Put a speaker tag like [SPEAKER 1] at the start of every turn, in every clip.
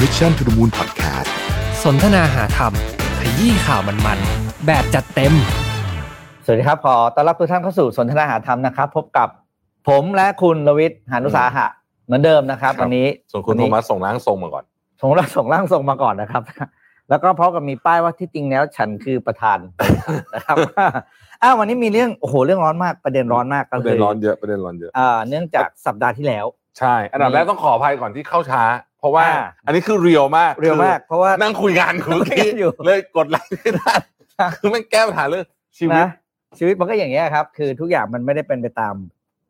[SPEAKER 1] Mission to the Moon Podcast
[SPEAKER 2] สนทนาหาธรรม ขยี้ข่าวมันๆ แบบจัดเต็ม
[SPEAKER 3] สวัสดีครับ ขอต้อนรับทุกท่านเข้าสู่สนทนาหาธรรมนะครับ พบกับผมและคุณรวิทย์หานุสาหะ เหมือนเดิมนะครับ
[SPEAKER 4] ครับ
[SPEAKER 3] วันนี้
[SPEAKER 4] ส่วนคุณโทมัสส่งร่างทรงมาก่อน
[SPEAKER 3] ส่งร่างส่งร่างส่งมาก่อนนะครับ แล้วก็พร้อมกับมีป้ายว่าที่จริงแล้วฉันคือประธาน นะครับ อ้าววันนี้มีเรื่องโอ้โหเรื่องร้อนมากประเด็นร้อนมาก
[SPEAKER 4] ป
[SPEAKER 3] ก็
[SPEAKER 4] ระ
[SPEAKER 3] คื
[SPEAKER 4] เด็น
[SPEAKER 3] อ
[SPEAKER 4] ร้อนเยอะประเด็นร้อนเยอะ
[SPEAKER 3] อ่าเนื่องจากสัปดาห์ที่แล้ว
[SPEAKER 4] ใช่ อันดับแรกต้องขออภัยก่อนที่เข้าช้า เพราะว่า
[SPEAKER 3] อ่า
[SPEAKER 4] อันนี้คือเรียวมาก
[SPEAKER 3] เร็วมากเพราะว่า
[SPEAKER 4] คือนั่งคุยงานคุย
[SPEAKER 3] คุยกันอยู่
[SPEAKER 4] เลยกดไลค์ไม่ได้คือไม่งแก้ปัญหาเรื่องชีวิต
[SPEAKER 3] นะชีวิตมันก็อย่างเงี้ยครับ คือทุกอย่างมันไม่ได้เป็นไปตาม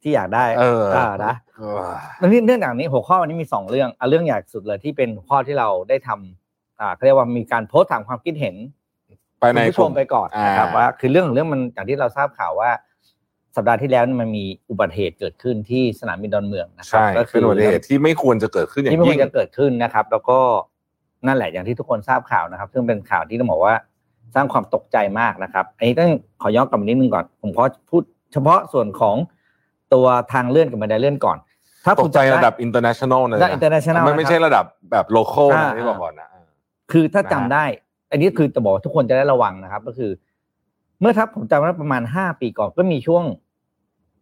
[SPEAKER 3] ที่อยากได้
[SPEAKER 4] เออ
[SPEAKER 3] านะ มันนี่เรื่องหนังนี้หัวข้อวันนี้มีสองเรื่องอ่ะเรื่องใหญ่สุดเลยที่เป็นหัวข้อที่เราได้ทำอ่าเขาเรียกว่ามีการโพสต์ถามความคิดเห็น
[SPEAKER 4] ไปใน
[SPEAKER 3] คุณผู้ชมไปก่อนนะครับ
[SPEAKER 4] อ่า
[SPEAKER 3] ว่าคือเรื่องของเรื่องมันอย่างที่เราทราบข่าวว่า สัปดาห์ที่แล้วเนี่ยมันมีอุบัติเหตุเกิดขึ้นที่สนามบินดอนเมืองนะครั
[SPEAKER 4] ใช่
[SPEAKER 3] ก็
[SPEAKER 4] เป็นอุบัติเหตุที่ไม่ควรจะเกิดขึ้นอย่าง
[SPEAKER 3] ที่ไม่คว
[SPEAKER 4] ยิ่
[SPEAKER 3] รง จะเกิดขึ้นนะครับ แล้วก็นั่นแหละอย่างที่ทุกคนทราบข่าวนะครับ ซึ่งเป็นข่าวที่ต้องบอกว่าสร้างความตกใจมากนะครับ อันนี้ต้องขอย้อนกลับมานิดนึงก่อน ผมขอพูด เฉพาะส่วนของตัวทางเลื่อนกับบันไดเลื่อนก่อน ถ้า
[SPEAKER 4] ต
[SPEAKER 3] คุ
[SPEAKER 4] ก
[SPEAKER 3] ณำ
[SPEAKER 4] ใจระดับ international นะ
[SPEAKER 3] ระดับ international
[SPEAKER 4] มันไม่ใช่ระดับแบบ local
[SPEAKER 3] อ่า
[SPEAKER 4] นะที่บอกก่อนนะ
[SPEAKER 3] คือถ้า
[SPEAKER 4] นะ
[SPEAKER 3] จำ
[SPEAKER 4] ฮะ
[SPEAKER 3] ได้ อันนี้คือจะบอกว่าทุกคนจะได้ระวังนะครับ ก็คือ เมื่อทับผมจำได้ประมาณห้าปีก่อนก็มีช่วง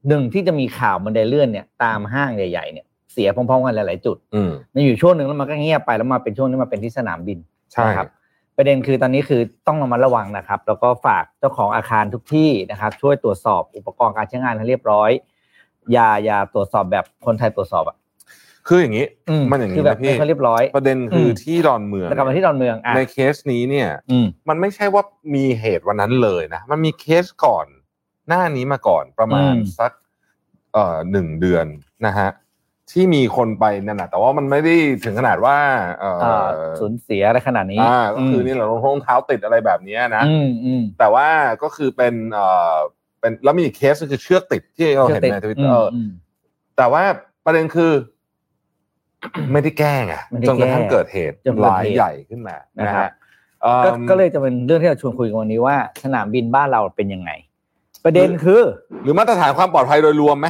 [SPEAKER 3] หนึ่งที่จะมีข่าวบันไดเลื่อนเนี่ย ตามห้างใหญ่ ๆ เนี่ยเสียพร้อมๆกันหลายๆจุด
[SPEAKER 4] อืม
[SPEAKER 3] มันอยู่ช่วงหนึ่งแล้วมันก็เงียบไปแล้วมาเป็นช่วงที่มาเป็นที่สนามบิน
[SPEAKER 4] ใช่
[SPEAKER 3] นะครับ ประเด็นคือตอนนี้คือต้องระมัดระวังนะครับ แล้วก็ฝากเจ้าของอาคารทุกที่นะครับ ช่วยตรวจสอบอุปกรณ์การใช้งานให้เรียบร้อย อย่าอย่าตรวจสอบแบบคนไทยตรวจสอบอ่ะ
[SPEAKER 4] คืออย่างนี้ มันอย่าง
[SPEAKER 3] คื
[SPEAKER 4] นี้
[SPEAKER 3] อแบบ
[SPEAKER 4] นะพี่
[SPEAKER 3] ไม่ค่อยเรียบร้อย
[SPEAKER 4] ประเด็นคืออ
[SPEAKER 3] ม
[SPEAKER 4] ที่ดอนเมือง
[SPEAKER 3] แล้วกลับมาที่ดอนเมืองอ่ะ
[SPEAKER 4] ในเคสนี้เนี่ย
[SPEAKER 3] อืม
[SPEAKER 4] มันไม่ใช่ว่ามีเหตุวันนั้นเลยนะ มันมีเคสก่อน หน้านี้มาก่อนประมาณ
[SPEAKER 3] อืม
[SPEAKER 4] สักเอ่อหนึ่งเดือนนะฮะที่มีคนไปนั่นแหละแต่ว่ามันไม่ได้ถึงขนาดว่า เอ่อ
[SPEAKER 3] อ่าสูญเสียอะไรขนาดนี้
[SPEAKER 4] อ่าก็คือ
[SPEAKER 3] ม
[SPEAKER 4] นี่แหละรองเท้าติดอะไรแบบเนี้ยนะ
[SPEAKER 3] อืมอืม
[SPEAKER 4] แต่ว่าก็คือเป็นเอ่อเป็นแล้วมีอีกเคสก็คือเชือกติดที่เราเห็น
[SPEAKER 3] เชือกติด
[SPEAKER 4] ในทวิต
[SPEAKER 3] อื
[SPEAKER 4] เต
[SPEAKER 3] ม
[SPEAKER 4] อร์
[SPEAKER 3] อืม
[SPEAKER 4] แต่ว่าประเด็นคือ ไม่ได้แก้ไง
[SPEAKER 3] ไม่ได้
[SPEAKER 4] จนกระทั่ง
[SPEAKER 3] แก้
[SPEAKER 4] เกิดเหตุ
[SPEAKER 3] จนเกิด
[SPEAKER 4] ลาย
[SPEAKER 3] เหตุ
[SPEAKER 4] ใหญ่ขึ้นมานะ
[SPEAKER 3] นะครับ
[SPEAKER 4] ฮะอ่อ
[SPEAKER 3] ก็ก็เลยจะเป็นเรื่องที่เราชวนคุยกันวันนี้ว่า สนามบินบ้านเราเป็นยังไง ประเด็นคือ
[SPEAKER 4] หรือมาตรฐานความปลอดภัยโดยรวมไหม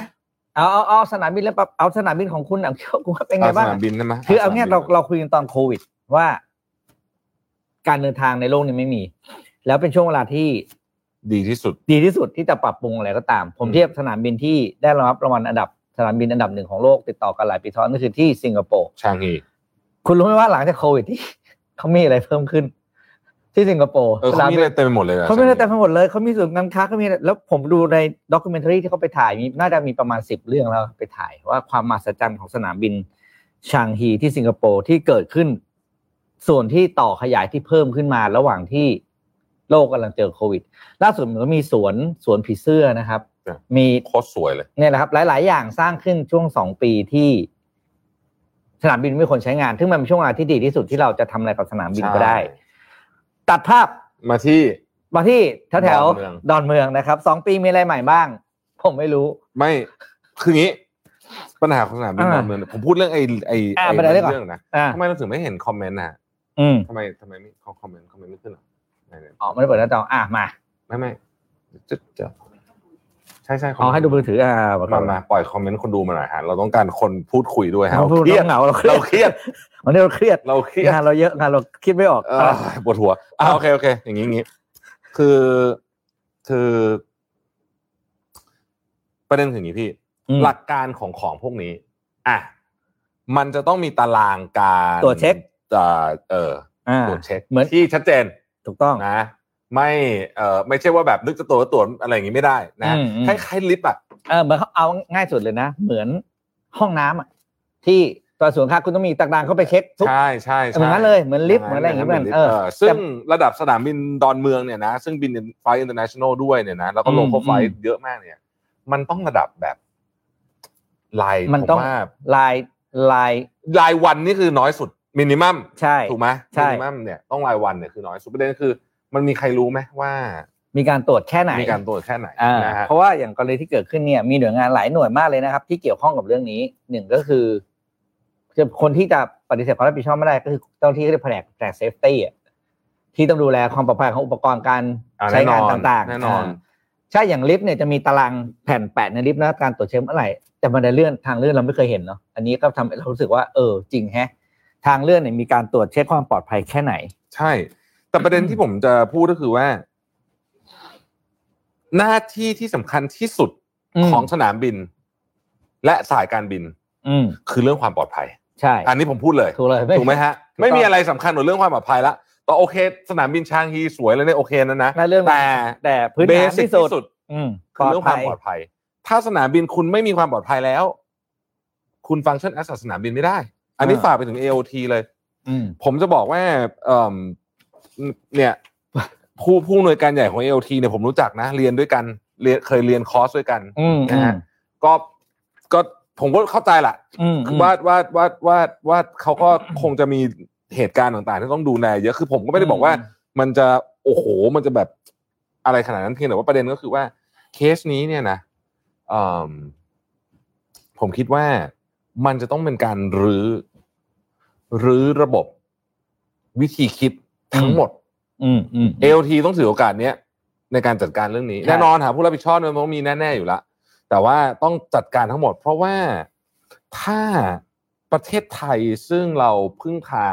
[SPEAKER 3] เอาเอาเอาสนามบินแล้วปะเอาสนามบินของคุณอ่ะ เชื่อกูว่าเป็นไง
[SPEAKER 4] เอาส
[SPEAKER 3] บ้าง
[SPEAKER 4] นามบินได้ไหม
[SPEAKER 3] คือเอาเนี่ย
[SPEAKER 4] สม
[SPEAKER 3] เรา
[SPEAKER 4] บิ
[SPEAKER 3] เราคุยกันตอนโควิดว่า การเดินทางในโลกนี้ไม่มี แล้วเป็นช่วงเวลาที่
[SPEAKER 4] ดีที่สุด
[SPEAKER 3] ดีที่สุดที่จะปรับปรุงอะไรก็ตาม ผม
[SPEAKER 4] อืม
[SPEAKER 3] เทียบสนามบินที่ได้รับรางวัลอันดับสนามบินอันดับหนึ่งของโลกติดต่อกันหลายปีซ้อนก็คือที่สิงคโปร์
[SPEAKER 4] ชางฮี
[SPEAKER 3] คุณรู้ไหมว่าหลังจากโควิดที่ เขามีอะไรเพิ่มขึ้น ที่สิงคโปร์
[SPEAKER 4] เออ
[SPEAKER 3] ส
[SPEAKER 4] เขา
[SPEAKER 3] นาม
[SPEAKER 4] มี
[SPEAKER 3] บิ
[SPEAKER 4] อะไร
[SPEAKER 3] น
[SPEAKER 4] เต็มไปหมดเลยอะ
[SPEAKER 3] เขาไม่ได้
[SPEAKER 4] ชางฮี
[SPEAKER 3] แต่ทั้งหมดเลยเขามีศูนย์การค้าเขามีอะไรแล้วผมดูในด็อกิเมนทารีที่เขาไปถ่ายมีน่าจะมีประมาณสิบเรื่องแล้วไปถ่าย ว่าความมหัศจรรย์ของสนามบินชางฮีที่สิงคโปร์ที่เกิดขึ้น ส่วนที่ต่อขยายที่เพิ่มขึ้นมาระหว่างที่โลกกำลังเจอโควิด ล่าสุดมันก็มีสวนสวนผีเสื้อนะครับ มี
[SPEAKER 4] โคตรสวยเลย
[SPEAKER 3] เนี่ยแหละครับ หลาย ๆ อย่างสร้างขึ้นช่วงสองปีที่สนามบินไม่ควรใช้งาน ซึ่งมันเป็นช่วงเวลาที่ดีที่สุดที่เราจะทำอะไรกับสนามบินก็ได้
[SPEAKER 4] ใช่
[SPEAKER 3] ตัดภาพ
[SPEAKER 4] มาที่
[SPEAKER 3] มาที่แถวแถว
[SPEAKER 4] ดอนเมือง
[SPEAKER 3] ดอนเมืองนะครับสองปีมีอะไรใหม่บ้าง ผมไม่รู้
[SPEAKER 4] ไม่คืองี้ ปัญหาของสนามบิน
[SPEAKER 3] อ่า
[SPEAKER 4] ดอนเมืองผมพูดเรื่องไอ้ไอ้
[SPEAKER 3] อ่า
[SPEAKER 4] ไอ้
[SPEAKER 3] ไปไหนได้ก่อน
[SPEAKER 4] เรื่องนะ
[SPEAKER 3] อ่า
[SPEAKER 4] ทำไมเราถึงไม่เห็นคอมเมนต์นะ
[SPEAKER 3] อืม
[SPEAKER 4] ทำไมทำไมไม่เขาคอมเมนต์คอมเมนต์ไม่ขึ้นหรอไหน
[SPEAKER 3] อ๋อไม่ได้เปิดหน้าจออ่ะมา
[SPEAKER 4] ๆไม่ไม่จะจะใช่ใช่คม
[SPEAKER 3] เอา
[SPEAKER 4] มนต์
[SPEAKER 3] ให้ดูมือถืออ่าบอกก่อ
[SPEAKER 4] มาน มาปล่อยคอมเมนต์คนดูมาหน่อยฮะเราต้องการคนพูดคุยด้วยฮะ
[SPEAKER 3] เราพูด
[SPEAKER 4] เครียด
[SPEAKER 3] เราเหงาเราเครีย
[SPEAKER 4] เรา
[SPEAKER 3] ด
[SPEAKER 4] เครียด
[SPEAKER 3] วันนี้เราเครียด
[SPEAKER 4] เราเครียด
[SPEAKER 3] งานเราเยอะงานเราคิดไม่ออก
[SPEAKER 4] เอ่อปวดหัวอ่าโอเคโอเค อย่างนี้อย่างนี้ คือคือประเด็นคืออย่างนี้พี่
[SPEAKER 3] ม
[SPEAKER 4] หลักการของของพวกนี้ อ่ะมันจะต้องมีตารางการ
[SPEAKER 3] ตรวจเช็ค
[SPEAKER 4] อ่าเออ
[SPEAKER 3] อ่า
[SPEAKER 4] ตรวจเช็ค
[SPEAKER 3] เหมือน
[SPEAKER 4] ที่ชัดเจน
[SPEAKER 3] ถูกต้อง
[SPEAKER 4] นะ ไม่เออไม่ใช่ว่าแบบนึกจะตรวจก็ตรวจอะไรอย่างนี้ไม่ได้นะ
[SPEAKER 3] อืมอืม
[SPEAKER 4] คล้ายๆลิฟต์อ่ะ
[SPEAKER 3] เออเหมือนเขาเอาง่ายสุดเลยนะ เหมือนห้องน้ำอะที่ตอนสูงค่าคุณต้องมีตะกรางเข้าไปเช็คทุก
[SPEAKER 4] ใช่ใช่ใช่
[SPEAKER 3] เหมือนนั้นเลยเหมือนลิฟต์เหมือนอะไรอย่างงี้
[SPEAKER 4] เหมือน
[SPEAKER 3] เหมือน
[SPEAKER 4] ลิฟ
[SPEAKER 3] เอ
[SPEAKER 4] ต์
[SPEAKER 3] อ
[SPEAKER 4] เออซึ่งระดับสนามบินดอนเมืองเนี่ยนะ ซึ่งบินไฟอินเตอร์เนชั่นแนลด้วยเนี่ยนะ แล้วก็
[SPEAKER 3] อืม
[SPEAKER 4] โลโก้ไฟ
[SPEAKER 3] อืม
[SPEAKER 4] เยอะมากเนี่ย มันต้องระดับแบบราย
[SPEAKER 3] มันต้อง
[SPEAKER 4] ผว่า
[SPEAKER 3] ลายลาย
[SPEAKER 4] รายวันนี่คือน้อยสุดมินิมัม
[SPEAKER 3] ใช่
[SPEAKER 4] ถูกไหม
[SPEAKER 3] ใช่
[SPEAKER 4] มินิมัมเนี่ยต้องรายวันเนี่ยคือน้อยสุดประเด็นคือ มันมีใครรู้ไหมว่า
[SPEAKER 3] มีการตรวจแค่ไหน
[SPEAKER 4] มีการตรวจแค่ไหน
[SPEAKER 3] อ่า
[SPEAKER 4] นะฮะ
[SPEAKER 3] เพราะว่าอย่างกรณีที่เกิดขึ้นเนี่ยมีหน่วยงานหลายหน่วยมากเลยนะครับ ที่เกี่ยวข้องกับเรื่องนี้หนึ่งก็คือคือคนที่จะปฏิเสธความรับผิดชอบไม่ได้ก็คือเจ้าหน้าที่แผนกแผนกเซฟตี้อะที่ต้องดูแลความปลอดภัยของอุปกรณ์การ
[SPEAKER 4] อ่
[SPEAKER 3] ใช้งาน
[SPEAKER 4] แอ
[SPEAKER 3] ต่างๆ
[SPEAKER 4] แน่นอ
[SPEAKER 3] า
[SPEAKER 4] น
[SPEAKER 3] ใช่ อย่างลิฟต์เนี่ยจะมีตารางแผ่นแปะในลิฟต์นะการตรวจเช็คเมื่อไหร่แต่บันไดเลื่อนทางเลื่อนเราไม่เคยเห็นเนาะอันนี้ก็ทำให้เรารู้สึกว่าเออจริงแฮะ ทางเลื่อนเนี่ยมีการตรวจเช็คความปลอดภัยแค่ไหน
[SPEAKER 4] ใช่ แต่ประเด็นที่ผมจะพูดก็คือว่า หน้าที่ที่สำคัญที่สุด
[SPEAKER 3] อืม
[SPEAKER 4] ของสนามบิน และสายการบิน
[SPEAKER 3] อืม
[SPEAKER 4] คือเรื่องความปลอดภัย
[SPEAKER 3] ใช่
[SPEAKER 4] อันนี้ผมพูดเลย
[SPEAKER 3] ถูกเลย
[SPEAKER 4] ถูกไหมฮะ ไม่มีอะไรสำคัญกว่าเรื่องความปลอดภัยละต่อโอเค สนามบินชางฮีสวยเลยเนี่ยโอเคนะนะ
[SPEAKER 3] น่าเรื่อง
[SPEAKER 4] แต่
[SPEAKER 3] แต่พื้น
[SPEAKER 4] เบ
[SPEAKER 3] ฐาน
[SPEAKER 4] สิก
[SPEAKER 3] ที่สุด
[SPEAKER 4] ที่สุด
[SPEAKER 3] อืม
[SPEAKER 4] คือเรื่องความปลอดภัย ถ้าสนามบินคุณไม่มีความปลอดภัยแล้ว คุณฟังก์ชันแอสสนามบินไม่ได้ อันนี้ฝากไปถึง AOT เลย
[SPEAKER 3] อืม
[SPEAKER 4] ผมจะบอกว่าเอิ่มเนี่ย ผู้ผู้อำนวยการใหญ่ของ AOT เนี่ยผมรู้จักนะ เรียนด้วยกันเรียนเคยเรียนคอร์สด้วยกัน
[SPEAKER 3] อืม
[SPEAKER 4] นะฮะ ก็ก็ผมก็เข้าใจแหละ
[SPEAKER 3] อืมอืม
[SPEAKER 4] ว่าว่าว่าว่าว่าเขาก็คงจะมีเหตุการณ์ต่างๆ ที่ต้องดูแลเยอะคือผมก็ไม่ได้บอกว่า
[SPEAKER 3] อืม
[SPEAKER 4] มันจะโอ้โหมันจะแบบอะไรขนาดนั้นเพียงแต่ว่าประเด็นก็คือว่า เคสนี้เนี่ยนะเอิ่มผมคิดว่ามันจะต้องเป็นการรื้อรื้อระบบวิธีคิดทั้งหมด
[SPEAKER 3] อืมอืม
[SPEAKER 4] AOT ต้องถือโอกาสเนี้ยในการจัดการเรื่องนี้
[SPEAKER 3] ใช่
[SPEAKER 4] แน่นอนหาผู้รับผิดชอบมันต้องมีแน่ๆอยู่ละแต่ว่าต้องจัดการทั้งหมด เพราะว่าถ้าประเทศไทยซึ่งเราพึ่งพา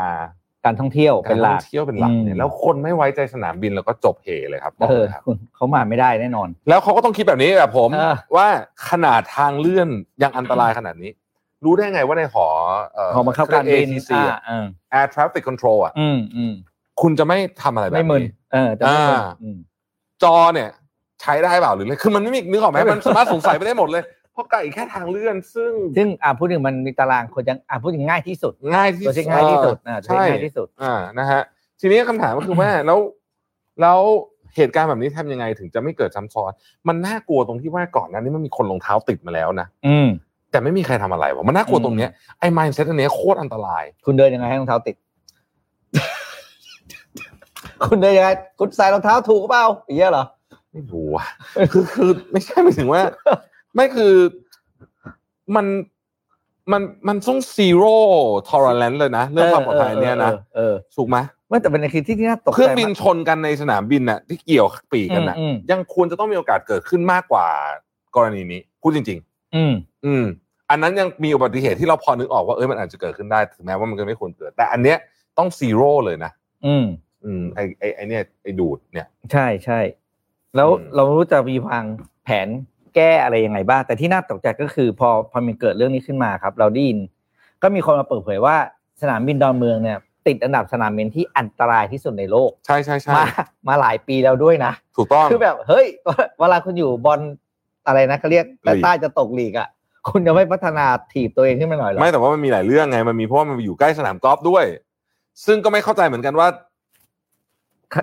[SPEAKER 3] การท่องเที่ยว
[SPEAKER 4] กา
[SPEAKER 3] เป็
[SPEAKER 4] ร
[SPEAKER 3] นห
[SPEAKER 4] ท่
[SPEAKER 3] ลั
[SPEAKER 4] อก งเที่ยวเป็นหลักเนี่
[SPEAKER 3] อื
[SPEAKER 4] ย
[SPEAKER 3] ม
[SPEAKER 4] แล้วคนไม่ไว้ใจสนามบินแล้วก็จบเหเลยครับบอก
[SPEAKER 3] เออ
[SPEAKER 4] เลยครับ
[SPEAKER 3] คุณเขามาไม่ได้แน่นอน
[SPEAKER 4] แล้วเขาก็ต้องคิดแบบนี้แบบผม
[SPEAKER 3] เออ
[SPEAKER 4] ว่าขนาดทางเลื่อนยังอันตรายขนาดนี้ รู้ได้ไงว่าในหอเ
[SPEAKER 3] พอมาเข้าการบิน
[SPEAKER 4] เอทีซี
[SPEAKER 3] อ่าเออ
[SPEAKER 4] แอร์ทราฟิกคอนโทรลอ่ะ
[SPEAKER 3] อืมอืม
[SPEAKER 4] คุณจะไม่ทำอะไรแบบ
[SPEAKER 3] ไม่มึน
[SPEAKER 4] นี้
[SPEAKER 3] เออจะไม่มึน
[SPEAKER 4] อ่า
[SPEAKER 3] อืม
[SPEAKER 4] จอเนี่ยใช้ได้เปล่าหรืออะไรคือมันไม่มีนึกออกไหมมันสามารถสงสัยไปได้หมดเลย เพราะไก่แค่ทางเลื่อนซึ่ง
[SPEAKER 3] ซึ่งอ่าพูดถึงมันมีตารางคนยังอ่าพูดถึงง่ายที่สุด
[SPEAKER 4] ง่ายที่
[SPEAKER 3] ตัวเช็คง่ายที่สุดอ่าตัว
[SPEAKER 4] ใช่
[SPEAKER 3] เช็คง่ายที่สุด
[SPEAKER 4] อ่านะฮะทีนี้คำถามก็คือว่าแล้วแล้วเหตุการณ์แบบนี้ทำยังไงถึงจะไม่เกิดซ้ำซ้อน มันน่ากลัวตรงที่ว่าก่อนหนั้านนี่มันมีคนลงเท้าติดมาแล้วนะ
[SPEAKER 3] อืม
[SPEAKER 4] แต่ไม่มีใครทำอะไรวะมันน่ากลัวตรงเนี้ยไอ้ mindset อันเนี้ยโคตรอันตราย
[SPEAKER 3] คุณเดินยังไงให้รองเท้า ติด คุณเดินยังไงคุณใส่รองเท้าถูกเปล่าอย่างเงี้ยเหรอ
[SPEAKER 4] ไม่รู้อะ คือคือไม่ใช่หมายถึงว่า ไม่คือมันมันมันต้องซีโร่ทอร์เรนต์เลยนะ เรื่องความปลอดภัยเนี่ยนะ
[SPEAKER 3] เออ
[SPEAKER 4] ถูกไหม
[SPEAKER 3] ไม่แต่เป็นในคลิปที่น่าตกใจ
[SPEAKER 4] เครื่องบิน
[SPEAKER 3] มาก
[SPEAKER 4] ชนกันในสนามบินน่ะ ที่เกี่ยวปีกกันน่ะ
[SPEAKER 3] อืม
[SPEAKER 4] ยังควรจะต้องมีโอกาสเกิดขึ้นมากกว่ากรณีนี้พูดจริง
[SPEAKER 3] อืม
[SPEAKER 4] ๆ อืม อันนั้นยังมีอุบัติเหตุที่เราพอนึกออกว่าเอ้ยมันอาจจะเกิดขึ้นได้ถึงแม้ว่ามันก็ไม่ควรเกิด แต่อันเนี้ยต้องซีโร่เลยนะ
[SPEAKER 3] อืม
[SPEAKER 4] อืมไอไอไอเนี่ยไอดูดเนี่ย
[SPEAKER 3] ใช่ใช่ แล้ว
[SPEAKER 4] อืม
[SPEAKER 3] เรารู้จะมีวางแผนแก้อะไรยังไงบ้าง แต่ที่น่าตกใจก็คือ พอพอมันเกิดเรื่องนี้ขึ้นมาครับ เราได้ยิน ก็มีคนมาเปิดเผยว่าสนามบินดอนเมืองเนี่ย ติดอันดับสนามบินที่อันตรายที่สุดในโลก
[SPEAKER 4] ใช่ใช่ใช่
[SPEAKER 3] มามาหลายปีแล้วด้วยนะ
[SPEAKER 4] ถูกต้อง
[SPEAKER 3] คือแบบเฮ้ย เวลาคุณอยู่บอลอะไรนะเขาเรียกแต่
[SPEAKER 4] ลีก
[SPEAKER 3] ใต้จะตกลีกอ่ะ คุณจะไม่พัฒนาถีบตัวเองขึ้นมาหน่อยเหรอ
[SPEAKER 4] ไม่แต่ว่ามันมีหลายเรื่องไง มันมีเพราะว่ามันอยู่ใกล้สนามกอล์ฟด้วย ซึ่งก็ไม่เข้าใจเหมือนกันว่า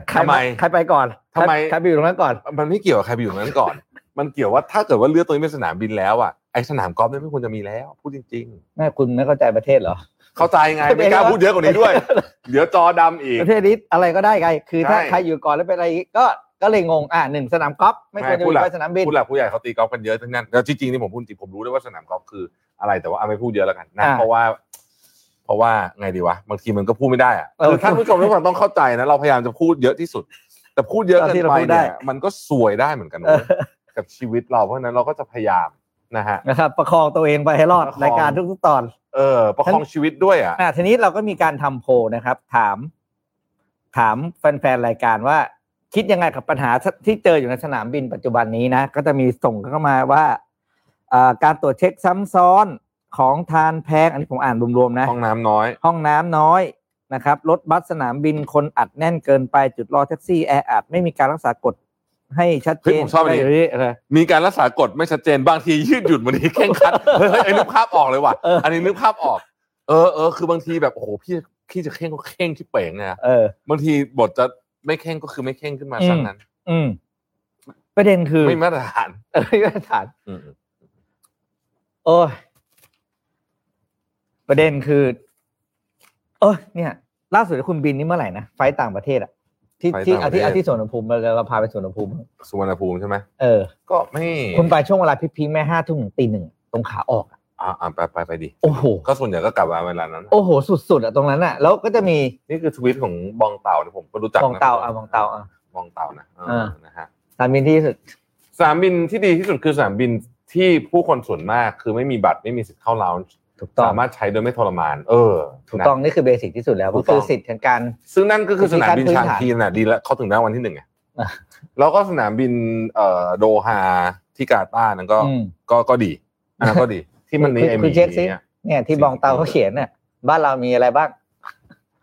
[SPEAKER 3] ใครใคร
[SPEAKER 4] ทำไม
[SPEAKER 3] ใครไปก่อน
[SPEAKER 4] ทำไม
[SPEAKER 3] ใครใครไปอยู่ตรงนั้นก่อน
[SPEAKER 4] มันไม่เกี่ยวกับใครไปอยู่ตรงนั้นก่อน มันเกี่ยวว่าถ้าเกิดว่าเลือกตัวนี้เป็นสนามบินแล้วอ่ะไอสนามกอล์ฟเนี่ยไม่ควรจะมีแล้ว พูดจริง
[SPEAKER 3] แม่คุณไม่เข้าใจประเทศเหรอ
[SPEAKER 4] ๆ เข้าใจไงไม่กล้าพูดเยอะกว่านี้ด้วย เดี๋ยวจอดำอีก
[SPEAKER 3] ประเทศนี้อะไรก็ได้ไง คือถ้า
[SPEAKER 4] ใช่
[SPEAKER 3] ใครอยู่ก่อนแล้วเป็นอะไรก็ก็เลยงง อ่ะหนึ่งสนามกอล์ฟไม่ควรจะ
[SPEAKER 4] พู
[SPEAKER 3] มี
[SPEAKER 4] ดหลัก
[SPEAKER 3] ไปสนามบิน
[SPEAKER 4] ผู้หลักผู้ใหญ่เขาตีกอล์ฟกันเยอะทั้งนั้นแล้วจริงๆนี่ผมพูดจริงผมรู้ด้วยว่าสนามกอล์ฟคืออะไรแต่ว่าเอาไม่พูดเยอะแล้วกันนะ
[SPEAKER 3] อ่า
[SPEAKER 4] เพราะว่า เพราะว่าไงดีวะบางทีมันก็พูดไม่ได้อะ
[SPEAKER 3] เออ
[SPEAKER 4] คือท่านผู้ชมทุกคนต้องเข้าใจนะเราพยายามจะพูดเยอะที่สุด แต่พูดเยอะเกิน
[SPEAKER 3] เอาที่เรา
[SPEAKER 4] ไป
[SPEAKER 3] พูดได้
[SPEAKER 4] เนี่ยมันก็สวยได้เหมือนกัน
[SPEAKER 3] เอ
[SPEAKER 4] เว้
[SPEAKER 3] อย
[SPEAKER 4] กับชีวิตเราเพราะฉะนั้นเราก็จะพยายามนะฮะ
[SPEAKER 3] นะครับ ประคองตัวเองไปให้รอด
[SPEAKER 4] ประคอง
[SPEAKER 3] รายการทุกๆตอน
[SPEAKER 4] เออประคองชีวิตด้วยอ่ะ
[SPEAKER 3] อ่ะทีนี้เราก็มีการทำโพลนะครับ ถาม ถามแฟนๆรายการว่า คิดยังไงกับปัญหาที่เจออยู่ในสนามบินปัจจุบันนี้นะ ก็จะมีส่งเข้ามาว่าอ่าการตรวจเช็คซ้ำซ้อนของทานแพง อันนี้ผมอ่านรวมๆนะ
[SPEAKER 4] ห้องน้ำน้อย
[SPEAKER 3] ห้องน้ำน้อยนะครับรถบัสสนามบินคนอัดแน่นเกินไปจุดรอแท็กซี่แออัดไม่มีการรักษากฎให้ชัดเจ
[SPEAKER 4] เฮ้
[SPEAKER 3] น
[SPEAKER 4] ยผมชอบอันนี้
[SPEAKER 3] ะไรย่างเงี้ย
[SPEAKER 4] มีการรักษากฎไม่ชัดเจนบางทียืดหยุ่นบางทีแข่งขันเฮ้ยเฮ้ยไอ้นึกภาพออกเลยว่ะ
[SPEAKER 3] เอออั
[SPEAKER 4] อันนี้นึกภาพออก เออเออคือบางทีแบบโอ้โหพี่พี่จะเข่งก็เข่งที่เป๋งนะ
[SPEAKER 3] เออ
[SPEAKER 4] บางทีบทจะไม่เข่งก็คือไม่เข่งขึ้นมา
[SPEAKER 3] อืม
[SPEAKER 4] ซะงั้น
[SPEAKER 3] อืมประเด็นคือ
[SPEAKER 4] ไม่มาตรฐาน
[SPEAKER 3] เออไม่มาตรฐานโอ้ยประเด็นคือ เออเนี่ย ล่าสุดคุณบินนี่เมื่อไหร่นะไฟล์ต่างประเทศอะที่ที่อาทิตย์อาทิตย์สวนอุณหภูมิเราเราพาไปสวนอุณหภูมิ
[SPEAKER 4] สุวรรณภูมิใช่ไหม
[SPEAKER 3] เออ
[SPEAKER 4] ก็ไม่
[SPEAKER 3] คุณไปช่วงเวลาพีคๆแม่ห้าทุ่มถึงตีหนึ่งตรงขาออกอะ
[SPEAKER 4] อ่าอ่าไปไปไปดิ
[SPEAKER 3] โอ้โห
[SPEAKER 4] ก็ส่วนใหญ่ก็กลับมาเวลานั้น
[SPEAKER 3] โอ้โห สุดๆอะตรงนั้นอะแล้วก็จะมี
[SPEAKER 4] นี่คือทวิตของบองเต่าเนี่ยผมก็รู้จัก
[SPEAKER 3] ม
[SPEAKER 4] นะ
[SPEAKER 3] องเตาอะมองเตาอะ
[SPEAKER 4] บองเต่านะเออ
[SPEAKER 3] เออ
[SPEAKER 4] นะฮะ
[SPEAKER 3] สนามบินที่สุด
[SPEAKER 4] สนามบินที่ดีที่สุดคือสนามบินที่ผู้คนส่วนมากคือไม่มีบัตรไม่มีสิทธิ์เข้าลาว
[SPEAKER 3] ถูกต้อง
[SPEAKER 4] สามารถใช้โดยไม่ทรมาน เออ
[SPEAKER 3] ถูก
[SPEAKER 4] นะ
[SPEAKER 3] ต้องนี่คือเบสิกที่สุดแล้ว
[SPEAKER 4] ถู
[SPEAKER 3] ก็
[SPEAKER 4] กต้
[SPEAKER 3] คื
[SPEAKER 4] อง
[SPEAKER 3] อสิทธิ์ทางการ
[SPEAKER 4] ซึ่งนั่นก็คือสนามบิน
[SPEAKER 3] พื้น
[SPEAKER 4] ชาง
[SPEAKER 3] ฐาน
[SPEAKER 4] ทีน่ะดีแล้วเขาถึงได้วันที่หนึ่งไง
[SPEAKER 3] อ่ะ
[SPEAKER 4] แล้วก็สนามบินเอ่อโดฮาที่กาตาร์นั่นก็
[SPEAKER 3] อืม
[SPEAKER 4] ก็ก็ดี อ่ะก็ดี ที่มันมี
[SPEAKER 3] คุณ
[SPEAKER 4] ไอ้ห
[SPEAKER 3] คุ
[SPEAKER 4] มี
[SPEAKER 3] ณเช็คสิ
[SPEAKER 4] นี่ย
[SPEAKER 3] เนี่ยที่บองเตาเขาเขียนเนี่ยบ้านเรามีอะไรบ้าง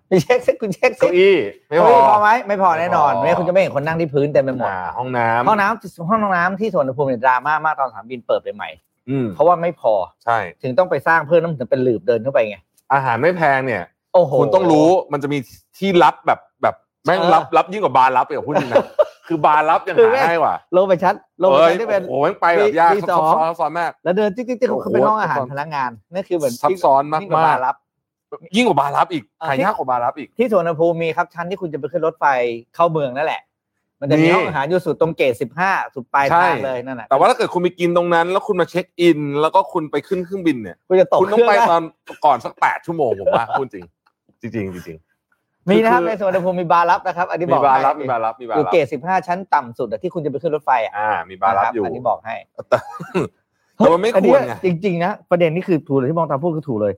[SPEAKER 3] คุณเช็คสิคุณเช็คสิ
[SPEAKER 4] เก้าอี้ไม่
[SPEAKER 3] เก้า
[SPEAKER 4] พอ
[SPEAKER 3] อี้พอไหมไม่พอแน่นอน
[SPEAKER 4] ไม่พอ
[SPEAKER 3] ไม่งั้นคุณจะไม่เห็นคนนั่งที่พื้นเต็มไปหมด
[SPEAKER 4] อ่าห้องน้ำ
[SPEAKER 3] ห้องน้ำห้องน้ำที่สวนอุณหภูมิเนี่ยดราม่ามากตอนสนามบินเปิดใหม่
[SPEAKER 4] อืม
[SPEAKER 3] ๆเพราะว่าไม่พอ
[SPEAKER 4] ใช่
[SPEAKER 3] ถึงต้องไปสร้างเพิ่มแล้วมันถึงเป็นหลืบเดินเข้าไปไง
[SPEAKER 4] อาหารไม่แพงเนี่ย
[SPEAKER 3] โอ้โห
[SPEAKER 4] คุณต้องรู้มันจะมีที่ลับแบบแบบแม่ง
[SPEAKER 3] เออ
[SPEAKER 4] ลับลับยิ่งกว่าบาร์ลับอีกอะพูดจริงนะ คือบาร์ลับยัง
[SPEAKER 3] คือแม่
[SPEAKER 4] หาง ง่ายกว่า
[SPEAKER 3] ลงไปชั้นลงไป
[SPEAKER 4] เอ้ย
[SPEAKER 3] ชั้นที่เป็น
[SPEAKER 4] โอ้โหแม่งไปแบบยาก
[SPEAKER 3] มี
[SPEAKER 4] ซับ
[SPEAKER 3] สอ
[SPEAKER 4] ซ้อง นซับซ้อนมาก
[SPEAKER 3] แล้วเดินติ๊กติ๊กติ๊ก
[SPEAKER 4] โอ้โห
[SPEAKER 3] เขาเป็นห้องอาหารพนักงานนี่คือเหมือน
[SPEAKER 4] ซับซ้อนมาก
[SPEAKER 3] ยิ่งกว่
[SPEAKER 4] มา
[SPEAKER 3] บาก ร์รับ
[SPEAKER 4] ยิ่งกว่าบาร์ลับอีก
[SPEAKER 3] เออ
[SPEAKER 4] หา
[SPEAKER 3] ที่
[SPEAKER 4] ยากกว่าบาร์ลับอีก
[SPEAKER 3] ที่สวนอุณหภูมิมีครับชั้นที่คุณจะไปขึ้นรถไฟเข้าเมืองนั่นแหละ มันจะ
[SPEAKER 4] มี
[SPEAKER 3] มีห้องอาหารอยู่สุดตรงเกตสิบห้าสุดปลาย
[SPEAKER 4] ใช่
[SPEAKER 3] ทางเลยนั่นแหละ
[SPEAKER 4] แต่ว่าถ้าเกิดคุณไปกินตรงนั้น แล้วคุณมาเช็คอิน แล้วก็คุณไปขึ้นเครื่องบินเนี่ย
[SPEAKER 3] คุณจะตก
[SPEAKER 4] คุณต้อ
[SPEAKER 3] เครื่อ
[SPEAKER 4] ง
[SPEAKER 3] ง
[SPEAKER 4] ไป
[SPEAKER 3] ได้
[SPEAKER 4] ตอนก่อนสักแปดชั่วโมงผมว่าพูดจริง จริง ๆจริง
[SPEAKER 3] มีนะครับ
[SPEAKER 4] คือ
[SPEAKER 3] ในสวนอุณหภูมิมีบาร์รับนะครับ อัน
[SPEAKER 4] ๆมี
[SPEAKER 3] นี้บอก
[SPEAKER 4] บาร์
[SPEAKER 3] ให้
[SPEAKER 4] ลับมีบาร์ลับมีบา
[SPEAKER 3] อยู่
[SPEAKER 4] ร์ลับ
[SPEAKER 3] เกตสิบห้าชั้นต่ำสุดอะที่คุณจะไปขึ้นรถไฟอะ
[SPEAKER 4] อ่า มีบาร์ลับ
[SPEAKER 3] นะค
[SPEAKER 4] อยู่
[SPEAKER 3] อันนี้บอกให้
[SPEAKER 4] แต่มันไม่
[SPEAKER 3] อัน
[SPEAKER 4] ค
[SPEAKER 3] นี้
[SPEAKER 4] วรไง
[SPEAKER 3] จริงๆนะประเด็นนี่คือถูกเลยที่มองตามพูดคือถูกเลย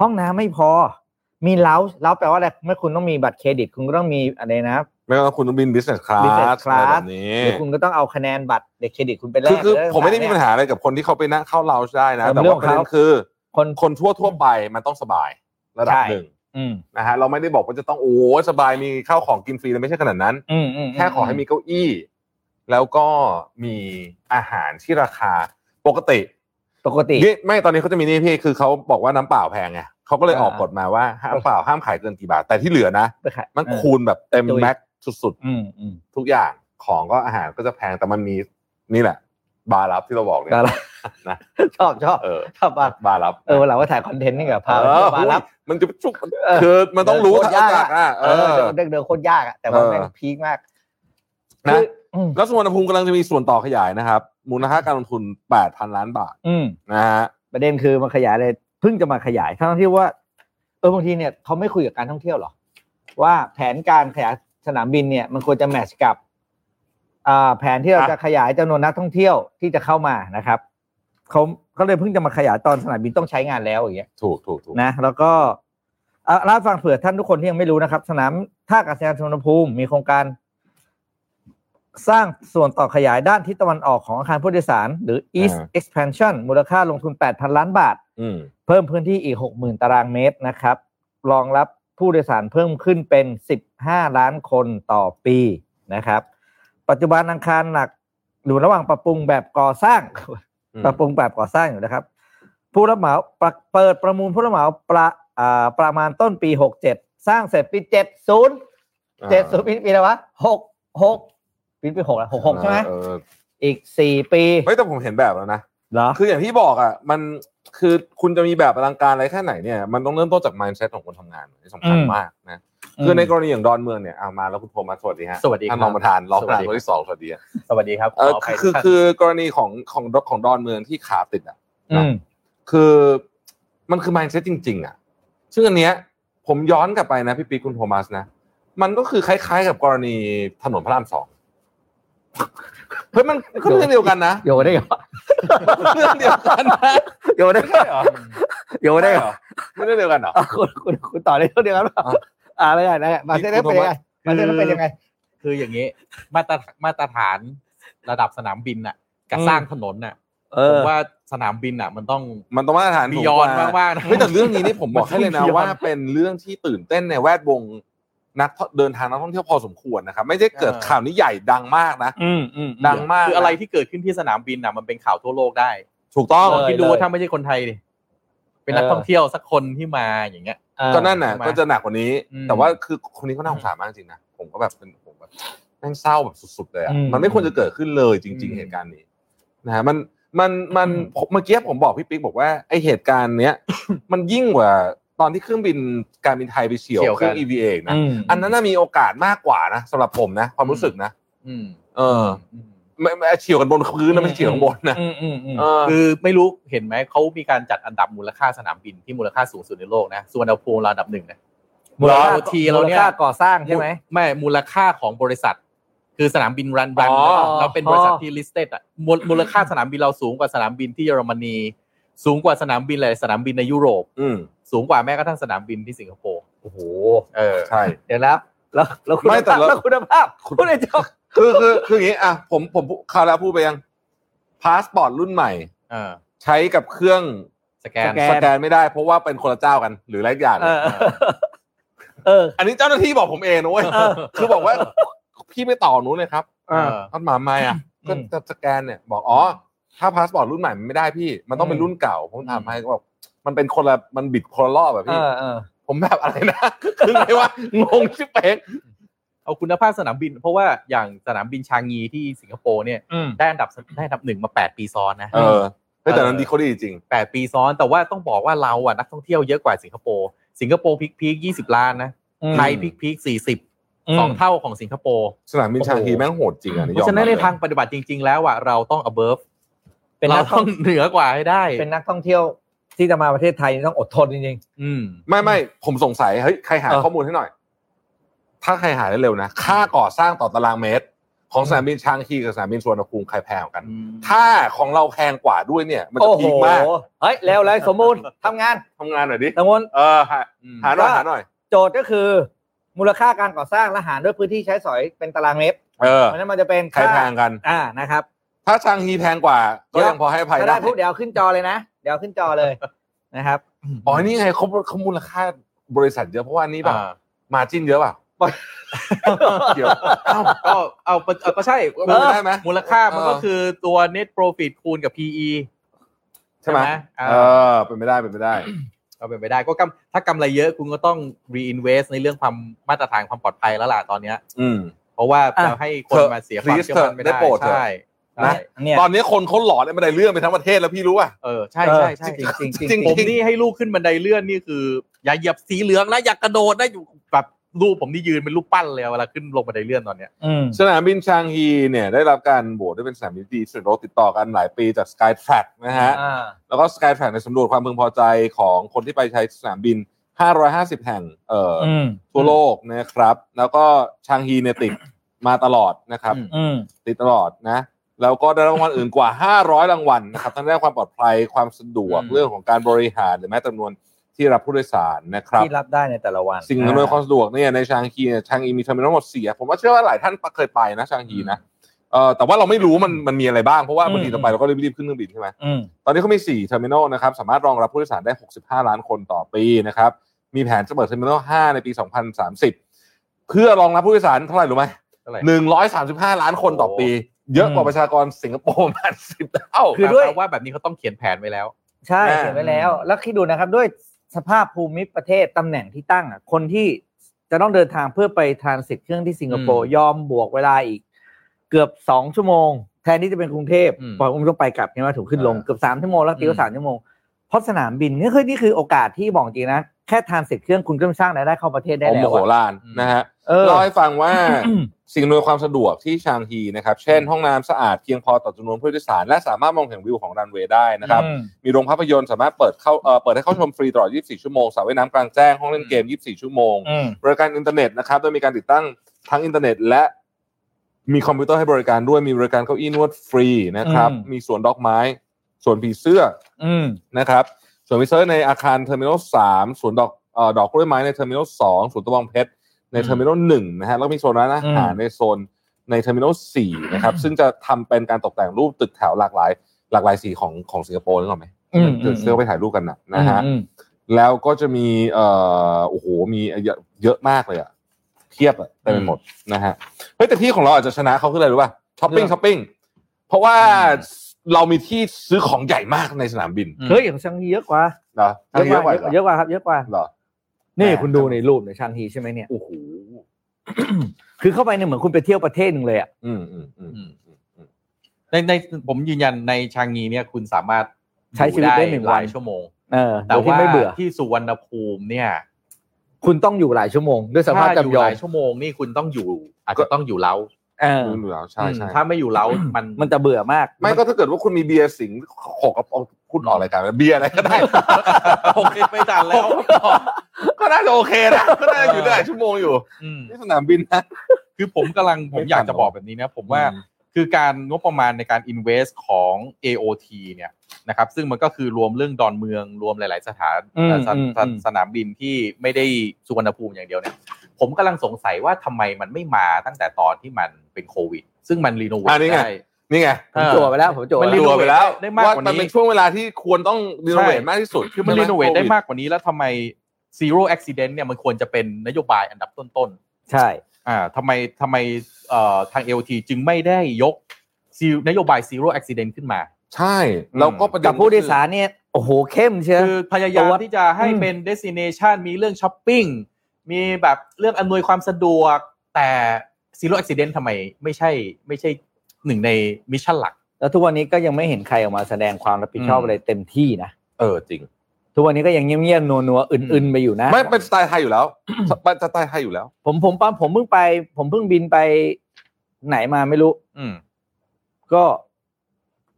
[SPEAKER 3] ห้องน้ำไม่พอ มีเล้าเล้าแปลว่าอะไรเมื่อคุณต้องมีบัตรเครดิต คุณก็ต้องมีอะไรนะ
[SPEAKER 4] ไม่ว่าคุณต้องบิน business class
[SPEAKER 3] business
[SPEAKER 4] อะไร
[SPEAKER 3] class
[SPEAKER 4] แบบนี้
[SPEAKER 3] หรือคุณก็ต้องเอาคะแนนบัตรเด็กเครดิตคุณไปแล
[SPEAKER 4] คือก คือ
[SPEAKER 3] หรือ
[SPEAKER 4] ผมไม่ได้มีปัญ
[SPEAKER 3] ต่งๆเนี่ย
[SPEAKER 4] หาอะไรกับคนที่เขาไปนั่งเข้าเราได้นะ
[SPEAKER 3] เออ
[SPEAKER 4] แต่
[SPEAKER 3] เรื่อง
[SPEAKER 4] ว่า
[SPEAKER 3] ของ
[SPEAKER 4] ประเด็น
[SPEAKER 3] เขา
[SPEAKER 4] คือ
[SPEAKER 3] คน
[SPEAKER 4] คนทั่วทั่วๆไปมันต้องสบายระดับหนึ่ง
[SPEAKER 3] อืม
[SPEAKER 4] นะฮะเราไม่ได้บอกว่าจะต้องโอ้สบายมีข้าวของกินฟรีเลยไม่ใช่ขนาดนั้น
[SPEAKER 3] อืมม
[SPEAKER 4] แค่ขอให้มีเก้าอี้ แล้วก็มีอาหารที่ราคาปกติ
[SPEAKER 3] ปกติ
[SPEAKER 4] นี่ไม่ตอนนี้เขาจะมีนี่พี่คือเขาบอกว่าน้ำเปล่าแพงไงเขาก็เลย
[SPEAKER 3] อ่า
[SPEAKER 4] ออกกฎมาว่าห้ามเปล่าห้ามขายเกินกี่บาทแต่ที่เหลือนะ
[SPEAKER 3] ไปขาย
[SPEAKER 4] มัน
[SPEAKER 3] เออ
[SPEAKER 4] คูณแบบเต็ม
[SPEAKER 3] จุย
[SPEAKER 4] แม็กซ์สุด
[SPEAKER 3] อืมอืม
[SPEAKER 4] ๆทุกอย่างของก็อาหารก็จะแพงแต่มันมีนี่แหละ บาร์ลับที่เราบอกเนี่ย
[SPEAKER 3] บารับ
[SPEAKER 4] นะ
[SPEAKER 3] ชอบชอบ
[SPEAKER 4] เออ
[SPEAKER 3] ชอบบาร์
[SPEAKER 4] บาร์รับ
[SPEAKER 3] เออวันหลังว่าถ่ายคอนเทนต์นี่กับพาไป
[SPEAKER 4] เออ
[SPEAKER 3] เที่ยวบาร์รับ
[SPEAKER 4] มันจะจุก
[SPEAKER 3] เออ
[SPEAKER 4] คือมันต้องรู้ทักษะอ่ะ
[SPEAKER 3] เอ
[SPEAKER 4] เอ
[SPEAKER 3] อ
[SPEAKER 4] อ
[SPEAKER 3] เดินเดินโคตรยากอะแต่ว่า
[SPEAKER 4] เออ
[SPEAKER 3] แม่งพีคมาก
[SPEAKER 4] นะ
[SPEAKER 3] คืออืม
[SPEAKER 4] แล้วสุวรรณภูมิกำลังจะมีส่วนต่อขยายนะครับ มูลค่าการลงทุน 8,000 ล้านบาท
[SPEAKER 3] อืม
[SPEAKER 4] นะฮะ
[SPEAKER 3] ประเด็นคือมันขยายเลยเพิ่งจะมาขยายทั้งที่ว่า เออบางทีเนี่ยเขาไม่คุยกับการท่องเที่ยวหรอ ว่าแผนการขยายสนามบินเนี่ย มันควรจะแมทช์กับอ่าแผนที่เรา
[SPEAKER 4] อ่ะ
[SPEAKER 3] จะขยายจำนวนนักท่องเที่ยวที่จะเข้ามานะครับเขาเขาเลยเพิ่งจะมาขยายตอนสนามบินต้องใช้งานแล้วอย่างเงี้ย
[SPEAKER 4] ถูกถูกถูก
[SPEAKER 3] นะแล้วก็เอ่อเล่าให้ฟังเผื่อท่านทุกคนที่ยังไม่รู้นะครับ สนามท่าอากาศยานสุวรรณภูมิมีโครงการ สร้างส่วนต่อขยายด้านทิศตะวันออกของอาคารผู้โดยสาร หรือ East Expansion มูลค่าลงทุน 8,000 ล้านบาท
[SPEAKER 4] อืม
[SPEAKER 3] เพิ่มพื้นที่อีก 60,000 ตารางเมตรนะครับ รองรับผู้โดยสารเพิ่มขึ้นเป็น 15 ล้านคนต่อปีนะครับ ปัจจุบันอาคารหลักอยู่ระหว่างปรับปรุงแบบก่อสร้าง
[SPEAKER 4] อืม
[SPEAKER 3] ปรับปรุงแบบก่อสร้างอยู่นะครับ ผู้รับเหมาประเปิดประมูลผู้รับเหมาประอ่าประมาณต้นปี 67 สร้างเสร็จปี 70 70
[SPEAKER 4] อ่า
[SPEAKER 3] ปีปีอะไรวะ 66 ปีปี6แล้ว66 ใช่ไหม
[SPEAKER 4] เออ
[SPEAKER 3] อีก 4 ปี
[SPEAKER 4] เฮ้ยแต่ผมเห็นแบบแล้วนะ
[SPEAKER 3] เหรอ
[SPEAKER 4] คืออย่างที่บอกอ่ะมันคือคุณจะมีแบบอลังการอะไรแค่ไหนเนี่ยมันต้องเริ่มต้นจาก mindset ของคนทำงานนี่สำคัญ
[SPEAKER 3] อืม
[SPEAKER 4] มากนะคือในกรณีอย่างดอนเมืองเนี่ยเอามาแล้วคุณโทมัสสวัสดีฮะ
[SPEAKER 1] สวัสดีครับ
[SPEAKER 4] ท่านรองประธานรองประธาน
[SPEAKER 1] สวัสดี
[SPEAKER 4] คนที่สองสวัสดีฮะ
[SPEAKER 1] สวัสดีครับ
[SPEAKER 4] เออ
[SPEAKER 1] ขภัย
[SPEAKER 4] คือ
[SPEAKER 1] ทุกท่าน
[SPEAKER 4] คือกรณีของของของดอนเมืองที่ขาติดอ่ะ
[SPEAKER 3] อืม
[SPEAKER 4] คือมันคือ mindset จริง ๆ อ่ะ ซึ่งอันเนี้ย ผมย้อนกลับไปนะพี่ปีคุณโทมัสนะ มันก็คือคล้าย ๆ กับกรณีถนนพระรามสองเฮ้ยมันมันก็เรื่องเดียวกันนะ
[SPEAKER 3] โยได้เหรอ
[SPEAKER 4] มันเรื่องเดียวกันนะ
[SPEAKER 3] โยได้
[SPEAKER 4] ไม่ใช่เหรอ
[SPEAKER 3] โยได้เหรอ
[SPEAKER 4] ไม่ใช่เรื่องเดียวกันเหรอ
[SPEAKER 3] อ่ะคุณคุณคุณต่อในเรื่องเดียวกันเปล่า
[SPEAKER 4] อ่ะ
[SPEAKER 3] อ่าอะไรอย่างเงี้ยมาเส้นนั้นเป็นยังไงมาเส้นนั้นเป็นยังไง
[SPEAKER 1] คืออย่างนี้ มาตรมาตรฐานระดับสนามบินน่ะกับ
[SPEAKER 3] อืม
[SPEAKER 1] สร้างถนนน่ะ
[SPEAKER 3] เอ
[SPEAKER 1] ผ
[SPEAKER 3] อ
[SPEAKER 1] มว่าสนามบินน่ะ มันต้อง
[SPEAKER 4] มันต้องมาตรฐาน
[SPEAKER 1] มี
[SPEAKER 4] สูง
[SPEAKER 1] ยอน
[SPEAKER 4] ว่
[SPEAKER 1] มากๆนะ
[SPEAKER 4] เฮ้ยแต่เรื่องนี้นี่ผมบอกให้เลยนะ
[SPEAKER 1] มันต้องยอม
[SPEAKER 4] ว่าเป็นเรื่องที่ตื่นเต้นในแวดวงนักท่องเดินทางนักท่องเที่ยวพอสมควรนะครับ ไม่ใช่เกิดข่าวนี้ใหญ่ดังมากนะ
[SPEAKER 3] อืมอืม
[SPEAKER 4] ดังมาก
[SPEAKER 1] คืออะไรที่เกิดขึ้นที่สนามบินน่ะมันเป็นข่าวทั่วโลกได้
[SPEAKER 4] ถูกต้อง
[SPEAKER 1] ลองคิดดู
[SPEAKER 3] เลย
[SPEAKER 1] ว่าถ้าไม่ใช่คนไทยดิเป็นนัก
[SPEAKER 3] เออ
[SPEAKER 1] ท่องเที่ยวสักคนที่มาอย่างเงี้ย
[SPEAKER 3] เออ
[SPEAKER 4] ก็นั่นน่ะ
[SPEAKER 1] ใช่ไหม
[SPEAKER 4] ก็จะหนักกว่านี้
[SPEAKER 1] อืม
[SPEAKER 4] แต่ว่าคือคนนี้เขาน่าสงสารมากจริงนะผมก็แบบเป็นผมแบบแม่งเศร้าแบบสุดๆเลยอะ
[SPEAKER 3] อืม
[SPEAKER 4] มันไม่ควรจะเกิดขึ้นเลยจริง ๆ เหตุการณ์นี้นะฮะมันมันมันผมเมื่อกี้ผมบอกพี่ปิ๊กบอกว่าไอเหตุการณ์เนี้ย มันยิ่งกว่าตอนที่เครื่องบินการบินไทยไปเฉียว
[SPEAKER 1] เฉี่ยว
[SPEAKER 4] เครื่อง
[SPEAKER 1] กัน
[SPEAKER 4] EVA อีกนะ
[SPEAKER 3] อืม
[SPEAKER 4] อันนั้นน่ะมีโอกาสมากกว่านะสำหรับผมนะ ความรู้สึกนะ
[SPEAKER 1] อืม
[SPEAKER 4] เออ
[SPEAKER 1] อืม
[SPEAKER 4] ไม่ไม่เฉียวกันบนพื้นนะ
[SPEAKER 3] อืม
[SPEAKER 4] ไม่เฉียวกันบนนะ
[SPEAKER 3] อืมอืมอืม
[SPEAKER 4] เออ
[SPEAKER 1] คือไม่รู้เห็นไหมเขามีการจัดอันดับมูลค่าสนามบินที่มูลค่าสูงสุดในโลกนะส่วนดาวโพลระดับหนึ่งนะ
[SPEAKER 3] มูลค่า
[SPEAKER 1] เราทีเราเนี่
[SPEAKER 3] มูล
[SPEAKER 1] ย
[SPEAKER 3] ค่าก่อสร้างใช่ไหม
[SPEAKER 1] ไม่มูลค่าของบริษัท คือสนามบินรันรัน
[SPEAKER 3] อ๋อ
[SPEAKER 1] เราเป็นบริษัท
[SPEAKER 3] อ๋อ
[SPEAKER 1] ที่ listed อ่ะมูลมูลค่าสนามบินเราสูงกว่าสนามบินที่เยอรมนี สูงกว่าสนามบินหลายสนามบินในยุโรป
[SPEAKER 4] อืม
[SPEAKER 1] สูงกว่าแม้กระทั่งสนามบินที่สิงคโปร์
[SPEAKER 3] โอ้โห
[SPEAKER 1] เออ
[SPEAKER 4] ใช่
[SPEAKER 3] เดี๋ยวนะแล้วแล้วคุณ
[SPEAKER 4] ไม่แต่
[SPEAKER 3] ภาพ
[SPEAKER 4] เรา
[SPEAKER 3] แล้วคุณภาพคุณไอ้เจ้า
[SPEAKER 4] คือคือคืออย่างนี้อ่ะผมผมคราวแล้วพูดไปยังพาสปอร์ตรุ่นใหม่
[SPEAKER 1] เออ
[SPEAKER 4] ใช้กับเครื่อง
[SPEAKER 1] สแกน
[SPEAKER 4] สแกนไม่ได้ เพราะว่าเป็นคนละเจ้ากัน หรือไรอย่าง
[SPEAKER 3] เออเออ
[SPEAKER 4] อันนี้เจ้าหน้าที่บอกผมเองนะเว้ย
[SPEAKER 3] เออ
[SPEAKER 4] คือบอกว่าพี่ไม่ต่อหนูเลยครับ
[SPEAKER 3] เออ
[SPEAKER 1] เออ
[SPEAKER 4] ท่านหมาไม่อ่ะ
[SPEAKER 3] อื
[SPEAKER 4] ก็
[SPEAKER 3] ม
[SPEAKER 4] จะสแกนเนี่ย บอกอ๋อถ้าพาสปอร์ตรุ่นใหม่มันไม่ได้พี่ มันต้องเป็นรุ่นเก่าผมถามให้ก็บอกมันเป็นคนละมันบิดคนละรอบแบบ
[SPEAKER 3] เอ
[SPEAKER 4] พี่
[SPEAKER 3] อเออ
[SPEAKER 4] ผมแบบอะไรนะ คือไงวะงงชิบเป้ง
[SPEAKER 1] เอาคุณภาพสนามบิน เพราะว่าอย่างสนามบินชางงีที่สิงคโปร์เนี่ย
[SPEAKER 3] อืม
[SPEAKER 1] ได้อันดับได้อันดับหนึ่งมาแปดปีซ้อนนะ
[SPEAKER 4] เออเฮ้ยแต่นั้นดีเขาดีจริง
[SPEAKER 1] แปดปีซ้อนแต่ว่าต้องบอกว่าเราอะนักท่องเที่ยวเยอะกว่าสิงคโปร์สิงคโปร์พีคพีคยี่สิบล้านนะไทยพีคพีคสี่สิบสองเท่าของสิงคโปร์
[SPEAKER 4] สนามบินชางฮีแม่งโหดจริงอ่ะนี่
[SPEAKER 1] เพ
[SPEAKER 4] ยอม
[SPEAKER 1] ราะฉะนั้
[SPEAKER 4] บ
[SPEAKER 1] นใน
[SPEAKER 4] เลย
[SPEAKER 1] ทางปฏิบัติจริง ๆ แล้วอะเราต้อง above
[SPEAKER 3] เป็น
[SPEAKER 1] เรา
[SPEAKER 3] นักท่
[SPEAKER 1] ต้
[SPEAKER 3] อ
[SPEAKER 1] อง งเหนือกว่าให้ได้
[SPEAKER 3] เป็นนักท่องเที่ยวที่จะมาประเทศไทยนี่ต้องอดทนจริง
[SPEAKER 1] อืม
[SPEAKER 4] ไม่ไม่ผมสงสัยเฮ้ยใครหา
[SPEAKER 3] เออ
[SPEAKER 4] ข้อมูลให้หน่อย ถ้าใครหาได้เร็วนะ ค่าก่อสร้างต่อตารางเมตร ของสนามบินชางฮีกับสนามบินสุวรรณภูมิใครแพงกว่ากัน ถ้าของเราแพงกว่าด้วยเนี่ย
[SPEAKER 3] ๆ
[SPEAKER 4] มันจะพีคมาก
[SPEAKER 3] เฮ้ยเร็วเลยสมมู ลทำงาน
[SPEAKER 4] ทำงานหน่อยดิ
[SPEAKER 3] สมมูล
[SPEAKER 4] เออหาหาหน่อยหาหน่อย
[SPEAKER 3] โจทย์ก็คือ มูลค่าการก่อสร้างและหารด้วยพื้นที่ใช้สอยเป็นตารางเมตร
[SPEAKER 4] เอ
[SPEAKER 3] เพ
[SPEAKER 4] อ
[SPEAKER 3] ราะฉะนั้นมันจะเป็น
[SPEAKER 4] ใครแพงกัน
[SPEAKER 3] อ่านะครับ
[SPEAKER 4] ถ้าชางฮีแพงกว่า ก็ยังพอให้อภัย
[SPEAKER 3] ถ้า
[SPEAKER 4] ได้
[SPEAKER 3] ได้พูดเดี๋ยวขึ้นจอเลยนะ เดี๋ยวขึ้นจอเลยนะครับ
[SPEAKER 4] อ๋อนี่ไงเขาเขามูลค่าบริษัทเยอะเพราะว่านี่แบบมาจิ้นเยอะเปล่า เดี๋ยวเอ้า
[SPEAKER 1] ก็เอาเอาก็ใช่
[SPEAKER 4] เออได้ไหม
[SPEAKER 1] มูลค่ามัน
[SPEAKER 4] เออ
[SPEAKER 1] ก็คือตัว net profit คูณกับ PE
[SPEAKER 4] ใช่ไหม
[SPEAKER 1] เอ
[SPEAKER 4] เอ
[SPEAKER 1] อ
[SPEAKER 4] อเป็นไปได้เป็นไป ได้
[SPEAKER 1] ก็เป็นไปได้ก็กำถ้ากำไรเยอะคุณก็ต้อง reinvest ในเรื่องความมาตรฐานความปลอดภัยแล้วล่ะตอนเนี้ย
[SPEAKER 4] อืม
[SPEAKER 1] เพราะว่า
[SPEAKER 3] อ่ะ
[SPEAKER 1] จะให้คนมาเสียความ
[SPEAKER 4] please
[SPEAKER 1] เชื่อมั่นไม่ได้
[SPEAKER 4] เถอะได้โปรดเถอะ
[SPEAKER 1] ใช่
[SPEAKER 4] นะ
[SPEAKER 1] ใช่
[SPEAKER 3] เนี่ย
[SPEAKER 4] ตอนนี้คนเขาหลอนไอ้บันไดเลื่อนไปทั้งประเทศแล้วพี่รู้ป่ะ
[SPEAKER 1] เออใช่ใช่ใช่
[SPEAKER 3] จริงจริงๆจ
[SPEAKER 4] จริ
[SPEAKER 3] ริ
[SPEAKER 4] ง
[SPEAKER 3] ง
[SPEAKER 1] ผมนี่ให้ลูกขึ้นบันไดเลื่อนนี่คือ อย่าเหยียบสีเหลืองนะอย่ากระโดดนะอยู่แบบลูกผมนี่ยืนเป็นลูกปั้นเลยเวลาขึ้นลงบันไดเลื่อนตอนเนี้ย
[SPEAKER 3] ๆอืม
[SPEAKER 4] สนามบินชางฮีเนี่ยได้รับการโหวตได้เป็นสนามบินที่ดีที่สุดในโลกติดต่อกันหลายปีจาก Skytrack นะฮะ
[SPEAKER 3] อ่า
[SPEAKER 4] แล้วก็ Skytrack ในยสำรวจความพึงพอใจของคนที่ไปใช้สนามบิน 550 แห่งเอ่ออ
[SPEAKER 3] อืม
[SPEAKER 4] ทั่วโลกนะครับ แล้วก็ชางฮีเนี่ยติดมาตลอดนะครับ
[SPEAKER 1] อืม
[SPEAKER 3] อืม
[SPEAKER 4] ติดตลอดนะ แล้วก็ได้รางวัลอื่นกว่า 500 รางวัลนะครับทั้งด้านความปลอดภัยความสะดวก
[SPEAKER 1] อืม
[SPEAKER 4] เรื่องของการบริหารหรือแม้จำนวนที่รับผู้โดยสารนะครับ
[SPEAKER 3] ที่รับได้ในแต่ละวัน
[SPEAKER 4] สิ่งอำนวยความสะดวกเนี่ยในชางฮีเนี่ยชางอีมีเทอร์มินอลหมดเสียผมว่าเชื่อว่าหลายท่านเคยไปนะชางฮีนะเออแต่ว่าเราไม่รู้มันมันมีอะไรบ้าง เพราะว่าบางทีเราไปเราก็รีบๆขึ้นเครื่องบินใช่ไหม
[SPEAKER 3] อืม
[SPEAKER 4] ตอนนี้เขามี 4 เทอร์มินอลนะครับ สามารถรองรับผู้โดยสารได้ 65 ล้านคนต่อปีนะครับ มีแผนจะเปิดเทอร์มินอล 5 ในปี 2030 เพื่อรองรับผู้โดยสารเท่าไหร่รู้ไหม
[SPEAKER 1] เท่าไหร่
[SPEAKER 4] 135 ล้านคนต่อปี เยอะกว่าประชากรสิงคโปร์ประ มาณสิบเท่า
[SPEAKER 3] คือด้วย
[SPEAKER 1] แปลว่าแบบนี้เขาต้องเขียนแผนไว้แล้ว
[SPEAKER 3] ใช่
[SPEAKER 4] อ่า
[SPEAKER 3] เขียนไว้แล้ว แล้วคิดดูนะครับ ด้วยสภาพภูมิประเทศตำแหน่งที่ตั้งอ่ะ คนที่จะต้องเดินทางเพื่อไปทรานสิทธิ์เครื่องที่สิงคโปร์
[SPEAKER 1] อืม
[SPEAKER 3] ยอมบวกเวลาอีก เกือบสองชั่วโมง แทนที่จะเป็นกรุงเทพ
[SPEAKER 1] อืม
[SPEAKER 3] ปล่อยผมต้องไปกลับใช่ไหมถูกขึ้นลง
[SPEAKER 4] อ่า
[SPEAKER 3] เกือบสามชั่วโมงแล้วตี
[SPEAKER 1] อื
[SPEAKER 3] ก็
[SPEAKER 1] ม
[SPEAKER 3] สามชั่วโมงเพราะสนามบินนี่คือนี่คือโอกาสที่บอกจริงนะแค่ทรานสิทธิ์เครื่องคุณก็สร้างรายได้เข้าประเทศได้
[SPEAKER 4] ของ
[SPEAKER 3] แล้
[SPEAKER 4] โม
[SPEAKER 3] ว
[SPEAKER 4] โห
[SPEAKER 3] อะ
[SPEAKER 4] ลานนะฮะ
[SPEAKER 3] เออ
[SPEAKER 4] เล่าให้ฟังว่า
[SPEAKER 3] อืม
[SPEAKER 4] สิ่งอำนวยความสะดวกที่ชางฮีนะครับ เช่น ห้องน้ำสะอาดเพียงพอต่อจำนวนผู้โดยสาร และสามารถมองเห็นวิวของรันเวย์ได้นะครับ
[SPEAKER 3] อืม
[SPEAKER 4] มีโรงภาพยนตร์สามารถเปิดเข้าเอ่อเปิดให้เข้าชมฟรีตลอด 24 ชั่วโมงสระว่ายน้ำกลางแจ้ง ห้องเล่นเกม 24 ชั่วโมง
[SPEAKER 3] อืม
[SPEAKER 4] บริการอินเทอร์เน็ตนะครับโดยมีการติดตั้งทั้งอินเทอร์เน็ต และมีคอมพิวเตอร์ให้บริการด้วยมีบริการเก้าอี้นวดฟรีนะครับ
[SPEAKER 3] อืม
[SPEAKER 4] มีสวนดอกไม้สวนผีเสื้อ
[SPEAKER 3] อืม
[SPEAKER 4] นะครับสวนวิเซอร์ในอาคารเทอร์มินอลสามสวนดอกเอ่อดอกกล้วยไม้ในเทอร์มินอลสองสวนตะบองเพชรใน
[SPEAKER 1] อืม
[SPEAKER 4] เทอร์มินอลหนึ่งนะฮะแล้วก็มีโซนร้านอาหาร
[SPEAKER 3] อืม
[SPEAKER 4] ในโซนในเทอร์มินอลสี่นะครับซึ่งจะทำเป็นการตกแต่งรูปตึกแถวหลากหลาย หลากหลายสีของของสิงคโปร์นึกออกไหม
[SPEAKER 3] อืม
[SPEAKER 4] เดี๋ยวเสื้อไปถ่ายรูปกันนะนะฮะ
[SPEAKER 3] อืม
[SPEAKER 4] แล้วก็จะมีเอ่อโอ้โหมีเยอะเยอะมากเลยอะเทียบอะเต็มไปหมดนะฮะเฮ้ยแต่ที่ของเราอาจจะชนะเขาขึ้นเลยหรือป่ะช้อปปิ้ง
[SPEAKER 3] เรื่อง
[SPEAKER 4] ช้อปปิ้งเพราะว่าเรามีที่ซื้อของใหญ่มากในสนามบิน
[SPEAKER 3] เฮ้ยอย่างชางฮีเยอะกว่า
[SPEAKER 4] เหรอทางนี้เยอะกว่าอีกเหรอ
[SPEAKER 3] เยอะกว่าครับเยอะกว่า
[SPEAKER 4] เหรอ
[SPEAKER 3] นี่
[SPEAKER 4] แหม่
[SPEAKER 3] คุณดูในรูปในยชางฮีใช่ไหมเนี่ย
[SPEAKER 4] โอ้โห
[SPEAKER 3] คือเข้าไปเนี่ยเหมือนคุณไปเที่ยวประเทศหนึ่งเลยอ่ะ
[SPEAKER 4] อืมอืมอืม
[SPEAKER 1] อืม
[SPEAKER 4] อืมอืม
[SPEAKER 1] ในในผมยืนยันในชางงีเนี่ยคุณสามารถ
[SPEAKER 3] ใช้ชีวิตได้หนึ่งวัน
[SPEAKER 1] ลายชั่วโมง
[SPEAKER 3] เออ
[SPEAKER 1] แต่
[SPEAKER 3] โดยที่
[SPEAKER 1] ว่า
[SPEAKER 3] ไม่เบื่อ
[SPEAKER 1] ที่สุวรรณภูมิเนี่ย
[SPEAKER 3] คุณต้องอยู่หลายชั่วโมง ด้วยสภาพ
[SPEAKER 1] ถ้าอยู่
[SPEAKER 3] จำยอ
[SPEAKER 1] ห
[SPEAKER 3] ม
[SPEAKER 1] ลายชั่วโมงนี่คุณต้องอยู่ อาจ
[SPEAKER 4] ก็
[SPEAKER 1] จะต้องอยู่เล้า
[SPEAKER 3] เออ
[SPEAKER 4] รู้อยู่แล้วใช่ใช่
[SPEAKER 1] อืมถ้าไม่อยู่เล้ามัน
[SPEAKER 3] มันจะเบื่อมาก
[SPEAKER 4] ไม่ก็ถ้าเกิดว่าคุณมีเบียร์สิงห์หกกระป๋องคุณออกรายการเบียร์อะไรก็ได้
[SPEAKER 1] ผมคิดไม่ทันแล้ว
[SPEAKER 4] ก็น่าจะโอเคนะก็น่าจะอยู่ได้หลายชั่วโมงอยู่
[SPEAKER 1] อืม
[SPEAKER 4] ที่สนามบินนะ
[SPEAKER 1] คือผมกำลังผมอยากจะบอกแบบนี้นะ ผมว่า
[SPEAKER 4] อืม
[SPEAKER 1] คือการงบประมาณในการ invest ของ AOT เนี่ยนะครับ ซึ่งมันก็คือรวมเรื่องดอนเมืองรวมหลาย ๆ สถาน
[SPEAKER 3] อืม
[SPEAKER 1] เอ่อสถ
[SPEAKER 3] อืม
[SPEAKER 1] สถาน
[SPEAKER 3] อืม
[SPEAKER 1] สนามบินที่ไม่ได้สุวรรณภูมิอย่างเดียวเนี่ย ผมกำลังสงสัยว่าทำไมมันไม่มาตั้งแต่ตอนที่มันเป็นโควิด ซึ่งมันรีโนเวท
[SPEAKER 4] อ่ะนี่ไง
[SPEAKER 1] ได้
[SPEAKER 4] นี่ไง
[SPEAKER 1] เออ
[SPEAKER 3] จั่วไปแล้วผมจั่ว
[SPEAKER 1] มั
[SPEAKER 3] ไป
[SPEAKER 1] น
[SPEAKER 3] แล้
[SPEAKER 1] รี
[SPEAKER 3] ว
[SPEAKER 1] โน
[SPEAKER 4] ตัว
[SPEAKER 1] เว
[SPEAKER 4] ไป
[SPEAKER 1] ท
[SPEAKER 4] แล้ว
[SPEAKER 1] ได้มาก
[SPEAKER 4] ว่าก
[SPEAKER 1] ว่า
[SPEAKER 4] มันเป็
[SPEAKER 1] นี้
[SPEAKER 4] นช่วงเวลาที่ควรต้องรีโนเวท
[SPEAKER 1] ใช่
[SPEAKER 4] มากที่สุด
[SPEAKER 1] คือมัน
[SPEAKER 4] ใช่ห
[SPEAKER 1] รีโนเวทได้
[SPEAKER 4] โค
[SPEAKER 1] มากกว่านี้แล้วทำไม zero accident เนี่ยมันควรจะเป็นนโยบายอันดับต้น ๆ
[SPEAKER 3] ใช่
[SPEAKER 1] อ่าทำไมทำไมเอ่อทาง LT จึงไม่ได้ยก zero- นโยบาย zero accident ขึ้นมา
[SPEAKER 4] ใช่ แล้วก็ประเด็น
[SPEAKER 3] กับผู้โดยสารเนี่ยโอ้โหเข้มเชียว
[SPEAKER 1] คือพยายามที่จะให้เป็น destination มีเรื่องช้อปปิ้ง มีแบบเรื่องอำนวยความสะดวก แต่ zero accident ทำไมไม่ใช่ไม่ใช่หนึ่งในมิชชั่นหลัก
[SPEAKER 3] แล้วทุกวันนี้ก็ยังไม่เห็นใครออกมาแสดงความรับผิดชอบ
[SPEAKER 1] อืม
[SPEAKER 3] อะไรเต็มที่นะ
[SPEAKER 4] เออจริง
[SPEAKER 3] ทุกวันนี้ก็ยังเงียบๆนัวๆอึนๆไปอยู่นะ
[SPEAKER 4] ไม่เป็นสไตล์ไทยอยู่แล้วเป็นสไตล์ไทยอยู่แล้ว
[SPEAKER 3] ผมผมปั๊มผมเพิ่งไป ผมเพิ่งบินไปไหนมาไม่รู้
[SPEAKER 1] อืม
[SPEAKER 3] ก็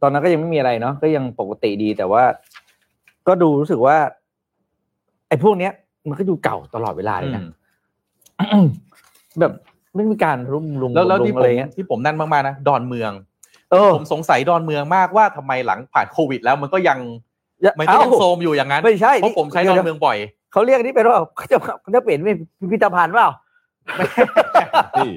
[SPEAKER 3] ตอนนั้นก็ยังไม่มีอะไรเนาะก็ยังปกติดีแต่ว่า ก็ดูรู้สึกว่า ไอ้พวกเนี้ย มันก็ดูเก่าตลอดเวลาเลยนะ แบบไม่มีการรุ่มลุง
[SPEAKER 1] แล้วแล้ว
[SPEAKER 3] รุ
[SPEAKER 1] ที่
[SPEAKER 3] ง
[SPEAKER 1] ผ
[SPEAKER 3] อะไร
[SPEAKER 1] ม
[SPEAKER 3] เงี้ย
[SPEAKER 1] ที่ผมนั่นมากๆนะ ดอนเมือง
[SPEAKER 3] เออ
[SPEAKER 1] ผมสงสัยดอนเมืองมากว่าทำไมหลังผ่านโควิด แล้วมันก็ยังมันก็ยังโซมอยู่อย่างนั้น
[SPEAKER 3] ไม่ใช่
[SPEAKER 1] เพราะผมใช้ดอนเมืองบ่อย
[SPEAKER 3] เขาเรียกนี่เป็นว่าเขาจะเขาจะเปลี่ยนเป็นพิพิธภัณฑ์เปล่า
[SPEAKER 4] ที่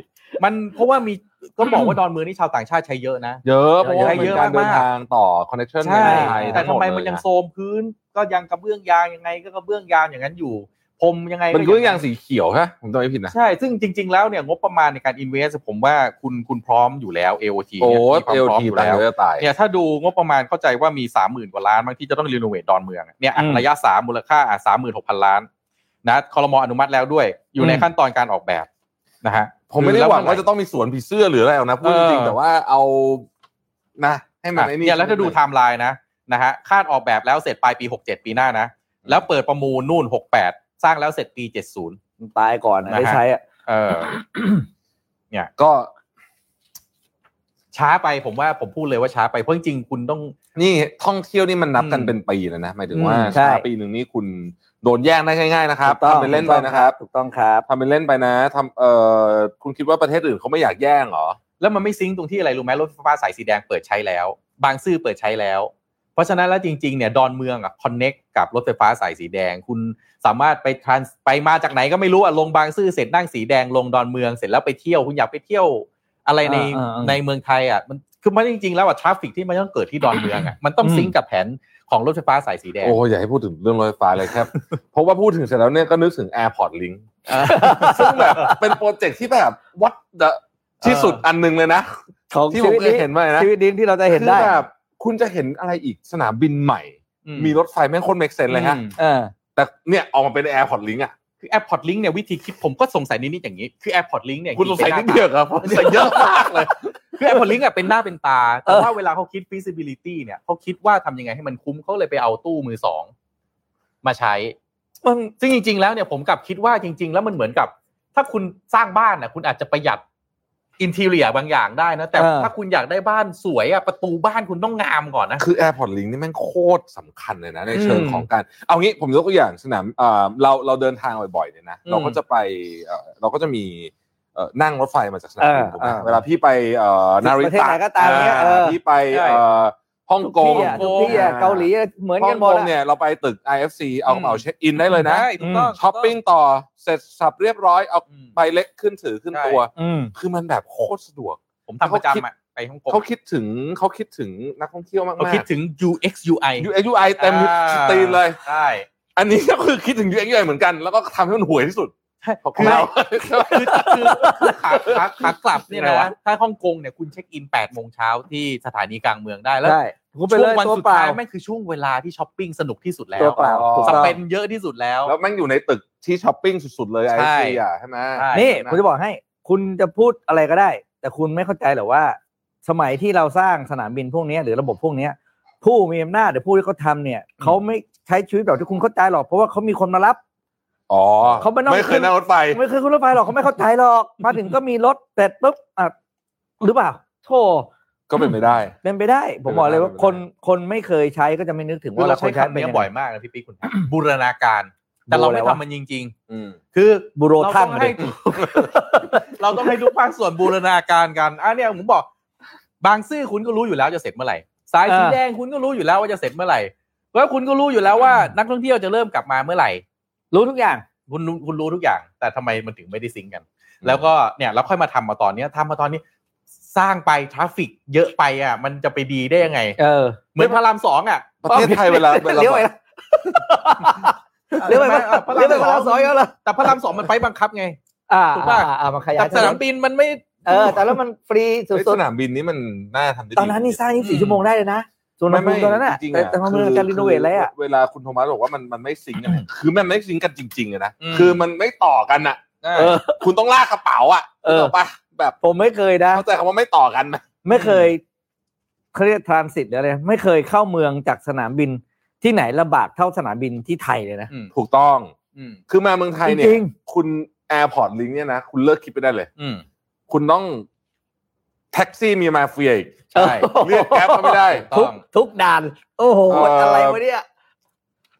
[SPEAKER 1] มันเพราะว่ามีก็บอกว่าดอนเมืองนี่ชาวต่างชาติใช้เยอะนะ
[SPEAKER 4] เยอะเพราะว่า
[SPEAKER 1] ใช้
[SPEAKER 4] มัน
[SPEAKER 1] เย
[SPEAKER 4] เป็
[SPEAKER 1] อะ
[SPEAKER 4] นการเดิน
[SPEAKER 1] มากๆ
[SPEAKER 4] ทางต่อคอนเนคชั่น
[SPEAKER 1] ใช่
[SPEAKER 4] ไทย
[SPEAKER 1] แต่ทำไมมัน
[SPEAKER 4] เล
[SPEAKER 1] ยังโซมพื้น ก็ยังกระเบื้องยางยังไงก็กระเบื้องยางอย่างนั้นอยู่พรมยังไง
[SPEAKER 4] มันก็ยัง
[SPEAKER 1] นั้น
[SPEAKER 4] สีเขียวฮะผมจำไม่ผิดนะ
[SPEAKER 1] ใช่ซึ่งจริง ๆ แล้วเนี่ยงบประมาณในการอินเวสผมว่าคุณคุณพร้อมอยู่แล้ว AOT
[SPEAKER 4] โอ้
[SPEAKER 1] เนี่ยมีความ
[SPEAKER 4] เอล
[SPEAKER 1] พร้อม
[SPEAKER 4] ที
[SPEAKER 1] อยู่
[SPEAKER 4] ตาย
[SPEAKER 1] แล้ว
[SPEAKER 4] เยอะตาย
[SPEAKER 1] เนี่ยถ้าดูงบประมาณเข้าใจว่ามี 30,000 กว่าล้านบางที่จะต้องรีโนเวทดอนเมืองอะเนี่ยอ่ะ
[SPEAKER 3] อืม
[SPEAKER 1] ระยะ 3 มูลค่าอ่ะ36,000 ล้านนะคอรมออนุมัติแล้วด้วย อยู่ในขั้นตอนการออกแบบนะฮะ
[SPEAKER 4] ผมไม่ได้หวังว่าจะต้องมีสวนผีเสื้อหรืออะไรหรอกนะพูดจริง
[SPEAKER 1] เออ
[SPEAKER 4] ๆแต่ว่าเอานะให้มันไอ้นี่
[SPEAKER 1] เนี่ยแล้วถ้าดูไทม์ไลน์นะนะฮะคาดออกแบบแล้วเสร็จปลายปี 67 ปีหน้านะ แล้วเปิดประมูลนู่น 68 สร้างแล้วเสร็จปี 70
[SPEAKER 3] มันตายก่อนนะได้ใช้อะ
[SPEAKER 1] เออ
[SPEAKER 4] ก็
[SPEAKER 1] ช้าไปผมว่าผมพูดเลยว่าช้าไปเพราะจริงๆคุณต้อง
[SPEAKER 4] นี่ท่องเที่ยวนี่มันนับกัน
[SPEAKER 1] อืม
[SPEAKER 4] เป็นปีนะนะหมายถึงว่า
[SPEAKER 1] อืม
[SPEAKER 3] ใช่
[SPEAKER 4] ปีหนึ่งนี่คุณโดนแย่งได้ง่ายๆนะครับ
[SPEAKER 3] ถูกต้อง
[SPEAKER 4] ทำเป็นเล่นไปนะครับ
[SPEAKER 3] ถูกต้องครับ
[SPEAKER 4] ทำเป็นเล่นไปนะทำเออคุณคิดว่าประเทศอื่นเขาไม่อยากแย่งเหรอ
[SPEAKER 1] แล้วมันไม่ซิงค์ตรงที่อะไรรู้ไหมรถไฟฟ้าสายสีแดงเปิดใช้แล้ว บางซื่อเปิดใช้แล้ว เพราะฉะนั้นแล้วจริงๆเนี่ยดอนเมืองอะคอนเน็กกับรถไฟฟ้าสายสีแดง คุณสามารถไปทรานไปมาจากไหนก็ไม่รู้อะลงบางซื่อเสร็จนั่งสีแดงลงดอนเมืองเสร็จแล้วไปเที่ยวคุณอยากไปเที่ยวอะไรใน
[SPEAKER 3] อ่าอ่าอ่า
[SPEAKER 1] ในเมืองไทยอะมันคือมันจริงๆ แล้วอะทราฟฟิกที่มันต้องเกิดที่ดอนเมืองอะมันต้องซิงค์กับแผนของรถไฟฟ้าสายสีแดง
[SPEAKER 4] โอ้ยอย่าให้พูดถึงเรื่องรถไฟฟ้าเลยครับ เพราะว่าพูดถึงเสร็จแล้วเนี่ยก็นึกถึง Airport Link ซึ่งแบบเป็นโปรเจกต์ที่แบบ what the ที่สุดอันหนึงเลยนะ
[SPEAKER 3] ของ
[SPEAKER 4] ที่ผมเคยเห็นมานะ
[SPEAKER 3] ชีวิตดินที่เราจะเห็นได้
[SPEAKER 4] คือแบบคุณจะเห็นอะไรอีกสนามบินใหม่
[SPEAKER 1] อื
[SPEAKER 4] มีรถไฟแม่งโคนเมกเซนเลยฮะ
[SPEAKER 1] อืม
[SPEAKER 3] เออ
[SPEAKER 4] แต่เนี่ยออกมาเป็น Airport Link อ่ะ
[SPEAKER 1] คือ AirPod Link เนี่ยวิธีคิดผมก็สงสัยนิดๆอย่างนี้ คือ AirPod Link เนี่ย
[SPEAKER 4] คุณสงสัยนิดเดียวครับเพราะมันจะเยอะมากเลย
[SPEAKER 1] คือ AirPod Link อะเป็นหน้าเป็นตา
[SPEAKER 3] เอ
[SPEAKER 1] แต่
[SPEAKER 3] อ
[SPEAKER 1] ว่าเวลาเขาคิด feasibility เนี่ยเขาคิดว่าทำยังไงให้มันคุ้มเขาเลยไปเอาตู้มือสองมาใช้
[SPEAKER 3] มัน
[SPEAKER 1] ซึ่งจริง ๆ แล้วเนี่ยผมกลับคิดว่าจริง ๆ แล้วมันเหมือนกับ ถ้าคุณสร้างบ้านน่ะคุณอาจจะประหยัดอินเทเรียบางอย่างได้นะ แต่
[SPEAKER 3] เออ
[SPEAKER 1] ถ้าคุณอยากได้บ้านสวยอะประตูบ้านคุณต้องงามก่อนนะ
[SPEAKER 4] คือ Airport Link นี่แม่งโคตรสำคัญเลยนะ ในเชิงของการ เอางี้ผมยกตัวอย่างสนามเอ่อเราเราเดินทางบ่อยๆเนี่ยนะ
[SPEAKER 1] อืม
[SPEAKER 4] เราก็จะไปเอ่อเราก็จะมีเอ่อนั่งรถไฟมาจากสนามบิ
[SPEAKER 3] เอ
[SPEAKER 4] น
[SPEAKER 3] อ
[SPEAKER 4] ถูกไหม
[SPEAKER 3] เออ
[SPEAKER 4] เวลาพี่ไปเอ่อนาริ
[SPEAKER 3] ประเทศ
[SPEAKER 4] ตะ
[SPEAKER 3] ไหนก็ตามเนี่ย
[SPEAKER 4] อ่
[SPEAKER 3] เออ
[SPEAKER 4] พี่ไปเอ่อฮ่อง
[SPEAKER 3] ทุก
[SPEAKER 4] กง
[SPEAKER 3] ที่อะทุกที่อะเกาหลีอะเหมือน
[SPEAKER 4] ฮ่
[SPEAKER 3] กั
[SPEAKER 4] อน ง
[SPEAKER 3] หม
[SPEAKER 4] ก
[SPEAKER 3] ด
[SPEAKER 4] ง
[SPEAKER 3] อะ
[SPEAKER 4] เนี่ยเราไปตึก IFC เอากระเป๋าเช็คอินได้เลยนะ
[SPEAKER 1] ใช่ถูกต้อง
[SPEAKER 4] ช้อปปิ้งต่อเสร็จสับเรียบร้อยเอา
[SPEAKER 1] อืม
[SPEAKER 4] ใบเล็กขึ้นถือขึ้นตัว
[SPEAKER 3] อืม
[SPEAKER 4] คือมันแบบโคตรสะดวก
[SPEAKER 1] ผมทำประจำอะไปฮ่องกง
[SPEAKER 4] เขาคิดถึงเขาคิดถึงนักท่องเที่ยวมากๆ
[SPEAKER 1] เขาคิดถึง UX UI
[SPEAKER 4] UI เต็ม
[SPEAKER 1] อ่า
[SPEAKER 4] สตรีมเลย
[SPEAKER 1] ใช่
[SPEAKER 4] อันนี้ก็คือคิดถึง UI เหมือนกัน แล้วก็ทำให้มันห่วยที่สุดของ
[SPEAKER 1] คือ
[SPEAKER 4] เรา
[SPEAKER 1] คือคือคือขาขาขากลับเนี่ย
[SPEAKER 3] ยังไงวะ
[SPEAKER 1] นะถ้าฮ่องกงเนี่ยคุณเช็คอิน8โมงเช้าที่สถานีกลางเมืองได้แล้ว
[SPEAKER 3] ได้กูไป
[SPEAKER 1] ช่
[SPEAKER 3] เล
[SPEAKER 1] วง
[SPEAKER 3] ย
[SPEAKER 1] วัน
[SPEAKER 3] ตัว
[SPEAKER 1] สุด
[SPEAKER 3] เปล่า
[SPEAKER 1] ท้ายแม่งคือช่วงเวลาที่ช้อปปิ้งสนุกที่สุดแล้
[SPEAKER 3] ตัว
[SPEAKER 1] ว
[SPEAKER 3] เปล่าถูก
[SPEAKER 1] ส
[SPEAKER 3] ต้อง
[SPEAKER 1] เปนเยอะที่สุดแล้ว
[SPEAKER 4] แล้วแมันอยู่ในตึกที่ช้อปปิ้งสุดๆเลยไอ
[SPEAKER 1] ใช่
[SPEAKER 4] ซีอ่ะใช่ไหม
[SPEAKER 1] ใช่
[SPEAKER 3] นี่ผมจะบอกให้ คุณจะพูดอะไรก็ได้ แต่คุณไม่เข้าใจหรอกว่า สมัยที่เราสร้างสนามบินพวกเนี้ยหรือระบบพวกเนี้ย ผู้มีอำนาจหรือผู้ที่เขาทำเนี่ยเขาไม่ใช้ชีวิตแบบที่คุณเข้าใจหรอกเพราะว่าเขามีคนมารับ
[SPEAKER 4] อ๋อ
[SPEAKER 3] เขาไม่ต้อง
[SPEAKER 4] ไม่เคยนั่งรถไฟ
[SPEAKER 3] ไม่เคยขึ้นรถไฟหรอกเขาไม่เข้าใจหรอก มาถึงก็มีรถเสร็จปุ๊บอ่ะหรือเปล่าโธ่
[SPEAKER 4] ก็เป็นไม่ได้
[SPEAKER 3] เป็นไปได้ ผมบอกเลยว่า
[SPEAKER 4] เป็นไปได้
[SPEAKER 3] คนคนไม่เคยใช้ก็จะไม่นึกถึง
[SPEAKER 1] คือ
[SPEAKER 3] ว่า
[SPEAKER 1] เรา
[SPEAKER 3] ค
[SPEAKER 1] ใช้
[SPEAKER 3] นใช้เป็
[SPEAKER 1] คำ
[SPEAKER 3] น
[SPEAKER 1] นี้
[SPEAKER 3] ยัง
[SPEAKER 1] บ่อย
[SPEAKER 3] ไง
[SPEAKER 1] มากนะพี่ปิ๊กคุณครับบูรณาการ แต่เราไม่
[SPEAKER 3] บูรณาการ
[SPEAKER 1] ทำมันจริง
[SPEAKER 4] อืม
[SPEAKER 1] ๆ คือ
[SPEAKER 3] บูโร
[SPEAKER 1] เรา
[SPEAKER 3] ท่าน
[SPEAKER 1] ต้อง
[SPEAKER 3] มา
[SPEAKER 1] ให้
[SPEAKER 3] ดิ
[SPEAKER 1] เราต้องให้ทุกภาคส่วนบูรณาการกันอ่ะเนี่ยผมบอก บางซื่อคุณก็รู้อยู่แล้วจะเสร็จเมื่อไหร่สายสี
[SPEAKER 3] อ่า
[SPEAKER 1] แดงคุณก็รู้อยู่แล้วว่าจะเสร็จเมื่อไหร่แล้วคุณก็รู้อยู่แล้วว่านักท่องเที่ยวจะเริ่มกลับมาเมื่อไหร่
[SPEAKER 3] รู้ทุกอย่าง
[SPEAKER 1] คุณรู้คุณรู้ทุกอย่าง แต่ทำไมมันถึงไม่ได้ซิงก์กัน แล้วก็เนี่ยเราค่อยมาทำมาตอนเนี้ยทำมาตอนนี้สร้างไปทราฟิกเยอะไปอ่ะ มันจะไปดีได้ยังไง
[SPEAKER 3] เออ
[SPEAKER 1] เหมือนพระรามสองอ่ะ
[SPEAKER 4] ประเทศไทยเวลาเวลา
[SPEAKER 3] เลี้ยวไปละเลี้ยวไปละ
[SPEAKER 1] พระ
[SPEAKER 3] เลี้ยวไปละ
[SPEAKER 1] ราม
[SPEAKER 3] ส
[SPEAKER 1] ส
[SPEAKER 3] อ
[SPEAKER 1] อง ง
[SPEAKER 3] เยอะเลย
[SPEAKER 1] แต่พระรามสองมันไปบังคับไง
[SPEAKER 3] อ่า
[SPEAKER 1] ถูกป่ะ
[SPEAKER 3] อ่าอ่ามันขยาย
[SPEAKER 1] แต่สนามบินมันไม่
[SPEAKER 3] เออ แต่แล้วมันฟรีสุ
[SPEAKER 4] เฮ้ยส
[SPEAKER 3] ด
[SPEAKER 4] นามบินนี้มันน่าทำได้ดี
[SPEAKER 3] ๆ ตอนนั้นนี่สร้าง24ชั่วโมงได้เลยนะส่วนน้ำพุตอนนั้นอ่ะ
[SPEAKER 4] จริงๆ
[SPEAKER 3] แต่แต่มันเป็นการรีโนเวทแล้วอ่ะ
[SPEAKER 4] เวลาคุณโทมัสบอกว่ามันมันไม่ซิงกันคือมันไม่ซิงกันจริงๆอะนะคือมันไม่ต่อกันอ่ะ
[SPEAKER 3] เออ
[SPEAKER 4] คุณต้องลากกระเป๋าอ่ะ
[SPEAKER 3] เออ
[SPEAKER 4] นึกกปะแบบ
[SPEAKER 3] ผมไม่เคยนะ
[SPEAKER 4] เข้าใจคำว่าไม่ต่อกันไหม
[SPEAKER 3] ไม่เคยเขาเรียกทรานสิตหรืออะไรไม่เคยเข้าเมืองจากสนามบินที่ไหนลำบากเท่าสนามบินที่ไทยเลยนะ
[SPEAKER 1] อืม
[SPEAKER 4] ถูกต้อง
[SPEAKER 1] อืม
[SPEAKER 4] คือมาเมืองไทยเนี่ย
[SPEAKER 3] จริง
[SPEAKER 4] คุณแอร์พอร์ตลิงเนี่ยนะคุณเลิกคิดไปได้เลย
[SPEAKER 1] อืม
[SPEAKER 4] คุณต้องแท็กซี่มีมาเฟียอีก
[SPEAKER 1] ใช่
[SPEAKER 4] เรียกแก๊ปก็ไม่ได้
[SPEAKER 3] ทุกทุกด่าน โอ้โห
[SPEAKER 4] เอ่ออ
[SPEAKER 3] อะไรวะเนี่ย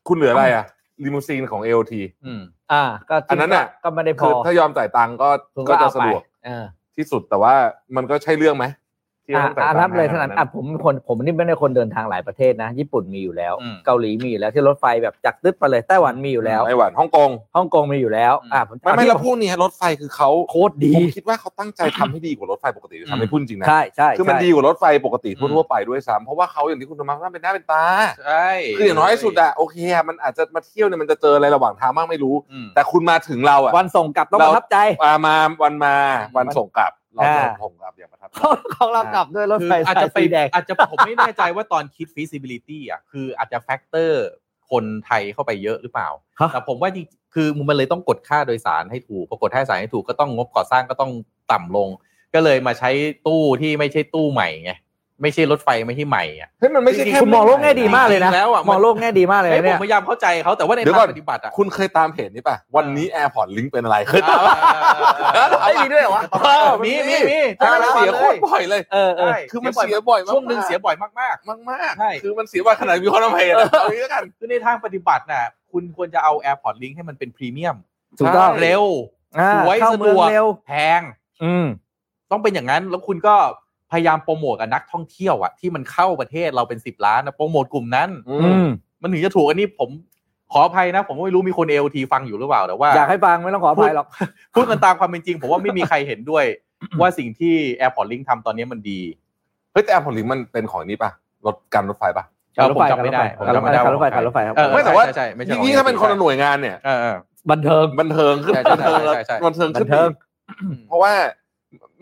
[SPEAKER 4] คุณเหลืออะไรอ่ะลิมูซีนของ AOT
[SPEAKER 1] อืม
[SPEAKER 3] อ่า ก็จริง
[SPEAKER 4] อันนั้นน่ะ
[SPEAKER 3] ก็ไม่ได้พ
[SPEAKER 4] คือ อถ้ายอมจ่ายตังค์ก็
[SPEAKER 3] คุณ
[SPEAKER 4] ก็จะ
[SPEAKER 3] เอาไป
[SPEAKER 4] สะดวก
[SPEAKER 3] เออ
[SPEAKER 4] ที่สุดแต่ว่ามันก็ใช่เรื่องไหมที่
[SPEAKER 3] อ่า
[SPEAKER 4] ต้องจ่าย
[SPEAKER 3] อ่า
[SPEAKER 4] ตังค์
[SPEAKER 3] รับเลยสนาม
[SPEAKER 4] อั
[SPEAKER 3] อ่ะผมคนผมนี่ไม่ได้คนเดินทางหลายประเทศนะ ญี่ปุ่นมีอยู่แล้ว
[SPEAKER 1] อืม
[SPEAKER 3] เกาหลีมีอยู่แล้วที่รถไฟแบบจากตึ๊ดไปเลยไต้หวันมีอยู่แล้ว
[SPEAKER 4] ไต้หวันฮ่องกง
[SPEAKER 3] ฮ่องกงมีอยู่แล้วอ่าผม
[SPEAKER 4] ไม่ไม่แล้วพวกเนี้ยรถไฟคือเขา
[SPEAKER 3] โคตรดี
[SPEAKER 4] ผมคิดว่าเขาตั้งใจทำให้ดีกว่ารถไฟปกติด้วย
[SPEAKER 1] อืม
[SPEAKER 4] ทำให้พูดจริงนะ
[SPEAKER 3] ใช่ใช่
[SPEAKER 4] คือมัน
[SPEAKER 3] ใช่
[SPEAKER 4] ดีกว่ารถไฟปกติทั่วๆไปด้วยซ้ำเพราะว่าเขาอย่างที่คุณธรรมะว่าเป็นหน้าเป็นตา
[SPEAKER 1] ใช่
[SPEAKER 4] คืออย่างน้อยสุดอะโอเคอะมันอาจจะมาเที่ยวเนี่ยมันจะเจออะไรระหว่างทางบ้างไม่รู้
[SPEAKER 1] อืม
[SPEAKER 4] แต่คุณมาถึงเราอะ
[SPEAKER 3] วันส่งกลับต้องป
[SPEAKER 4] เรา
[SPEAKER 3] ระทับใจ
[SPEAKER 4] อ่ามาวันมาวันส่งกลับ เรา
[SPEAKER 3] อ่า
[SPEAKER 4] ส่งกลับอย่างประทับใจ
[SPEAKER 3] ของเรากลับด้วยรถ
[SPEAKER 1] คือ
[SPEAKER 3] ไฟ
[SPEAKER 1] อาจจะ
[SPEAKER 3] สาย
[SPEAKER 1] ไป
[SPEAKER 3] สีแดง
[SPEAKER 1] อาจจะผมไม่แน่ใจว่าตอนคิด feasibility อ่ะคืออาจจะแฟกเตอร์คนไทยเข้าไปเยอะหรือเปล่า
[SPEAKER 3] ฮะ
[SPEAKER 1] แต่ผมว่าจริงคือมันเลยต้องกดค่าโดยสารให้ถูกพอกดค่าโดยสารให้ถูกก็ต้องงบก่อสร้างก็ต้องต่ำลง ก็เลยมาใช้ตู้ที่ไม่ใช่ตู้ใหม่ไงไม่ใช่รถไฟไม่ใช่ใหม่อ่ะ
[SPEAKER 4] เฮ้ยมันไม่ใช่แค่
[SPEAKER 3] คุณมองโลกแง่ดีมากเลยนะ
[SPEAKER 1] จริงๆแล้วอ่ะมัน
[SPEAKER 3] มองโลกแง่ดีมากเลย
[SPEAKER 1] เอ้ย
[SPEAKER 3] นะ
[SPEAKER 1] ผ
[SPEAKER 3] เนี่
[SPEAKER 1] ม
[SPEAKER 3] ย
[SPEAKER 1] พยายามเข้าใจเขาแต่ว่าใน
[SPEAKER 4] เดี๋ยว
[SPEAKER 1] ทา
[SPEAKER 4] ก่อน
[SPEAKER 1] งปฏิบัติอ่ะ
[SPEAKER 4] คุณเคยตามเพจนี้ป่ะ วันนี้แอร์พอร์ตลิงก์เป็นอะไรเคยตามปะ
[SPEAKER 1] เอ้ยมีด้วยเหรอวะ
[SPEAKER 4] เออ
[SPEAKER 1] มีมีมี
[SPEAKER 4] ใช่แล้ว
[SPEAKER 1] ใช่
[SPEAKER 4] เสีย
[SPEAKER 1] แล้ว
[SPEAKER 4] โคตรบ่อยเลย
[SPEAKER 3] เออเออ
[SPEAKER 1] ใช่
[SPEAKER 4] คือมัน
[SPEAKER 1] เสียบ่อย
[SPEAKER 4] เสียบ่อยมาก
[SPEAKER 1] ช่วงหนึ่งเสียบ่อยมาก
[SPEAKER 4] มากมากๆ
[SPEAKER 1] ใช่
[SPEAKER 4] คือมันเสียบ่อยขนาดมีคนเอาเพจอะเอางี้แล้วกัน
[SPEAKER 1] ๆ คือในทางปฏิบัติน่ะคุณควรจะเอา AirPod Link ให้มันเป็นพรีเมียม
[SPEAKER 3] ถูกต้อง
[SPEAKER 1] เร็ว
[SPEAKER 3] อ่า
[SPEAKER 1] สวย
[SPEAKER 3] เข้า
[SPEAKER 1] สะ
[SPEAKER 3] เมื
[SPEAKER 1] ด
[SPEAKER 3] อง
[SPEAKER 1] วก
[SPEAKER 3] เร็ว
[SPEAKER 1] แพง
[SPEAKER 3] อืม
[SPEAKER 1] ต้องเป็นอย่างนั้นแล้วคุณก็พยายามโปรโมทกับนักท่องเที่ยวอะที่มันเข้าประเทศเราเป็นสิบล้านนะโปรโมทกลุ่มนั้น
[SPEAKER 3] อืม
[SPEAKER 1] มันถึงจะถูกอันนี้ผมขออภัยนะ ผมก็ไม่รู้มีคนเอลทีฟังอยู่หรือเปล่าแต่ว่า
[SPEAKER 3] อยากให้ฟังไม่ต้องขออภัยหรอก
[SPEAKER 1] พูดกันตามความเป็นจริง ผมว่าไม่มีใครเห็นด้วย ว่าสิ่งที่ AirPort Link ทำตอนนี้มันดี
[SPEAKER 4] เฮ้ยแต่แอร์พอร์ตลิงก์มันเป็นของนี้ป่ะรถการรถไฟป่ะ
[SPEAKER 1] เออผมจำไม่ได้ผม
[SPEAKER 3] การรถ
[SPEAKER 1] จำ
[SPEAKER 3] ไฟ
[SPEAKER 1] ไม่
[SPEAKER 3] การรถไฟ
[SPEAKER 1] ได้ว่
[SPEAKER 3] การรถไฟครับ
[SPEAKER 1] เออ
[SPEAKER 4] ไม่แต่ว่า
[SPEAKER 1] ใช่ใช่ใช่ไม่ใช่
[SPEAKER 4] ยิ่งๆถ้าเป็นคนละหน่วยงานเนี่ย
[SPEAKER 1] เออเออ
[SPEAKER 3] บันเทิง
[SPEAKER 4] บันเทิงขึ้น
[SPEAKER 1] ใช่
[SPEAKER 4] บันเทิง
[SPEAKER 1] ใช่ใช่ใช่
[SPEAKER 4] บันเทิง
[SPEAKER 3] บั
[SPEAKER 4] ขึ้
[SPEAKER 3] น
[SPEAKER 4] น
[SPEAKER 3] เทิง
[SPEAKER 4] เพราะว่า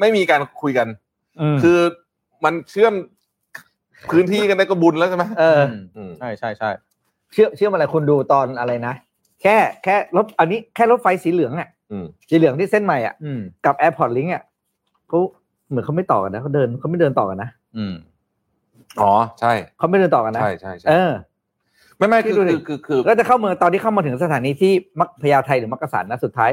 [SPEAKER 4] ไม่มีการคุยกัน
[SPEAKER 3] ม
[SPEAKER 4] คือมันเชื่อมพื้นที่กันได้ก็บุญแล้วใช่ไหม
[SPEAKER 3] เออ
[SPEAKER 1] ม
[SPEAKER 4] อืม
[SPEAKER 1] ใช่ใช่ใช่
[SPEAKER 3] เชื่อเชื่อมอะไรคุณดูตอนอะไรนะ แค่แค่รถอันนี้แค่รถไฟสีเหลืองอ่ะ
[SPEAKER 4] อืม
[SPEAKER 3] สีเหลืองที่เส้นใหม่อ่ะ
[SPEAKER 1] อืม
[SPEAKER 3] กับแอร์พอร์ตลิงก์อ่ะเขาเหมือนเขาไม่ต่อกันนะเขาเดินเขาไม่เดินต่อกันนะ
[SPEAKER 1] อืม
[SPEAKER 4] อ๋อใช่
[SPEAKER 3] เขาไม่เดินต่อกันนะ
[SPEAKER 4] ใช่ใช่ใช่
[SPEAKER 3] เออ
[SPEAKER 4] ไม่ไม่
[SPEAKER 3] คิ
[SPEAKER 4] คื
[SPEAKER 3] ด
[SPEAKER 4] อ
[SPEAKER 3] ดูดิ
[SPEAKER 4] คือคือคือ
[SPEAKER 3] ก็จะเข้าเมืองตอนที่เข้ามาถึงสถานีที่มักพญาไทหรือมักกะสันนะสุดท้าย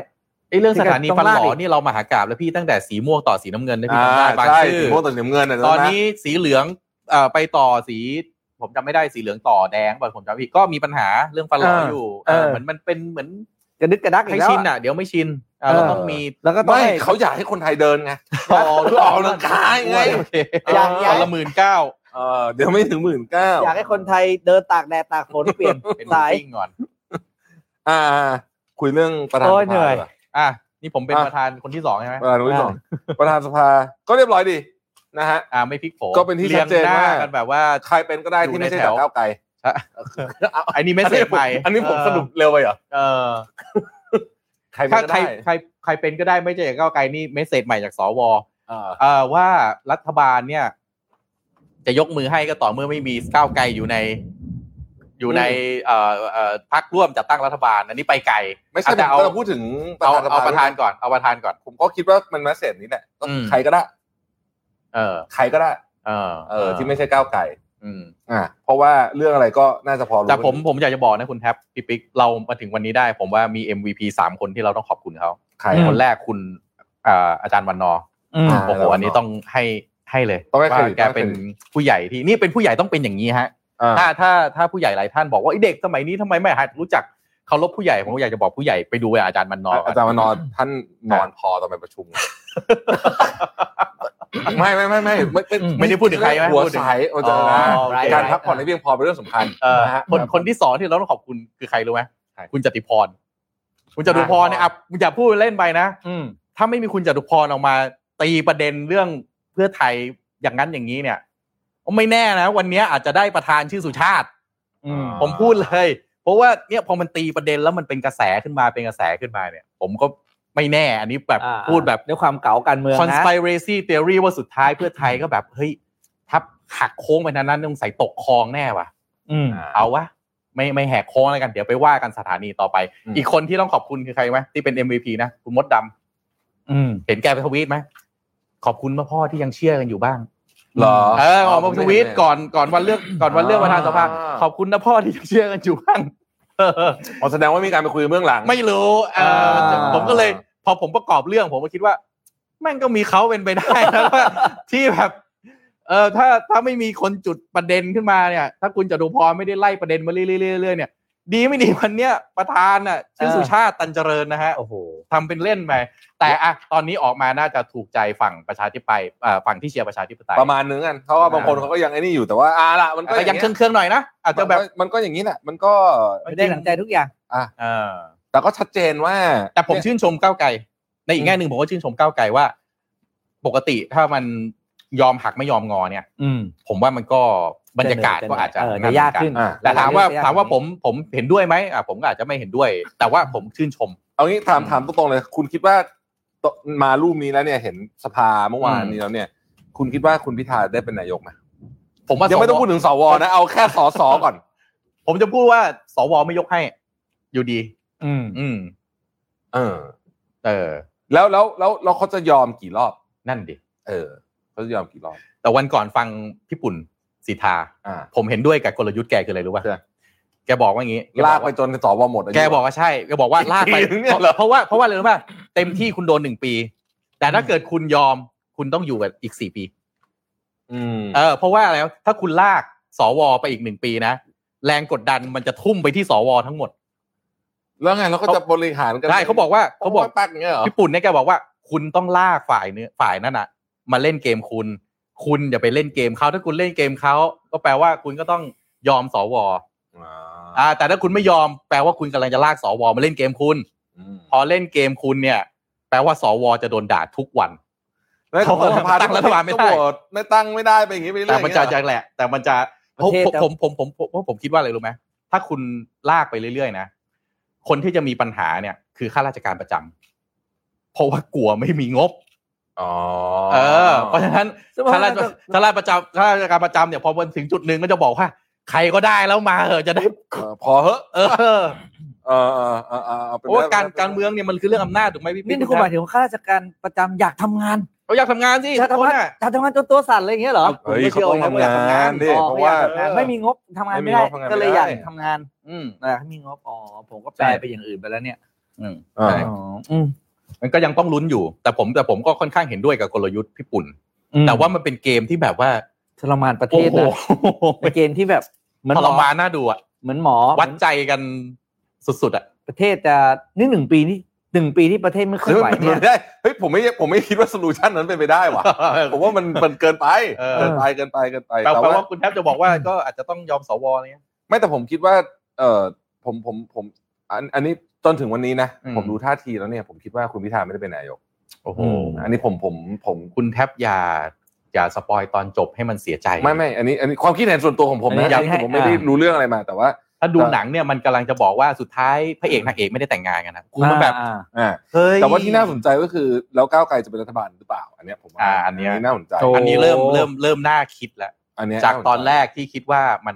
[SPEAKER 1] ไอ้เรื่องสถานี
[SPEAKER 3] ต้อง
[SPEAKER 1] ฟันหล่
[SPEAKER 3] ลา
[SPEAKER 1] อก
[SPEAKER 3] ดิ
[SPEAKER 1] นี่เรามาหากราบแล้วพี่ตั้งแต่สีม่วงต่อสีน้ำเงินได้พี่
[SPEAKER 4] อ่า
[SPEAKER 1] จำได้บาง
[SPEAKER 4] ใช่
[SPEAKER 1] ซื่
[SPEAKER 4] สี
[SPEAKER 1] อ
[SPEAKER 4] ม่วงต่อสีน้ำเงินนะ
[SPEAKER 1] ตอน
[SPEAKER 4] จำได้ไหม
[SPEAKER 1] นี้สีเหลืองเอ่อไปต่อสี ผมจำไม่ได้สีเหลืองต่อแดงบ่อยผมจำผิดก็มีปัญหาเรื่องฟันหล่ออยู่
[SPEAKER 3] เออ
[SPEAKER 1] เออเหมือนมันเป็นเหมือน
[SPEAKER 3] กระดึกกระดักอี
[SPEAKER 1] ให้
[SPEAKER 3] กแล้ว
[SPEAKER 1] ชิน
[SPEAKER 3] อะ
[SPEAKER 1] อ่ะ เดี๋ยวไม่ชินอ่ะเรา
[SPEAKER 3] เออ
[SPEAKER 1] ต้อง มี
[SPEAKER 3] แล้วก็ต้อง
[SPEAKER 4] ไม่
[SPEAKER 3] ให้
[SPEAKER 4] เขาอยากให้คนไทยเดินไง คือออกกำลังกายไง
[SPEAKER 1] โอเค
[SPEAKER 3] อยากอยาก
[SPEAKER 1] วันละหมื่นเก้า
[SPEAKER 4] เออเดี๋ยวไม่ถึงหมื่นเก้า
[SPEAKER 3] อยากให้คนไทยเดินตากแดดตากฝนเปลี่ยน
[SPEAKER 1] เป็น
[SPEAKER 3] สาย
[SPEAKER 1] ปิ้งก่อน
[SPEAKER 4] อ่า คุยเรื่องประธานส
[SPEAKER 3] โอ้
[SPEAKER 4] ภาย
[SPEAKER 3] เหนื่อย
[SPEAKER 4] ดีกว่า
[SPEAKER 1] อ่ะนี่ผมเป็น
[SPEAKER 4] อ่ะ
[SPEAKER 1] ประธานคนที่สองใช่ไหม
[SPEAKER 4] ประธานที่สองประธานสภาก็เรียบร้อยดีนะฮะ
[SPEAKER 1] อ่ะไม่พลิกโผ
[SPEAKER 4] ก็เป็นที่ชัดเจน
[SPEAKER 1] รียงหน้า
[SPEAKER 4] ว่า
[SPEAKER 1] กันแบบว่า
[SPEAKER 4] ใครเป็นก็ได้ที่ไม่ใช่
[SPEAKER 1] อยู่
[SPEAKER 4] จา
[SPEAKER 1] ในแถ
[SPEAKER 4] ก
[SPEAKER 1] ว
[SPEAKER 4] ก้าวไกล
[SPEAKER 1] ไอ้นี่ไม่
[SPEAKER 4] อัน
[SPEAKER 1] เสร็
[SPEAKER 4] นี้ผ
[SPEAKER 1] จ
[SPEAKER 4] ม
[SPEAKER 1] ไป
[SPEAKER 4] อันนี้ผมสรุปเร็วไปเหรอ
[SPEAKER 1] เออ
[SPEAKER 4] ใครเป็น
[SPEAKER 1] ถ้า
[SPEAKER 4] ก็
[SPEAKER 1] ใคร
[SPEAKER 4] ได้
[SPEAKER 1] ใครใครเป็นก็ได้ไม่ใช่ก้าวไกลนี่เมสเซจใหม่จากสว
[SPEAKER 4] เออ
[SPEAKER 1] เอ่อว่ารัฐบาลเนี่ย จะยกมือให้ก็ต่อเมื่อไม่มีก้าวไกลอยู่ใน อยู่ในเอ่อเอ่อพักร่วมจัดตั้งรัฐบาล อันนี้ไปไกล
[SPEAKER 4] ไม่ใช่
[SPEAKER 1] อ่ะแต่
[SPEAKER 4] ผ
[SPEAKER 1] เอา
[SPEAKER 4] มเราพูดถึง
[SPEAKER 1] เอาเอาประธาน
[SPEAKER 4] สภ
[SPEAKER 1] ก่อนเอาประธานก่อน
[SPEAKER 4] ผมก็คิดว่ามันมาเสร็จนี้แหละก็
[SPEAKER 1] อืม
[SPEAKER 4] ใครก็ได้
[SPEAKER 1] เออ
[SPEAKER 4] ใครก็ได้
[SPEAKER 1] เออ
[SPEAKER 4] เออที่ไม่ใช่ก้าวไก่
[SPEAKER 1] อืม
[SPEAKER 4] อ่าเพราะว่าเรื่องอะไรก็น่าจะพอรู้
[SPEAKER 1] แต่ผมผมอยากจะบอกนะคุณแท็บพี่ปิ๊กเรามาถึงวันนี้ได้ ผมว่ามี MVP สามคนที่เราต้องขอบคุณเขา
[SPEAKER 4] ใคร
[SPEAKER 3] อืม
[SPEAKER 1] คนแรกคุณอ่าอาจารย์วันนอร์
[SPEAKER 3] อืม
[SPEAKER 4] า
[SPEAKER 1] โอ้โหอันนี้ต้องให้ให้เลย
[SPEAKER 4] ต้องให้เคร
[SPEAKER 1] ว่า
[SPEAKER 4] ดิต
[SPEAKER 1] แก
[SPEAKER 4] ต้องให้เครดิต
[SPEAKER 1] เป็นผู้ใหญ่ที่นี่เป็นผู้ใหญ่ต้องเป็นอย่างนี้ฮะ
[SPEAKER 4] อ่า
[SPEAKER 1] ถ้าถ้าถ้าผู้ใหญ่หลายท่านบอกว่าไอ้เด็กสมัยนี้ทำไมไม่หัดรู้จักเคารพผู้ใหญ่ผมก็อยากจะบอกผู้ใหญ่ไปดูอาจารย์มันนอ
[SPEAKER 4] อาจารย์มานอนท่านนอนพอตอนไปประชุม ไม่ไม่ไม่ไม่ไม่ไม่
[SPEAKER 1] ไม่ได้พูดถึงใครไหม
[SPEAKER 4] หัว
[SPEAKER 1] พูดถึง
[SPEAKER 4] สายโอ้เจ้า
[SPEAKER 1] อ๋
[SPEAKER 4] นะ
[SPEAKER 1] อโอเค
[SPEAKER 4] การพักผ่อนให้เพียงพอเป็นเรื่องสำคัญ
[SPEAKER 1] เออ
[SPEAKER 4] นะฮะ
[SPEAKER 1] คนคนที่สองที่เราต้องขอบคุณคือใครรู้ไหม
[SPEAKER 4] ใคร
[SPEAKER 1] คุณจติพร คุณจตุพรเนี่ยอ่ะอย่าพูดเล่นไปนะ
[SPEAKER 3] อืม
[SPEAKER 1] ถ้าไม่มีคุณจตุพรออกมา ตีประเด็นเรื่องเพื่อไทยอย่างนั้นอย่างนี้เนี่ยไม่แน่นะ วันนี้อาจจะได้ประธานชื่อสุชาติ
[SPEAKER 3] อืม
[SPEAKER 4] อ่า
[SPEAKER 1] ผมพูดเลย เพราะว่าเนี่ยพอมันตีประเด็นแล้วมันเป็นกระแสขึ้นมาเป็นกระแสขึ้นมาเนี่ย ผมก็ไม่แน่อันนี้แบบ
[SPEAKER 3] อ่า
[SPEAKER 1] พูดแบบ
[SPEAKER 3] ด้วยความเก๋าการเมืองนะ
[SPEAKER 1] conspiracy theory ว่าสุดท้ายเพื่อไทยก็แบบ เฮ้ย ถ้าหักโค้งไปนั้นนั้นต้องใส่ตกคลองแน่ว่ะ
[SPEAKER 3] อืม
[SPEAKER 1] เอาวะไม่ไม่แหกโค้งแล้วกันเดี๋ยวไปว่ากันสถานีต่อไป
[SPEAKER 4] อืม
[SPEAKER 1] อีกคนที่ต้องขอบคุณคือใครไหมที่เป็น MVP นะ คุณมดดำ
[SPEAKER 3] อืม
[SPEAKER 1] เห็นแกไปทวีตไหมขอบคุณพ่อพ่อที่ยังเชื่อกันอยู่บ้าง
[SPEAKER 4] เหรอ
[SPEAKER 1] เออออกมาทวีตก่อนก่อนวันเลือกก่อนวันเลือกประธานสภาขอบคุณนะพ่อที่ยังเชื่อกันอยู่บ้างเออ
[SPEAKER 4] อ๋อแสดงว่ามีการไปคุยเบื้องหลัง
[SPEAKER 1] ไม่รู้เออ
[SPEAKER 3] อ่า
[SPEAKER 1] ผมก็เลย พอผมประกอบเรื่อง ผมก็คิดว่าแม่งก็มีเขาเป็นไปได้นะว่า ที่แบบ เออถ้าถ้าไม่มีคนจุดประเด็นขึ้นมาเนี่ย ถ้าคุณจตุพรไม่ได้ไล่ประเด็นมาเรื่อยๆเรื่อยๆเนี่ยดีไม่ดีวันเนี้ยประธานน่ะชื่อ
[SPEAKER 3] เออ
[SPEAKER 1] สุชาติตันเจริญนะฮะ
[SPEAKER 3] โอ้โห
[SPEAKER 1] ทำเป็นเล่นไปแต่อะตอนนี้ออกมาน่าจะถูกใจฝั่งประชาธิปไตยเอ่อฝั่งที่เชียร์ประชาธิปไตย
[SPEAKER 4] ประมาณนึงกันเพราะว่าบางคนเขาก็ยังไอ้นี่อยู่แต่ว่าอ่าละมันก็
[SPEAKER 1] แต่ยังเครื่องๆหน่อยนะอาจจะแบบ
[SPEAKER 4] มันก็อย่างนี้แหละมันก็
[SPEAKER 3] ไม่ได้หลังใจทุกอย่าง
[SPEAKER 1] เออ
[SPEAKER 4] แต่ก็ชัดเจนว่า
[SPEAKER 1] แต่ผมชื่นชมก้าวไกล ในอีกแง่หนึ่งผมก็ชื่นชมก้าวไกลว่า ปกติถ้ามันยอมหักไม่ยอมงอเนี่ย
[SPEAKER 3] อืม
[SPEAKER 1] ผมว่ามันก็บรรยากาศก็อาจจะ
[SPEAKER 3] เจะยากขึ้น
[SPEAKER 4] อ่ะ
[SPEAKER 1] แต่ถามว่าถามว่าผมผมเห็นด้วยไหมอ่ะผมก็อาจจะไม่เห็นด้วย แต่ว่าผมชื่นชม
[SPEAKER 4] เอางี้ถามถามตรงๆเลย คุณคิดว่าตมารูปนี้แล้วเนี่ยเห็นสภาเมื่อวานนี้แล้วเนี่ย คุณคิดว่าคุณพิธาได้เป็นนายกไหม
[SPEAKER 1] ผมว่า
[SPEAKER 4] ยังไม่ต้อง
[SPEAKER 1] สว
[SPEAKER 4] พูดถึงสวนะ เอาแค่สสก่อน
[SPEAKER 1] ผมจะพูดว่าสวไม่ยกให้ อยู่ดี
[SPEAKER 3] อืม
[SPEAKER 1] อืม
[SPEAKER 4] เออ
[SPEAKER 1] เออ
[SPEAKER 4] แล้วแล้วแล้วแล้วเขาจะยอมกี่รอบ
[SPEAKER 1] นั่นดิ
[SPEAKER 4] เออเขาจะยอมกี่รอบ
[SPEAKER 1] แต่วันก่อนฟังพี่ปุ่นสีทา
[SPEAKER 4] อ่า
[SPEAKER 1] ผมเห็นด้วยกับกลยุทธ์แกคืออะไรรู้ป่ะ
[SPEAKER 4] คืออะไร
[SPEAKER 1] แกบอกว่าอย่างนี้แบอก
[SPEAKER 4] ลาก
[SPEAKER 1] ว่
[SPEAKER 4] ไปจนสวหมดายุ
[SPEAKER 1] แกบอกว่าใช่แกบอกว่าลากไป
[SPEAKER 4] จริงเนี่ย
[SPEAKER 1] เพราะเพราะว่าเพราะว่าเลยรู้ป่ะเต็มที่คุณโดนหนึ่งปี แต่ถ้าเกิดคุณยอมคุณต้องอยู่กับอีกสี่ปี
[SPEAKER 4] อืม
[SPEAKER 1] เออเพราะว่าแล้วถ้าคุณลากสวไปอีกหนึ่งปีนะแรงกดดันมันจะทุ่มไปที่สวทั้งหมด
[SPEAKER 4] แล้วไงเราก็จะบริหารกัน
[SPEAKER 1] ได้เขาบอกว่าเขาบอก
[SPEAKER 4] ปักอย่างเงี้ยเหรอ
[SPEAKER 1] ญี่ปุ่นเนี่ยแกบอกว่า คุณต้องลากฝ่ายเนื้อฝ่ายนั้นอ่ะ มาเล่นเกมคุณ คุณอย่าไปเล่นเกมเขาถ้าคุณเล่นเกมเขาก็แปลว่าคุณก็ต้องยอมสว
[SPEAKER 4] อ่า
[SPEAKER 1] อ่าแต่ถ้าคุณไม่ยอมแปลว่าคุณกำลังจะลากสวมาเล่นเกมคุณ
[SPEAKER 4] อืม
[SPEAKER 1] พอเล่นเกมคุณเนี่ย แปลว่าสวจะโดนด่าทุกวัน
[SPEAKER 4] แล้ว
[SPEAKER 1] เขาก็
[SPEAKER 4] สภา
[SPEAKER 1] ตั้งรัฐบาลไม่ได้
[SPEAKER 4] ก็โหวตไม่ตั้งไม่ได้ไปอย่างงี้ไปเรื่อย
[SPEAKER 1] แต่มันจะ
[SPEAKER 4] อย่าง
[SPEAKER 1] จะ
[SPEAKER 4] เงี้ยเหรอ
[SPEAKER 1] แหละ แต่มันจะ
[SPEAKER 3] ประเทศ
[SPEAKER 1] ผมผมผมผมผมผมคิดว่าอะไรรู้ไหมถ้าคุณลากไปเรื่อยๆนะคนที่จะมีปัญหาเนี่ย คือข้าราชการประจำเพราะว่ากลัวไม่มีงบ
[SPEAKER 4] อ๋อ
[SPEAKER 1] เออ เพราะฉะนั้นข้าราชข้าราชประจำข้าราชการประจำเนี่ยพอมันถึงจุดหนึ่งก็จะบอกว่า ใครก็ได้แล้วมาเถอะจะได้
[SPEAKER 4] เออพอเหอะ
[SPEAKER 1] เออ
[SPEAKER 4] เออเออเออเออเอาเป็น
[SPEAKER 1] เพราะว่า
[SPEAKER 4] ว่
[SPEAKER 1] การการเมืองเนี่ยมันคือเรื่องอำนาจถูกไหมพี่
[SPEAKER 3] นี่คุณหมายถึงว่าข้าราชการประจำอยากทำงาน
[SPEAKER 1] เขาอยากทำงานสิ
[SPEAKER 3] อยาก
[SPEAKER 1] ทุกค
[SPEAKER 3] ทำงาน
[SPEAKER 1] นน่ะ
[SPEAKER 3] อยากทำงานจนตัวสั่นอะไรอย่างเงี้ยเหรอ
[SPEAKER 4] เฮ้ยเขาต้องทำงานดิ
[SPEAKER 3] อ๋อ
[SPEAKER 4] เพราะ
[SPEAKER 3] ไม่อ
[SPEAKER 4] ว่า
[SPEAKER 3] ยากทำงานไม่มีงบทำงานไม่ได้
[SPEAKER 4] ไม่มีงบทำงานไม่ได้
[SPEAKER 3] ก็เลยอยากทำงาน
[SPEAKER 1] อืม
[SPEAKER 3] นะมีงบอ๋อผมก็แปลไปอย่างอื่นไปแล้วเนี่ย
[SPEAKER 1] อืม
[SPEAKER 4] อ่า
[SPEAKER 1] ใช่
[SPEAKER 3] อืม
[SPEAKER 1] มันก็ยังต้องลุ้นอยู่ แต่ผมแต่ผมก็ค่อนข้างเห็นด้วยกับกลยุทธ์พี่ปุ่น แต่ว่ามันเป็นเกมที่แบบว่า
[SPEAKER 3] ทรมานประเท
[SPEAKER 1] โอ้
[SPEAKER 3] ศ
[SPEAKER 1] โห
[SPEAKER 3] นะเป็นเกณฑ์ที่แบบเหมือน
[SPEAKER 1] ท
[SPEAKER 3] ห
[SPEAKER 1] ร
[SPEAKER 3] อ
[SPEAKER 1] มานน่าดูอะ
[SPEAKER 3] เหมือนหมอ
[SPEAKER 1] วัดใจกันสุดๆอะ
[SPEAKER 3] ประเทศจะนี่หนึ่งปีนี่หนึ่งปีที่ประเทศไม่เคลื่
[SPEAKER 4] เฮ้
[SPEAKER 3] อย นไหว
[SPEAKER 4] มันเป็น
[SPEAKER 3] เนี่
[SPEAKER 4] ไป
[SPEAKER 3] ย
[SPEAKER 4] ได้เฮ้ยผมไม่ผมไม่คิดว่าโซลูชันนั้นเป็นไปได้ว่ะผมว่ามันมันเกินไป
[SPEAKER 1] เออ
[SPEAKER 4] เกินไปเกินไปเกินไป
[SPEAKER 1] แปลแปลว่าคุณแทบจะบอกว่าก็อาจจะต้องยอมสวอะไรเงี้ย
[SPEAKER 4] ไม่แต่ผมคิดว่า เออผมผมผมอันอันนี้จนถึงวันนี้นะ
[SPEAKER 1] อืม
[SPEAKER 4] ผมดูท่าทีแล้วเนี่ย ผมคิดว่าคุณพิธาไม่ได้เป็นนายก
[SPEAKER 1] โอ้โห
[SPEAKER 3] อืม
[SPEAKER 4] อันนี้ผมผมผม
[SPEAKER 1] คุณแทบอย่าอย่าสปอยตอนจบให้มันเสียใจ
[SPEAKER 4] ไม่ไม่อันนี้ อันนี้ความคิดเห็นส่วนตัวของผม
[SPEAKER 3] อันนี้
[SPEAKER 4] นะ
[SPEAKER 3] อยาก
[SPEAKER 4] อันนี้
[SPEAKER 3] ให้
[SPEAKER 4] ผมไม่ได้
[SPEAKER 3] อ่า
[SPEAKER 4] รู้เรื่องอะไรมา แต่ว่า
[SPEAKER 1] ถ้าดูหนังเนี่ยมันกำลังจะบอกว่าสุดท้ายพระเอกนางเอกไม่ได้แต่งงานกันนะกูมันแบบ
[SPEAKER 3] อ่า
[SPEAKER 4] อ่า
[SPEAKER 1] เฮ้ย
[SPEAKER 4] แต่ว่าที่น่าสนใจก็คือแล้วก้าวไกลจะเป็นรัฐบาลหรือเปล่า อันเนี้ยผมว่า
[SPEAKER 1] อ่าอันเนี้ย
[SPEAKER 4] น่าสนใจ
[SPEAKER 1] อันนี้เริ่มเริ่มเริ่มน่าคิดแล้ว
[SPEAKER 4] อันเนี้ย
[SPEAKER 1] จาก
[SPEAKER 4] สใจ
[SPEAKER 1] ตอนแรกที่คิดว่ามัน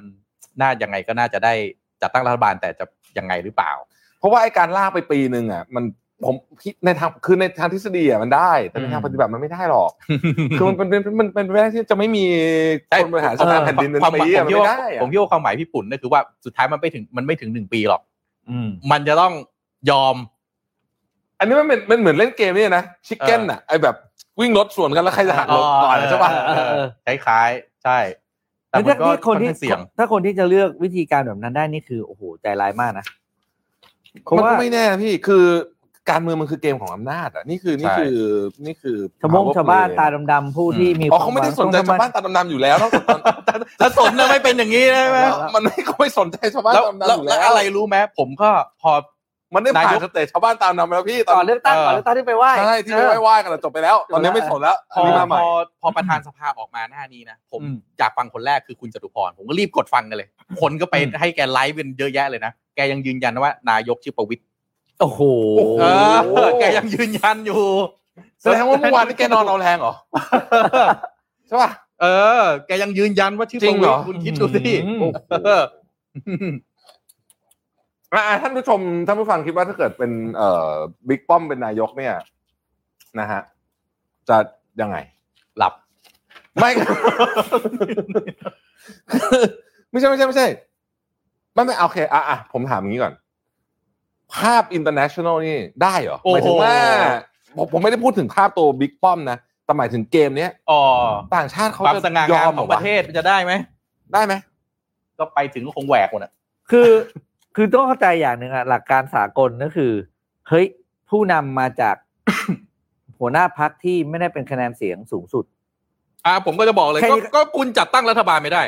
[SPEAKER 1] น่ายังไงก็น่าจะได้จัดตั้งรัฐบาลแต่จะยังไงหรือเปล่า
[SPEAKER 4] เพราะว่าไอ้การลากไปปีหนึ่งอ่ะ มันผมคิดในทางคือในทางทฤษฎีอ่ะมันได้ แต่ในทาง
[SPEAKER 1] อืม
[SPEAKER 4] ปฏิบัติมันไม่ได้หรอกคือมันเป็นมันมันเป็นไปได้ที่จะไม่มีคนบริหารสถานแผ่นดินเป็น
[SPEAKER 1] ความห
[SPEAKER 4] ปี
[SPEAKER 1] มายผ
[SPEAKER 4] อ่ะ
[SPEAKER 1] ม
[SPEAKER 4] มัน
[SPEAKER 1] คิด
[SPEAKER 4] ไม่
[SPEAKER 1] ว่า
[SPEAKER 4] ได้อ่ะ
[SPEAKER 1] ผมคิดว่าความหมายพี่ปุ่นเนี่ยคือว่าสุดท้ายมันไม่ถึงมันไม่ถึงหนึ่งปีหรอก
[SPEAKER 3] อืม
[SPEAKER 1] มันจะต้องยอม
[SPEAKER 4] อันนี้มันเป็นมันเหมือนเล่นเกมเนี่ยนะชิคเก้น
[SPEAKER 1] เออ
[SPEAKER 4] อ่ะไอแบบวิ่งรถสวนกันแล้วใครจะหักหลบก่อนอะใช่ป่ะ
[SPEAKER 3] เออเออเออ
[SPEAKER 1] คล้ายๆ ใช่ แต่มัน
[SPEAKER 3] ถ้า
[SPEAKER 1] ก็
[SPEAKER 3] ถ้า
[SPEAKER 1] ค
[SPEAKER 3] คน นที่
[SPEAKER 1] ที่เสี่ยง
[SPEAKER 3] ถ้าคนที่จะเลือกวิธีการแบบนั้นได้นี่คือโอ้โหใจร้ายมากนะเพราะ
[SPEAKER 4] มัน
[SPEAKER 3] ว่า
[SPEAKER 4] ก็ไม่แน่นะพี่คือ การเมืองมันคือเกมของอำนาจอ่ะนี่คือนี่
[SPEAKER 1] ใช่
[SPEAKER 4] คือนี่คือ
[SPEAKER 3] ชาวบง
[SPEAKER 4] power play
[SPEAKER 3] ชาวบ้านตาดำๆผู้ที่มี
[SPEAKER 4] อ๋อเขาไม่ได้สนใจชาวบ้านตาดำๆอยู่แล้วนอกจากตอน
[SPEAKER 1] ถ้าสนนะไม่เป็นอย่างนี้ ใช่ไหม
[SPEAKER 4] มันไม่เขาไม่สนใจชาวบ้าน
[SPEAKER 1] แล้ว
[SPEAKER 4] ตาดำๆ
[SPEAKER 1] แล้ว
[SPEAKER 4] อยู่
[SPEAKER 1] แล้ว
[SPEAKER 4] แล้ว
[SPEAKER 1] อะไรรู้ไหมผมก็พอ
[SPEAKER 4] มันได้ผ่าน
[SPEAKER 1] นายก
[SPEAKER 4] สเตจชาวบ้านตาดำๆแล้วพี่ต
[SPEAKER 3] ก่
[SPEAKER 4] อ
[SPEAKER 3] อน นเลือกตั้งก่อนเลือกตั้งที่ไปไหว้
[SPEAKER 4] ใช่ที่ไม่ไหว้ไหว้กันอะจบไปแล้ว ตอนนี้ไม่สนแล้ว
[SPEAKER 1] พ
[SPEAKER 4] อัน
[SPEAKER 1] อ
[SPEAKER 4] นี้มาให
[SPEAKER 1] พ
[SPEAKER 4] ม่
[SPEAKER 1] อพอประธานสภาออกมาหน้านี้นะ ผม
[SPEAKER 3] อืม
[SPEAKER 1] อยากฟังคนแรกคือคุณจตุพร ผมก็รีบกดฟังกันเลย คนก็ไปให้แกไลฟ์เป็นเยอะแยะเลยนะ แกยังยืนยันนะว่านายกชื่อประวิตย
[SPEAKER 3] โอ้โห
[SPEAKER 1] เออแกยังยืนยันอยู่
[SPEAKER 4] แสดงว่าเมื่อวานนี่แกนอนเอาแรงเหรอใช่ป่ะ
[SPEAKER 1] เออ แกยังยืนยันว่าชื่อ
[SPEAKER 4] จ
[SPEAKER 1] ป
[SPEAKER 4] ริ
[SPEAKER 1] ระ
[SPEAKER 4] ง
[SPEAKER 1] วิ
[SPEAKER 4] เหร
[SPEAKER 1] ต
[SPEAKER 4] อ
[SPEAKER 1] ยคุณคิดดูสิ
[SPEAKER 3] อืม
[SPEAKER 1] เอ อ
[SPEAKER 4] อ่าท่านผู้ชมท่านผู้ฟังคิดว่าถ้าเกิดเป็นเอ่อบิ๊กป้อมเป็นนายกเนี่ย นะฮะ จะยังไง
[SPEAKER 1] หลับ
[SPEAKER 4] ไม่ ไม่ใช่ไม่ใช่ไม่ใช่ไม่ไม่โอเคอ่ะอ่ะผมถามอย่างนี้ก่อน ภาพ international นี่ได้เหรอ
[SPEAKER 1] โอ้
[SPEAKER 4] ห
[SPEAKER 1] โห
[SPEAKER 4] มายถึงว่าผมผมไม่ได้พูดถึงภาพตัวบิ๊กป้อมนะแต่หมายถึงเกมเนี้ย
[SPEAKER 1] อ๋อ
[SPEAKER 4] ต่างชาติเขา
[SPEAKER 1] ความ
[SPEAKER 4] จะ
[SPEAKER 1] สง่างาย
[SPEAKER 4] อ
[SPEAKER 1] ม
[SPEAKER 4] ม
[SPEAKER 1] ข
[SPEAKER 4] เหร
[SPEAKER 1] อ
[SPEAKER 4] อง
[SPEAKER 1] ป
[SPEAKER 4] วะ
[SPEAKER 1] ระเทศมันจะได้ไหม
[SPEAKER 4] ได้ไหม
[SPEAKER 1] ก็ไปถึงก็คงแหวกหมดอ่ะ
[SPEAKER 3] คือ คือต้องเข้าใจอย่างหนึ่งอะหลักการสากลก็คือ เฮ้ย ผู้นำมาจาก หัวหน้าพักที่ไม่ได้เป็นคะแนนเสียงสูงสุด
[SPEAKER 1] อ่า ผมก็จะบอกเลย
[SPEAKER 3] แค่
[SPEAKER 1] ก็
[SPEAKER 3] นี้
[SPEAKER 1] ก็คุณจัดตั้งรัฐบาลไม่ได้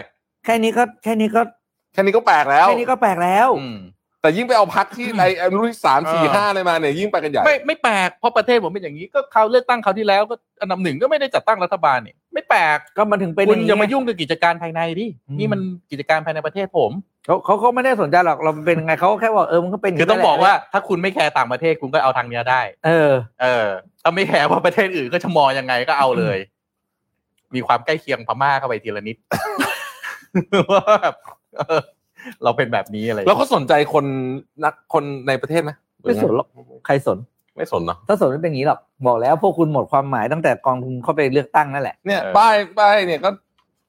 [SPEAKER 3] แค่นี้ก็แค่นี้ก็
[SPEAKER 4] แค่นี้ก็แปลกแล้ว
[SPEAKER 3] แค่นี้ก็แปลกแล้ว
[SPEAKER 1] อืม
[SPEAKER 4] แต่ยิ่งไปเอาพักที่ในไอ้รุ่นที่สามสี่
[SPEAKER 1] เออ
[SPEAKER 4] ห้าอะไรมาเนี่ยยิ่งไปกันใหญ่
[SPEAKER 1] ไม่ไม่แปลกเพราะประเทศผมเป็นอย่างนี้ก็เขาวเลือกตั้งเขาวที่แล้วก็อันดับหนึ่งก็ไม่ได้จัดตั้งรัฐบาลนี่ไม่แปลก
[SPEAKER 3] ก็มันถึงเป็น
[SPEAKER 1] คุณอย่า
[SPEAKER 3] ไง
[SPEAKER 1] มายุ่งกับกิจการภายในดิ
[SPEAKER 3] อืม
[SPEAKER 1] นี่มันกิจการภายในประเทศผม
[SPEAKER 3] เขาเขาเขาไม่ได้สนใจหรอกเราเป็นยังไงเขาก็แค่บอกเออมันก็เป็น
[SPEAKER 1] คือต้อง
[SPEAKER 3] ย่
[SPEAKER 1] บอกว่า
[SPEAKER 3] แหละ
[SPEAKER 1] ถ้าคุณไม่แคร์ต่างประเทศคุณก็เอาทางเนี้ยได้
[SPEAKER 3] เออ
[SPEAKER 1] เออถ้าไม่แคร์ว่าประเทศอื่นก็จะมองยังไงก็เอาเลย มีความใกล้เคียงพม่าเข้าไปทีละนิด ว่าแบบเออเราเป็นแบบนี้อะไร
[SPEAKER 4] แล้วเขาสนใจคนนักคนในประเทศไหม
[SPEAKER 3] ไม่สนหรอกใครสน
[SPEAKER 4] ไม่สนเนาะ
[SPEAKER 3] ถ้าสนไม่เป็นอย่างนี้หรอกบอกแล้วพวกคุณหมดความหมายตั้งแต่กองทุนเข้าไปเลือกตั้งนั่นแหละ
[SPEAKER 4] เนี่ยป้ายป้ายเนี่ยก็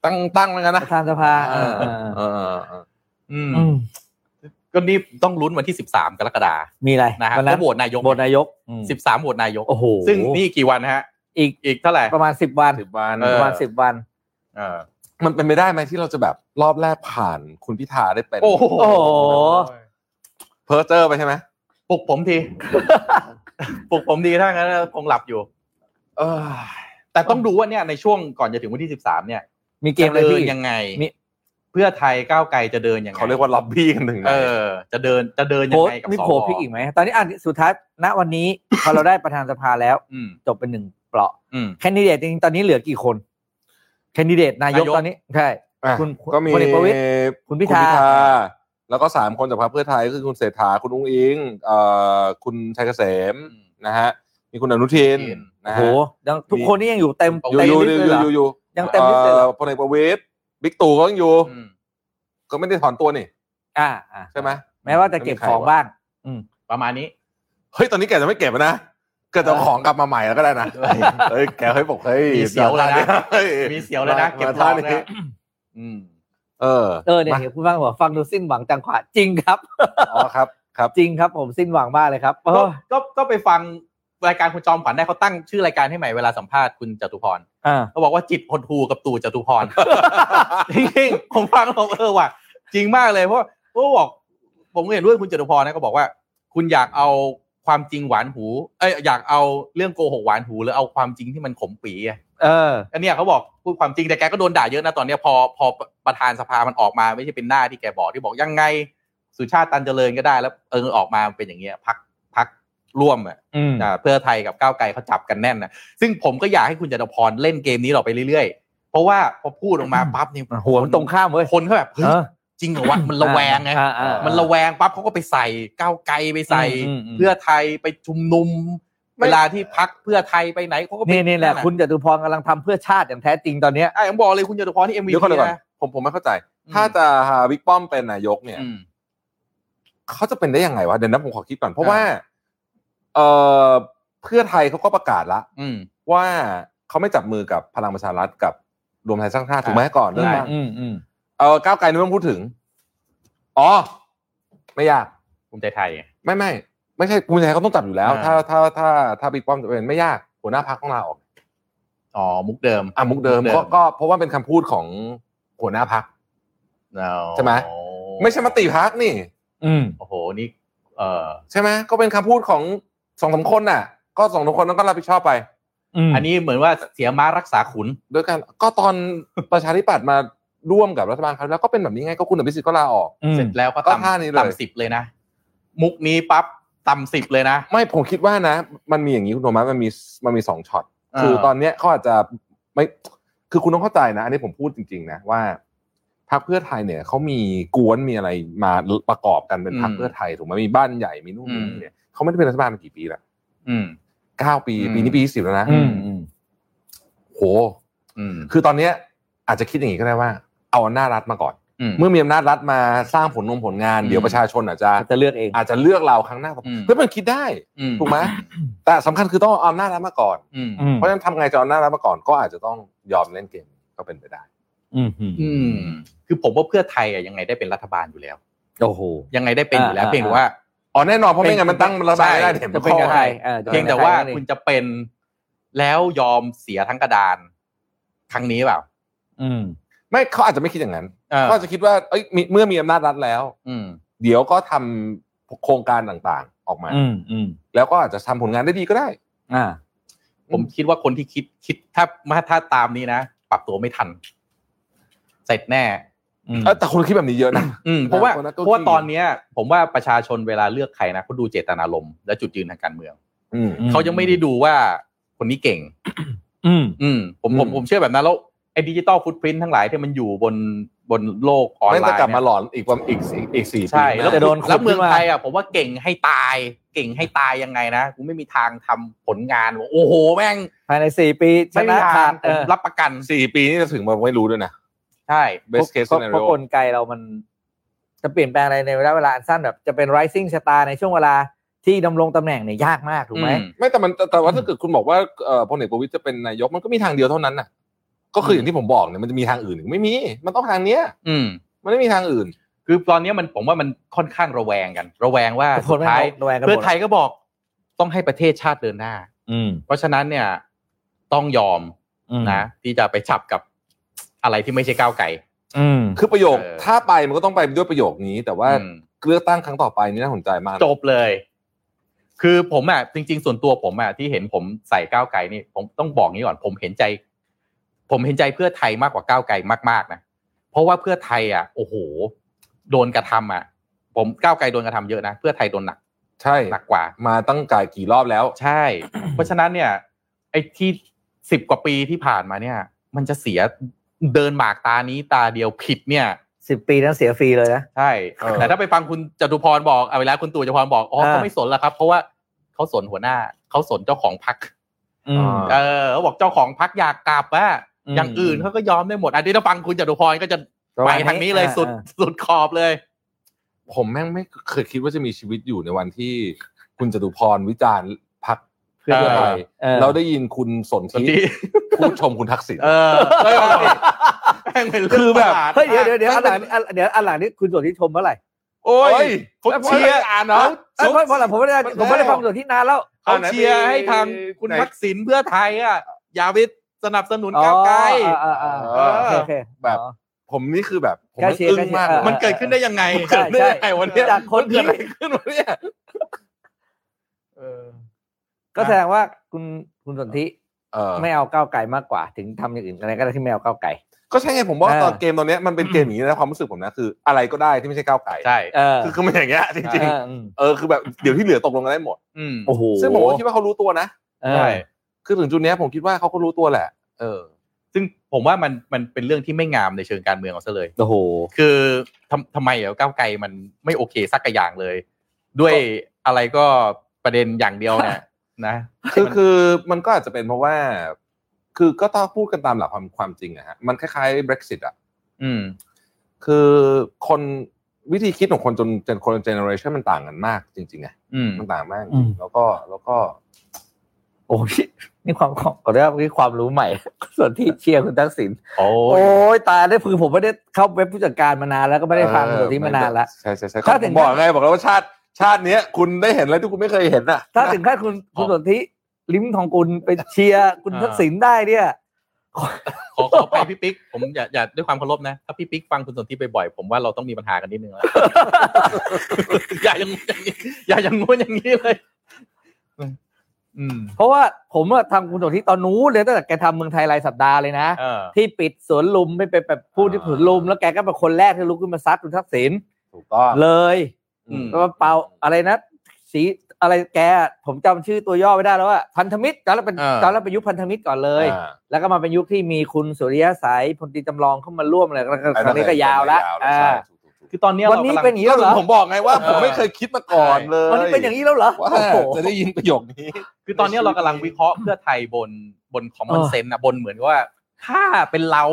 [SPEAKER 4] ตั้งตั้งแล้วกัน
[SPEAKER 3] ป
[SPEAKER 4] นะ
[SPEAKER 3] ระธานสภาเออเออ
[SPEAKER 4] เออเออเออ
[SPEAKER 1] อืม
[SPEAKER 3] อืม
[SPEAKER 1] ก็นี่ต้องลุ้นวันที่สิบสามกรกฎา
[SPEAKER 3] มีอะไร
[SPEAKER 1] นะฮะ
[SPEAKER 3] วัน
[SPEAKER 1] ก็
[SPEAKER 3] นั้น
[SPEAKER 1] โหวตนายก
[SPEAKER 3] โหวตนายกอืม
[SPEAKER 1] สิบสามโหวตนายก
[SPEAKER 3] โอ้โห
[SPEAKER 1] ซึ่งนี่กี่วันฮะ
[SPEAKER 3] อีก
[SPEAKER 1] อีกเท่าไหร่
[SPEAKER 3] ประมาณสิบวัน
[SPEAKER 4] สิบวัน
[SPEAKER 1] เออ
[SPEAKER 3] ประมาณสิบวัน
[SPEAKER 1] เออ
[SPEAKER 4] มันเป็นไปได้ไหมที่เราจะแบบรอบแรกผ่านคุณพิธาได้เป็น
[SPEAKER 1] โอ้โห
[SPEAKER 3] โอ้โห
[SPEAKER 4] เพอร์เจอร์ไปใช่ไหม
[SPEAKER 1] ปลุกผม ที ปลุกผมดีถ้างั้นคงหลับอยู่
[SPEAKER 4] เออ
[SPEAKER 1] แต่ต้องดูว่าเนี่ยในช่วงก่อนจะถึงวันที่สิบสามเนี่ย
[SPEAKER 3] มีเกม
[SPEAKER 1] จะ
[SPEAKER 3] อะไร
[SPEAKER 1] เดิ
[SPEAKER 3] พี่
[SPEAKER 1] นยังไง
[SPEAKER 3] มี
[SPEAKER 1] เพื่อไทยก้าวไกลจะเดินยังไง
[SPEAKER 4] เขาเรียกว่าล็อบบี้กันถึงไหน
[SPEAKER 1] เออ จะเดินจะเดินยั
[SPEAKER 3] โผ
[SPEAKER 1] ง
[SPEAKER 3] ล่
[SPEAKER 1] ไงกับ
[SPEAKER 3] มี
[SPEAKER 1] ส
[SPEAKER 3] โผล่
[SPEAKER 1] ว
[SPEAKER 3] พลิกอีกไหมตอนนี้อ่ะสุดท้ายณวันนี้ พอเราได้ประธานสภาแล้ว
[SPEAKER 1] อืม
[SPEAKER 3] จบเป็นหนึ่งเปลาะ
[SPEAKER 1] อืม
[SPEAKER 3] แคนดิเดตจริงๆตอนนี้เหลือกี่คนแคนดิเดตนายก
[SPEAKER 1] นายก
[SPEAKER 3] ตอนนี้ใช่
[SPEAKER 4] อ่ะ
[SPEAKER 3] คุณ
[SPEAKER 4] ก็มี
[SPEAKER 3] พลเอกประวิตรคุณพิธา
[SPEAKER 4] แล้วก็สามคนจากพรรคเพื่อไทยก็คือคุณเศรษฐาคุณอุ้งอิงเอ่อคุณชัยเกษม
[SPEAKER 1] อืม
[SPEAKER 4] นะฮะมีคุณอนุทิน
[SPEAKER 1] อนุทิน
[SPEAKER 4] นะ
[SPEAKER 3] โอ้
[SPEAKER 4] ฮะ
[SPEAKER 3] โหยังทุกคนนี่ยังอยู่เต็ม
[SPEAKER 4] อยู่
[SPEAKER 3] เต็มลิส
[SPEAKER 4] อยู่
[SPEAKER 3] ต์เลยเหรอ
[SPEAKER 4] อยู่อยู่
[SPEAKER 3] ยังเต็มลิสต์เลยเหรอ
[SPEAKER 4] พลเอกประวิตยบิ๊กตู่ก็ยังอยู่
[SPEAKER 1] อืม
[SPEAKER 4] ก็ไม่ได้ถอนตัวนี่
[SPEAKER 3] อ่าอ่า
[SPEAKER 4] ใช่ไหม
[SPEAKER 3] แม้ว่าจะเก็บของบ้าง
[SPEAKER 1] ประมาณนี้
[SPEAKER 4] เฮ้ย ตอนนี้แกจะไม่เก็บแล้วนะแกจะเอาของกลับมาใหม่แล้วก็ได้นะ เฮ้ย แกเฮ้ยบอกเฮ้ย
[SPEAKER 1] มีเสียวเลยนะ
[SPEAKER 4] ฮ้
[SPEAKER 1] มีเสียวเลยนะ
[SPEAKER 4] มา
[SPEAKER 1] เก็บท
[SPEAKER 4] ท่า
[SPEAKER 1] องเลยนะอืม
[SPEAKER 4] เออ
[SPEAKER 3] เออเนี่ยเห็นคุณบ้างบอกฟังดูสิ้นหวังจังขวะจริงครับ
[SPEAKER 4] อ๋อครับ ครับ
[SPEAKER 3] จริงครับผมสิ้นหวังมากเลยครับเอ
[SPEAKER 1] ก็
[SPEAKER 3] อ
[SPEAKER 1] ก็ก็ไปฟังรายการคุณจอมขวัญได้เขาตั้งชื่อรายการให้ใหม่เวลาสัมภาษณ์คุณจตุพร
[SPEAKER 3] อ่า
[SPEAKER 1] เขาบอกว่าจิตหดหูกับตู่จตุพร จริงๆผมฟังผมเออว่ะจริงมากเลยเพราะเพราะบอก ผมก็เห็นด้วยคุณจตุพรนะก็บอกว่า คุณอยากเอาความจริงหวานหูเอ้ยอยากเอาเรื่องโกหกหวานหูหรือเอาความจริงที่มันขมปีอะ
[SPEAKER 3] เออ
[SPEAKER 1] อันเนี้ยเขาบอกพูดความจริงแต่แกก็โดนด่าเยอะนะตอนเนี้ยพอพอประธานสภามันออกมาไม่ใช่เป็นหน้าที่แกบอกที่บอกยังไงสุชาติตันเจริญก็ได้แล้วเออออกมาเป็นอย่างเงี้ยพักพักร่วมอะ
[SPEAKER 3] อืม
[SPEAKER 1] อ่าเพื่อไทยกับก้าวไกลเขาจับกันแน่นนะซึ่งผมก็อยากให้คุณจตุพรเล่นเกมนี้ต่อไปเรื่อยๆ เพราะว่าพอพูดออกมาปั๊บเนี่ย
[SPEAKER 3] หัวมันตรงข้ามเว้ย
[SPEAKER 1] คนเขาแบบเฮ้ย
[SPEAKER 3] เออ
[SPEAKER 1] จริงเหรอวะมันระแวงไง
[SPEAKER 3] อ่าอ่าอ่า
[SPEAKER 1] มันระแวงปั๊บเขาก็ไปใส่ก้าวไกลไปใส่
[SPEAKER 3] อืมอืมอืม
[SPEAKER 1] เพื่อไทยไปชุมนุม เวลาที่พักเพื่อไทยไปไหนเขาก็ไป
[SPEAKER 3] นี่นี่แหละคุณจตุพรกำลังทำเพื่อชาติอย่างแท้จริงตอนเนี้ย
[SPEAKER 1] ไอ้ผมบอกเลยคุณจตุพรที่เอ็มวี
[SPEAKER 4] เดี๋ยวก่อนเดี๋ยวก่อน
[SPEAKER 1] นะ
[SPEAKER 4] ผมผมไม่เข้าใจ
[SPEAKER 1] อืม
[SPEAKER 4] ถ้าจะหาบิ๊กป้อมเป็นนายกเนี่ย
[SPEAKER 1] อืม
[SPEAKER 4] เขาจะเป็นได้ยังไงวะ เดี๋ยวนะผมขอคิดก่อน เพราะว่า
[SPEAKER 1] อ่
[SPEAKER 4] เออ
[SPEAKER 1] า
[SPEAKER 4] เพื่อไทยเขาก็ประกาศละ
[SPEAKER 1] อืม
[SPEAKER 4] ว่าเขาไม่จับมือกับพลังประชารัฐกับรวมไทยสร้างชาติถูกไหมก่อนเรื่อง
[SPEAKER 1] ใช่
[SPEAKER 4] บ้าง
[SPEAKER 3] อืมอืม
[SPEAKER 4] เออก้าวไกลนี่ไม่ต้องพูดถึง อ๋อ ไม่ยาก
[SPEAKER 1] ภูมิใจไทยไง
[SPEAKER 4] ไม่ไม่ไม่ใช่ภูมิใจไทยเขาต้องจับอยู่แล้ว
[SPEAKER 1] อ่า
[SPEAKER 4] ถ้าถ้าถ้าถ้าบิ๊กป้อมจะเป็นไม่ยาก หัวหน้าพักต้องลาออก
[SPEAKER 1] อ๋อมุกเดิม
[SPEAKER 4] อ่ะมุกเดิม
[SPEAKER 1] มุกเดิม
[SPEAKER 4] ก็ก็เพราะว่าเป็นคำพูดของหัวหน้าพัก
[SPEAKER 1] เอา
[SPEAKER 4] ใช่ไหม ไม่ใช่มติพักนี่
[SPEAKER 3] อืม
[SPEAKER 1] โอ้โหนี่ เออ
[SPEAKER 4] ใช่ไหมก็เป็นคำพูดของ สองสามคนน่ะ ก็สองสามคนนั้นก็รับผิดชอบไป
[SPEAKER 1] อันนี้เหมือนว่าเสียม้ารักษาขุน
[SPEAKER 4] โดยการก็ตอน ประชาธิปัตย์มาร่วมกับรัฐบาลครั้งแล้วก็เป็นแบบนี้ไงก็คุณอภิสิทธิ์ก็ลาออก
[SPEAKER 1] เสร็จแล้วก็
[SPEAKER 4] ก็
[SPEAKER 1] ต่
[SPEAKER 4] ท่านี้เลย
[SPEAKER 1] ำต่ำสิบเลยนะ มุกนี้ปั๊บต่ำสิบเลยนะ
[SPEAKER 4] ไม่ผมคิดว่านะ มันมีอย่างนี้คุณโทมัสมันมีมันมีสองช็อต
[SPEAKER 1] อ่า
[SPEAKER 4] คือตอนเนี้ยเขาอาจจะไม่คือคุณต้องเข้าใจนะ อันนี้ผมพูดจริงๆนะว่าพรรคเพื่อไทยเนี่ยเขามีกวนมีอะไรมาประกอบกันเป็นพรรคเพื่อไทยถูกไหมมีบ้านใหญ่มีนู่นมีนี่เนี่ยเขาไม่ได้เป็นรัฐบาลมากี่ปีแล้ว
[SPEAKER 1] อืม
[SPEAKER 4] เก้าปี
[SPEAKER 1] อืม
[SPEAKER 4] ปีนี้ปีที่สิบแล้วนะ
[SPEAKER 3] อืม
[SPEAKER 4] โห
[SPEAKER 1] อืม
[SPEAKER 4] คือตอนเนี้ยอาจจะคิดอย่างนี้ก็ได้ว่า เอาอำนาจรัฐมาก่อน
[SPEAKER 1] อืม
[SPEAKER 4] เมื่อมีอำนาจรัฐมาสร้างผลงานผลงาน
[SPEAKER 1] อืม
[SPEAKER 4] เดี๋ยวประชาชนอาจจะ
[SPEAKER 3] จะเลือกเอง
[SPEAKER 4] อาจจะเลือกเราครั้งหน้า
[SPEAKER 1] อืม
[SPEAKER 4] แล้วมันคิดได้
[SPEAKER 1] อืม
[SPEAKER 4] ถูกไหมแต่สำคัญคือต้องเอาอำนาจรัฐมาก่อน
[SPEAKER 1] อืม
[SPEAKER 4] เพราะฉะนั้นทำไงจะเอาหน้ารับมาก่อนก็อาจจะต้องยอมเล่นเกมก็เป็นไปได้
[SPEAKER 1] อืมคือผมว่าเพื่อไทยอะยังไงได้เป็นรัฐบาลอยู่แล้ว
[SPEAKER 3] โอ้โห
[SPEAKER 1] ยังไงได้เป็นอยู่แล้ว
[SPEAKER 3] อ่า
[SPEAKER 1] เพียงแต่ว่า
[SPEAKER 4] อ๋อแน่นอนเพราะไม่งั้นมันตั้งรัฐบาลไม่ได้
[SPEAKER 1] ใช่
[SPEAKER 4] เห็น
[SPEAKER 3] จะ
[SPEAKER 4] ไหม
[SPEAKER 3] เป็นกับใครออจะ
[SPEAKER 1] เพีย
[SPEAKER 3] ป็
[SPEAKER 1] ง
[SPEAKER 3] นกับ
[SPEAKER 1] แต่ว่า
[SPEAKER 3] ใรนั่นเอง
[SPEAKER 1] คุณจะเป็นแล้วยอมเสียทั้งกระดาน ครั้งนี้เปล่า
[SPEAKER 3] อืม
[SPEAKER 4] ไม่เขาอาจจะไม่คิดอย่างนั้น
[SPEAKER 1] เออ
[SPEAKER 4] เขาอาจจะคิดว่าเอ้ยมีเมื่อมีอำนาจรัฐแล้ว
[SPEAKER 1] อืม
[SPEAKER 4] เดี๋ยวก็ทำโครงการต่างๆออกมา
[SPEAKER 3] อืมอืม
[SPEAKER 4] แล้วก็อาจจะทำผลงานได้ดีก็ได้
[SPEAKER 3] อ่า
[SPEAKER 1] ผมคิดว่าคนที่คิดคิดถ้ามาถ้าตามนี้นะ ปรับตัวไม่ทัน เสร็จแน่
[SPEAKER 3] อืม
[SPEAKER 4] เอ้ยแต่คนคิดแบบนี้เยอะนะ
[SPEAKER 1] อืมเพราะว่า
[SPEAKER 4] คนละเก้าอี้
[SPEAKER 1] เพราะว่าตอนเนี้ย ผมว่าประชาชนเวลาเลือกใครนะเขาดูเจตนารมณ์และจุดยืนทางการเมือง
[SPEAKER 4] อืม
[SPEAKER 1] เขายังไม่ได้ดูว่าคนนี้เก่ง
[SPEAKER 3] อืม
[SPEAKER 1] อืมผมผม
[SPEAKER 4] อืม
[SPEAKER 1] ผมเชื่อแบบนั้นแล้วไอ้ดิจิตอลฟุตพิ้นทั้งหลายที่มันอยู่บนบนโลกออน
[SPEAKER 4] ไม่
[SPEAKER 1] ไล
[SPEAKER 4] จะ
[SPEAKER 1] น์
[SPEAKER 4] กลับมาห
[SPEAKER 1] เนี่ย
[SPEAKER 4] ลอนอีกประมาณอีกสี่อีกสี่ปี
[SPEAKER 1] ใช่
[SPEAKER 4] นะ
[SPEAKER 1] แล้ว
[SPEAKER 3] จะโดนขุด
[SPEAKER 1] แล้วเมือง
[SPEAKER 3] ขึ้นมา
[SPEAKER 1] ไทยอ่ะผมว่าเก่งให้ตาย เก่งให้ตายยังไงนะกูไม่มีทางทำผลงานว่าโอ้โหแม่ง
[SPEAKER 3] ภายในสี่ปีช
[SPEAKER 1] ไม่มี
[SPEAKER 3] นะ
[SPEAKER 1] ทา
[SPEAKER 3] ขาง ด
[SPEAKER 1] ผม
[SPEAKER 3] รับ
[SPEAKER 1] รับประกัน
[SPEAKER 4] สี่ปีนี่จะถึงมาไม่รู้ด้วยนะ
[SPEAKER 1] ใช่
[SPEAKER 4] best case
[SPEAKER 3] เพ
[SPEAKER 4] scenario
[SPEAKER 3] ราะกลไกเรามัน จะเปลี่ยนแปลงอะไรในระยะเวลาอันสั้นแบบ จะเป็น rising star ในช่วงเวลาที่ดำรงตำแหน่งเนี่ยยากมากถูกไหม
[SPEAKER 1] อืม
[SPEAKER 4] ไม่แต่มันแต่แต่ว่าถ้าเกิดคุณบอกว่าเอ่อพลเอกประวิตยจะเป็นนายกมันก็มีทางเดียวเท่านั้นน่ะ ก็คืออย่างที่ผมบอกเนี่ยมันจะมีทางอื่นหรือไม่มีมันต้องทางเนี้ย
[SPEAKER 1] อืม
[SPEAKER 4] มันไม่มีทางอื่น
[SPEAKER 1] คือตอนเนี้ยมันผมว่ามันค่อนข้างระแวงกัน ระแวงว่า
[SPEAKER 3] ค
[SPEAKER 1] สุ
[SPEAKER 3] น
[SPEAKER 1] ด
[SPEAKER 3] ไม่
[SPEAKER 1] ท้าย
[SPEAKER 3] ระแวงกันหมด
[SPEAKER 1] เพื่อไทยก็บอกต้องให้ประเทศชาติเดินหน้า
[SPEAKER 3] อืม
[SPEAKER 1] เพราะฉะนั้นเนี่ยต้องยอมนะที่จะไปจับกับอะไรที่ไม่ใช่ก้าวไก่
[SPEAKER 3] อืม
[SPEAKER 4] คือประโยค
[SPEAKER 1] เออ
[SPEAKER 4] ถ้าไปมันก็ต้องไปด้วยประโยคนี้ แต่ว่า
[SPEAKER 1] อืม
[SPEAKER 4] เลือกตั้งครั้งต่อไปนี่น่าสนใจมากนะ
[SPEAKER 1] จบเลย คือผมอ่ะจริง ๆ ส่วนตัวผมอ่ะที่เห็นผมใส่ก้าวไกลนี่ ผมต้องบอกงี้ก่อน ผมเห็นใจ ผมเห็นใจเพื่อไทยมากกว่าก้าวไกลมากๆนะเพราะว่าเพื่อไทยอ่ะ โอ้โห โดนกระทำอ่ะ ผมก้าวไกลโดนกระทำเยอะนะเพื่อไทยโดนหนัก
[SPEAKER 4] ใช่
[SPEAKER 1] หนักกว่า
[SPEAKER 4] มาตั้งกายกี่รอบแล้ว
[SPEAKER 1] ใช่ เพราะฉะนั้นเนี่ย ไอ้ที่สิบกว่าปีที่ผ่านมาเนี่ย มันจะเสียเดินหมากตานี้ตาเดียวผิดเนี่ย
[SPEAKER 3] สิบปีนั้นเสียฟรีเลยนะ
[SPEAKER 1] ใช่
[SPEAKER 4] เออ
[SPEAKER 1] แต่ถ้าไปฟังคุณจตุพรบอกเอาเวลาคุณตู่จตุพรบอกอ๋อ
[SPEAKER 3] อ่า
[SPEAKER 1] เขาไม่สนแล้วครับ เพราะว่าเขาสนหัวหน้าเขาสนเจ้าของพัก
[SPEAKER 3] อืม
[SPEAKER 1] เออเขาบอกเจ้าของพักอยากกลับว่า
[SPEAKER 3] อืม
[SPEAKER 1] อย่างอื่นเขาก็ยอมได้หมดอันนี้ถ้าฟังคุณจตุพรก็จะ
[SPEAKER 3] ประ
[SPEAKER 1] ไป
[SPEAKER 3] มาณนี้
[SPEAKER 1] ทางนี้เลย
[SPEAKER 3] อ่า
[SPEAKER 1] สุด
[SPEAKER 3] อ่า
[SPEAKER 1] สุดขอบเลย
[SPEAKER 4] ผมแม่งไม่เคยคิดว่าจะมีชีวิตอยู่ในวันที่ คุณจตุพรวิจารณ์พักเพื่อไทย
[SPEAKER 3] เออ
[SPEAKER 4] เราได้ยินคุณสน
[SPEAKER 1] สน
[SPEAKER 4] ธิ
[SPEAKER 1] ธิ
[SPEAKER 4] พูดชมคุณทักษิณ
[SPEAKER 1] เอ อ
[SPEAKER 4] เออ
[SPEAKER 1] แม่งเป็นเรื่ง
[SPEAKER 4] คือแบบ
[SPEAKER 1] ประหลาด
[SPEAKER 3] เฮ้ยเดี๋ยวเดี๋ยวเดี๋ยว
[SPEAKER 4] ตั้
[SPEAKER 3] อัน
[SPEAKER 4] ง
[SPEAKER 3] ห
[SPEAKER 4] แต่
[SPEAKER 3] ลังอันเดี๋ยวอันหลังนี้คุณส่วนที่ชมเมื่อไหร่
[SPEAKER 1] โอ้ยเขา
[SPEAKER 4] แล้วพอ
[SPEAKER 1] เชียร์
[SPEAKER 4] อ่านเนาะ
[SPEAKER 3] เอ้ยเพราะเพราะอะไรผมไม่ได้ผมไม่ได้ฟัง
[SPEAKER 4] แล้ว
[SPEAKER 3] ส่วนที่นานแล้ว
[SPEAKER 1] เขาเชียร์ให้ทางคุณ
[SPEAKER 4] ไหน
[SPEAKER 1] ทักษิณเพื่อไทยอ่ะอย่าไปสนับสนุนก้าวไกล
[SPEAKER 3] อ๋ออ๋ออ๋อ
[SPEAKER 1] เออ
[SPEAKER 3] โอเคโอเค
[SPEAKER 4] แบบ ผมนี่คือแบบผม
[SPEAKER 3] ใกล้เชียร์
[SPEAKER 4] อึ้งมาก
[SPEAKER 3] ใกล้เชียร์
[SPEAKER 1] มันเกิดขึ้นได้ยังไง
[SPEAKER 3] ใช่
[SPEAKER 1] เกิดขึ้น
[SPEAKER 3] ใช่
[SPEAKER 1] ได้ยังไงวันเนี้ย
[SPEAKER 3] จากคน
[SPEAKER 4] เกิด
[SPEAKER 3] ที่
[SPEAKER 4] อะไรขึ้นวะเนี่ย
[SPEAKER 3] ก็แสดงว่าคุณคุณสนธิ
[SPEAKER 4] เออ
[SPEAKER 3] ไม่เอาก้าวไก่มากกว่า ถึงทำอย่างอื่นอะไรก็ได้ที่ไม่เอาก้าวไก่
[SPEAKER 4] ก็ใช่ไงผมว่า
[SPEAKER 3] เออ
[SPEAKER 4] ตอนเกมตอนเนี้ยมันเป็นเกมอย่างนี้นะความรู้สึกผมนะคือ อะไรก็ได้ที่ไม่ใช่ก้าวไก่
[SPEAKER 1] ใช่
[SPEAKER 3] เออ
[SPEAKER 4] คือคือมันอย่างเงี้ยจริง
[SPEAKER 3] เอ
[SPEAKER 4] ๆ
[SPEAKER 3] ออืม
[SPEAKER 4] เออคือแบบเดี๋ยวที่เหลือตกลงกันได้หมด
[SPEAKER 1] อืม
[SPEAKER 3] โอ้โห
[SPEAKER 4] ซึ่งผมก็คิดว่าเขารู้ตัวนะ
[SPEAKER 3] เออ
[SPEAKER 1] ใช่
[SPEAKER 4] คือถึงจุดเนี้ยผมคิดว่าเขาก็รู้ตัวแหละ เออ
[SPEAKER 1] ซึ่งผมว่ามันมันเป็นเรื่องที่ไม่งามในเชิงการเมืองเอาซะเลย
[SPEAKER 3] โอ้โห
[SPEAKER 1] คือทำทำไมเหรอก้าวไกลมันไม่โอเคสักกะอย่างเลย ด้วยอะไรก็ประเด็นอย่างเดียวเนี่ยนะ
[SPEAKER 4] คือคือมันก็อาจจะเป็นเพราะว่า คือก็ต้องพูดกันตามหลักความความจริงอะฮะมันคล้ายๆ Brexit อะ
[SPEAKER 1] อืม
[SPEAKER 4] คือคนวิธีคิดของคนจนจนคนเจเนอเรชันมันต่างกันมากจริงๆไง
[SPEAKER 1] อืม
[SPEAKER 4] มันต่างมากจ
[SPEAKER 3] อื
[SPEAKER 4] ริ
[SPEAKER 3] ม
[SPEAKER 4] งแล้วก็แล้วก็
[SPEAKER 3] โอ้ยนี่ความของขอเรียกว่านี่ความรู้ใหม่ ส่วนที่เชียร์คุณทักษิณ
[SPEAKER 1] โอ้
[SPEAKER 3] โอ้ยตายได้วคือผมไม่ได้เข้าเว็บผู้จัดการมานานแล้วก็ไม่ได้ฟังส่วนที่มานานละ
[SPEAKER 4] ใช่ใช่ใช่
[SPEAKER 3] ถ้าถึ
[SPEAKER 4] ผ
[SPEAKER 3] ง
[SPEAKER 4] มบอกไงบอกแล้วว่าชาติชาติเนี้ยคุณได้เห็นอะไรที่คุณไม่เคยเห็นอ่ะ
[SPEAKER 3] ถ้าถึงขั้นคุณคุณสนธิลิ้มทองกุลไปเชีย ร์คุณทักษิณได้เนี่ย
[SPEAKER 1] ขอขอไปพี่ปิ๊กผมอย่าอย่าด้วยความเคารพนะ ถ้าพี่ปิ๊กฟังคุณสนทิไปบ่อยๆผมว่า เราต้องมีปัญหากันนิดนึงแล้ว อย่าอย่างอย่าอย่างงู้นอย่างนี้เลย อืม
[SPEAKER 3] เพราะว่าผมอะทำคุณสนที่ตอนนู้นเลยตั้งแต่แกทำเมืองไทยรายสัปดาห์เลยนะ
[SPEAKER 1] เออ
[SPEAKER 3] ที่ปิดสวนลุมไม่เป็นแบบพูดที่สวนลุม แล้วแกก็เป็นคนแรกที่ลุกขึ้นมาซัดคุณทักษิณ
[SPEAKER 4] ถูกต้อง
[SPEAKER 3] เลย
[SPEAKER 1] อืม
[SPEAKER 3] แล้วเปาอะไรนะ สีอะไรแกอะผมจำชื่อตัวย่อไม่ได้แล้วว่าพันธมิตรตอนแรกเป็น
[SPEAKER 1] อ่า
[SPEAKER 3] ตอนแรกเป็นยุคพันธมิตรก่อนเลย
[SPEAKER 4] อ่า
[SPEAKER 3] แล้วก็มาเป็นยุคที่มีคุณสุริยะสายพลตรีจำลองเข้ามาร่วมอะไรแล้วก็ครั้งนี้ก็ยาวละอ่า
[SPEAKER 1] คือตอนเนี้ย
[SPEAKER 3] วันนี้
[SPEAKER 1] รากำลัง
[SPEAKER 3] เป็นอย่างนี้แล้วเหรอ
[SPEAKER 4] ผมบอกไงว่า
[SPEAKER 1] เออ
[SPEAKER 4] ผมไม่เคยคิดมาก่อน
[SPEAKER 1] ใช่
[SPEAKER 4] เลย
[SPEAKER 3] วันนี้เป็นอย่างนี้แล้วเหรอ
[SPEAKER 4] ว่า
[SPEAKER 3] โอ้โห
[SPEAKER 4] จะได้ยินประโยคนี้
[SPEAKER 1] คือตอนเนี้ยเรากำลังวิเคราะห์เพื่อไทยบนบนคอมมอน
[SPEAKER 3] เออ
[SPEAKER 1] เซนต์นะบนเหมือนกับว่า ถ้าเป็นเรา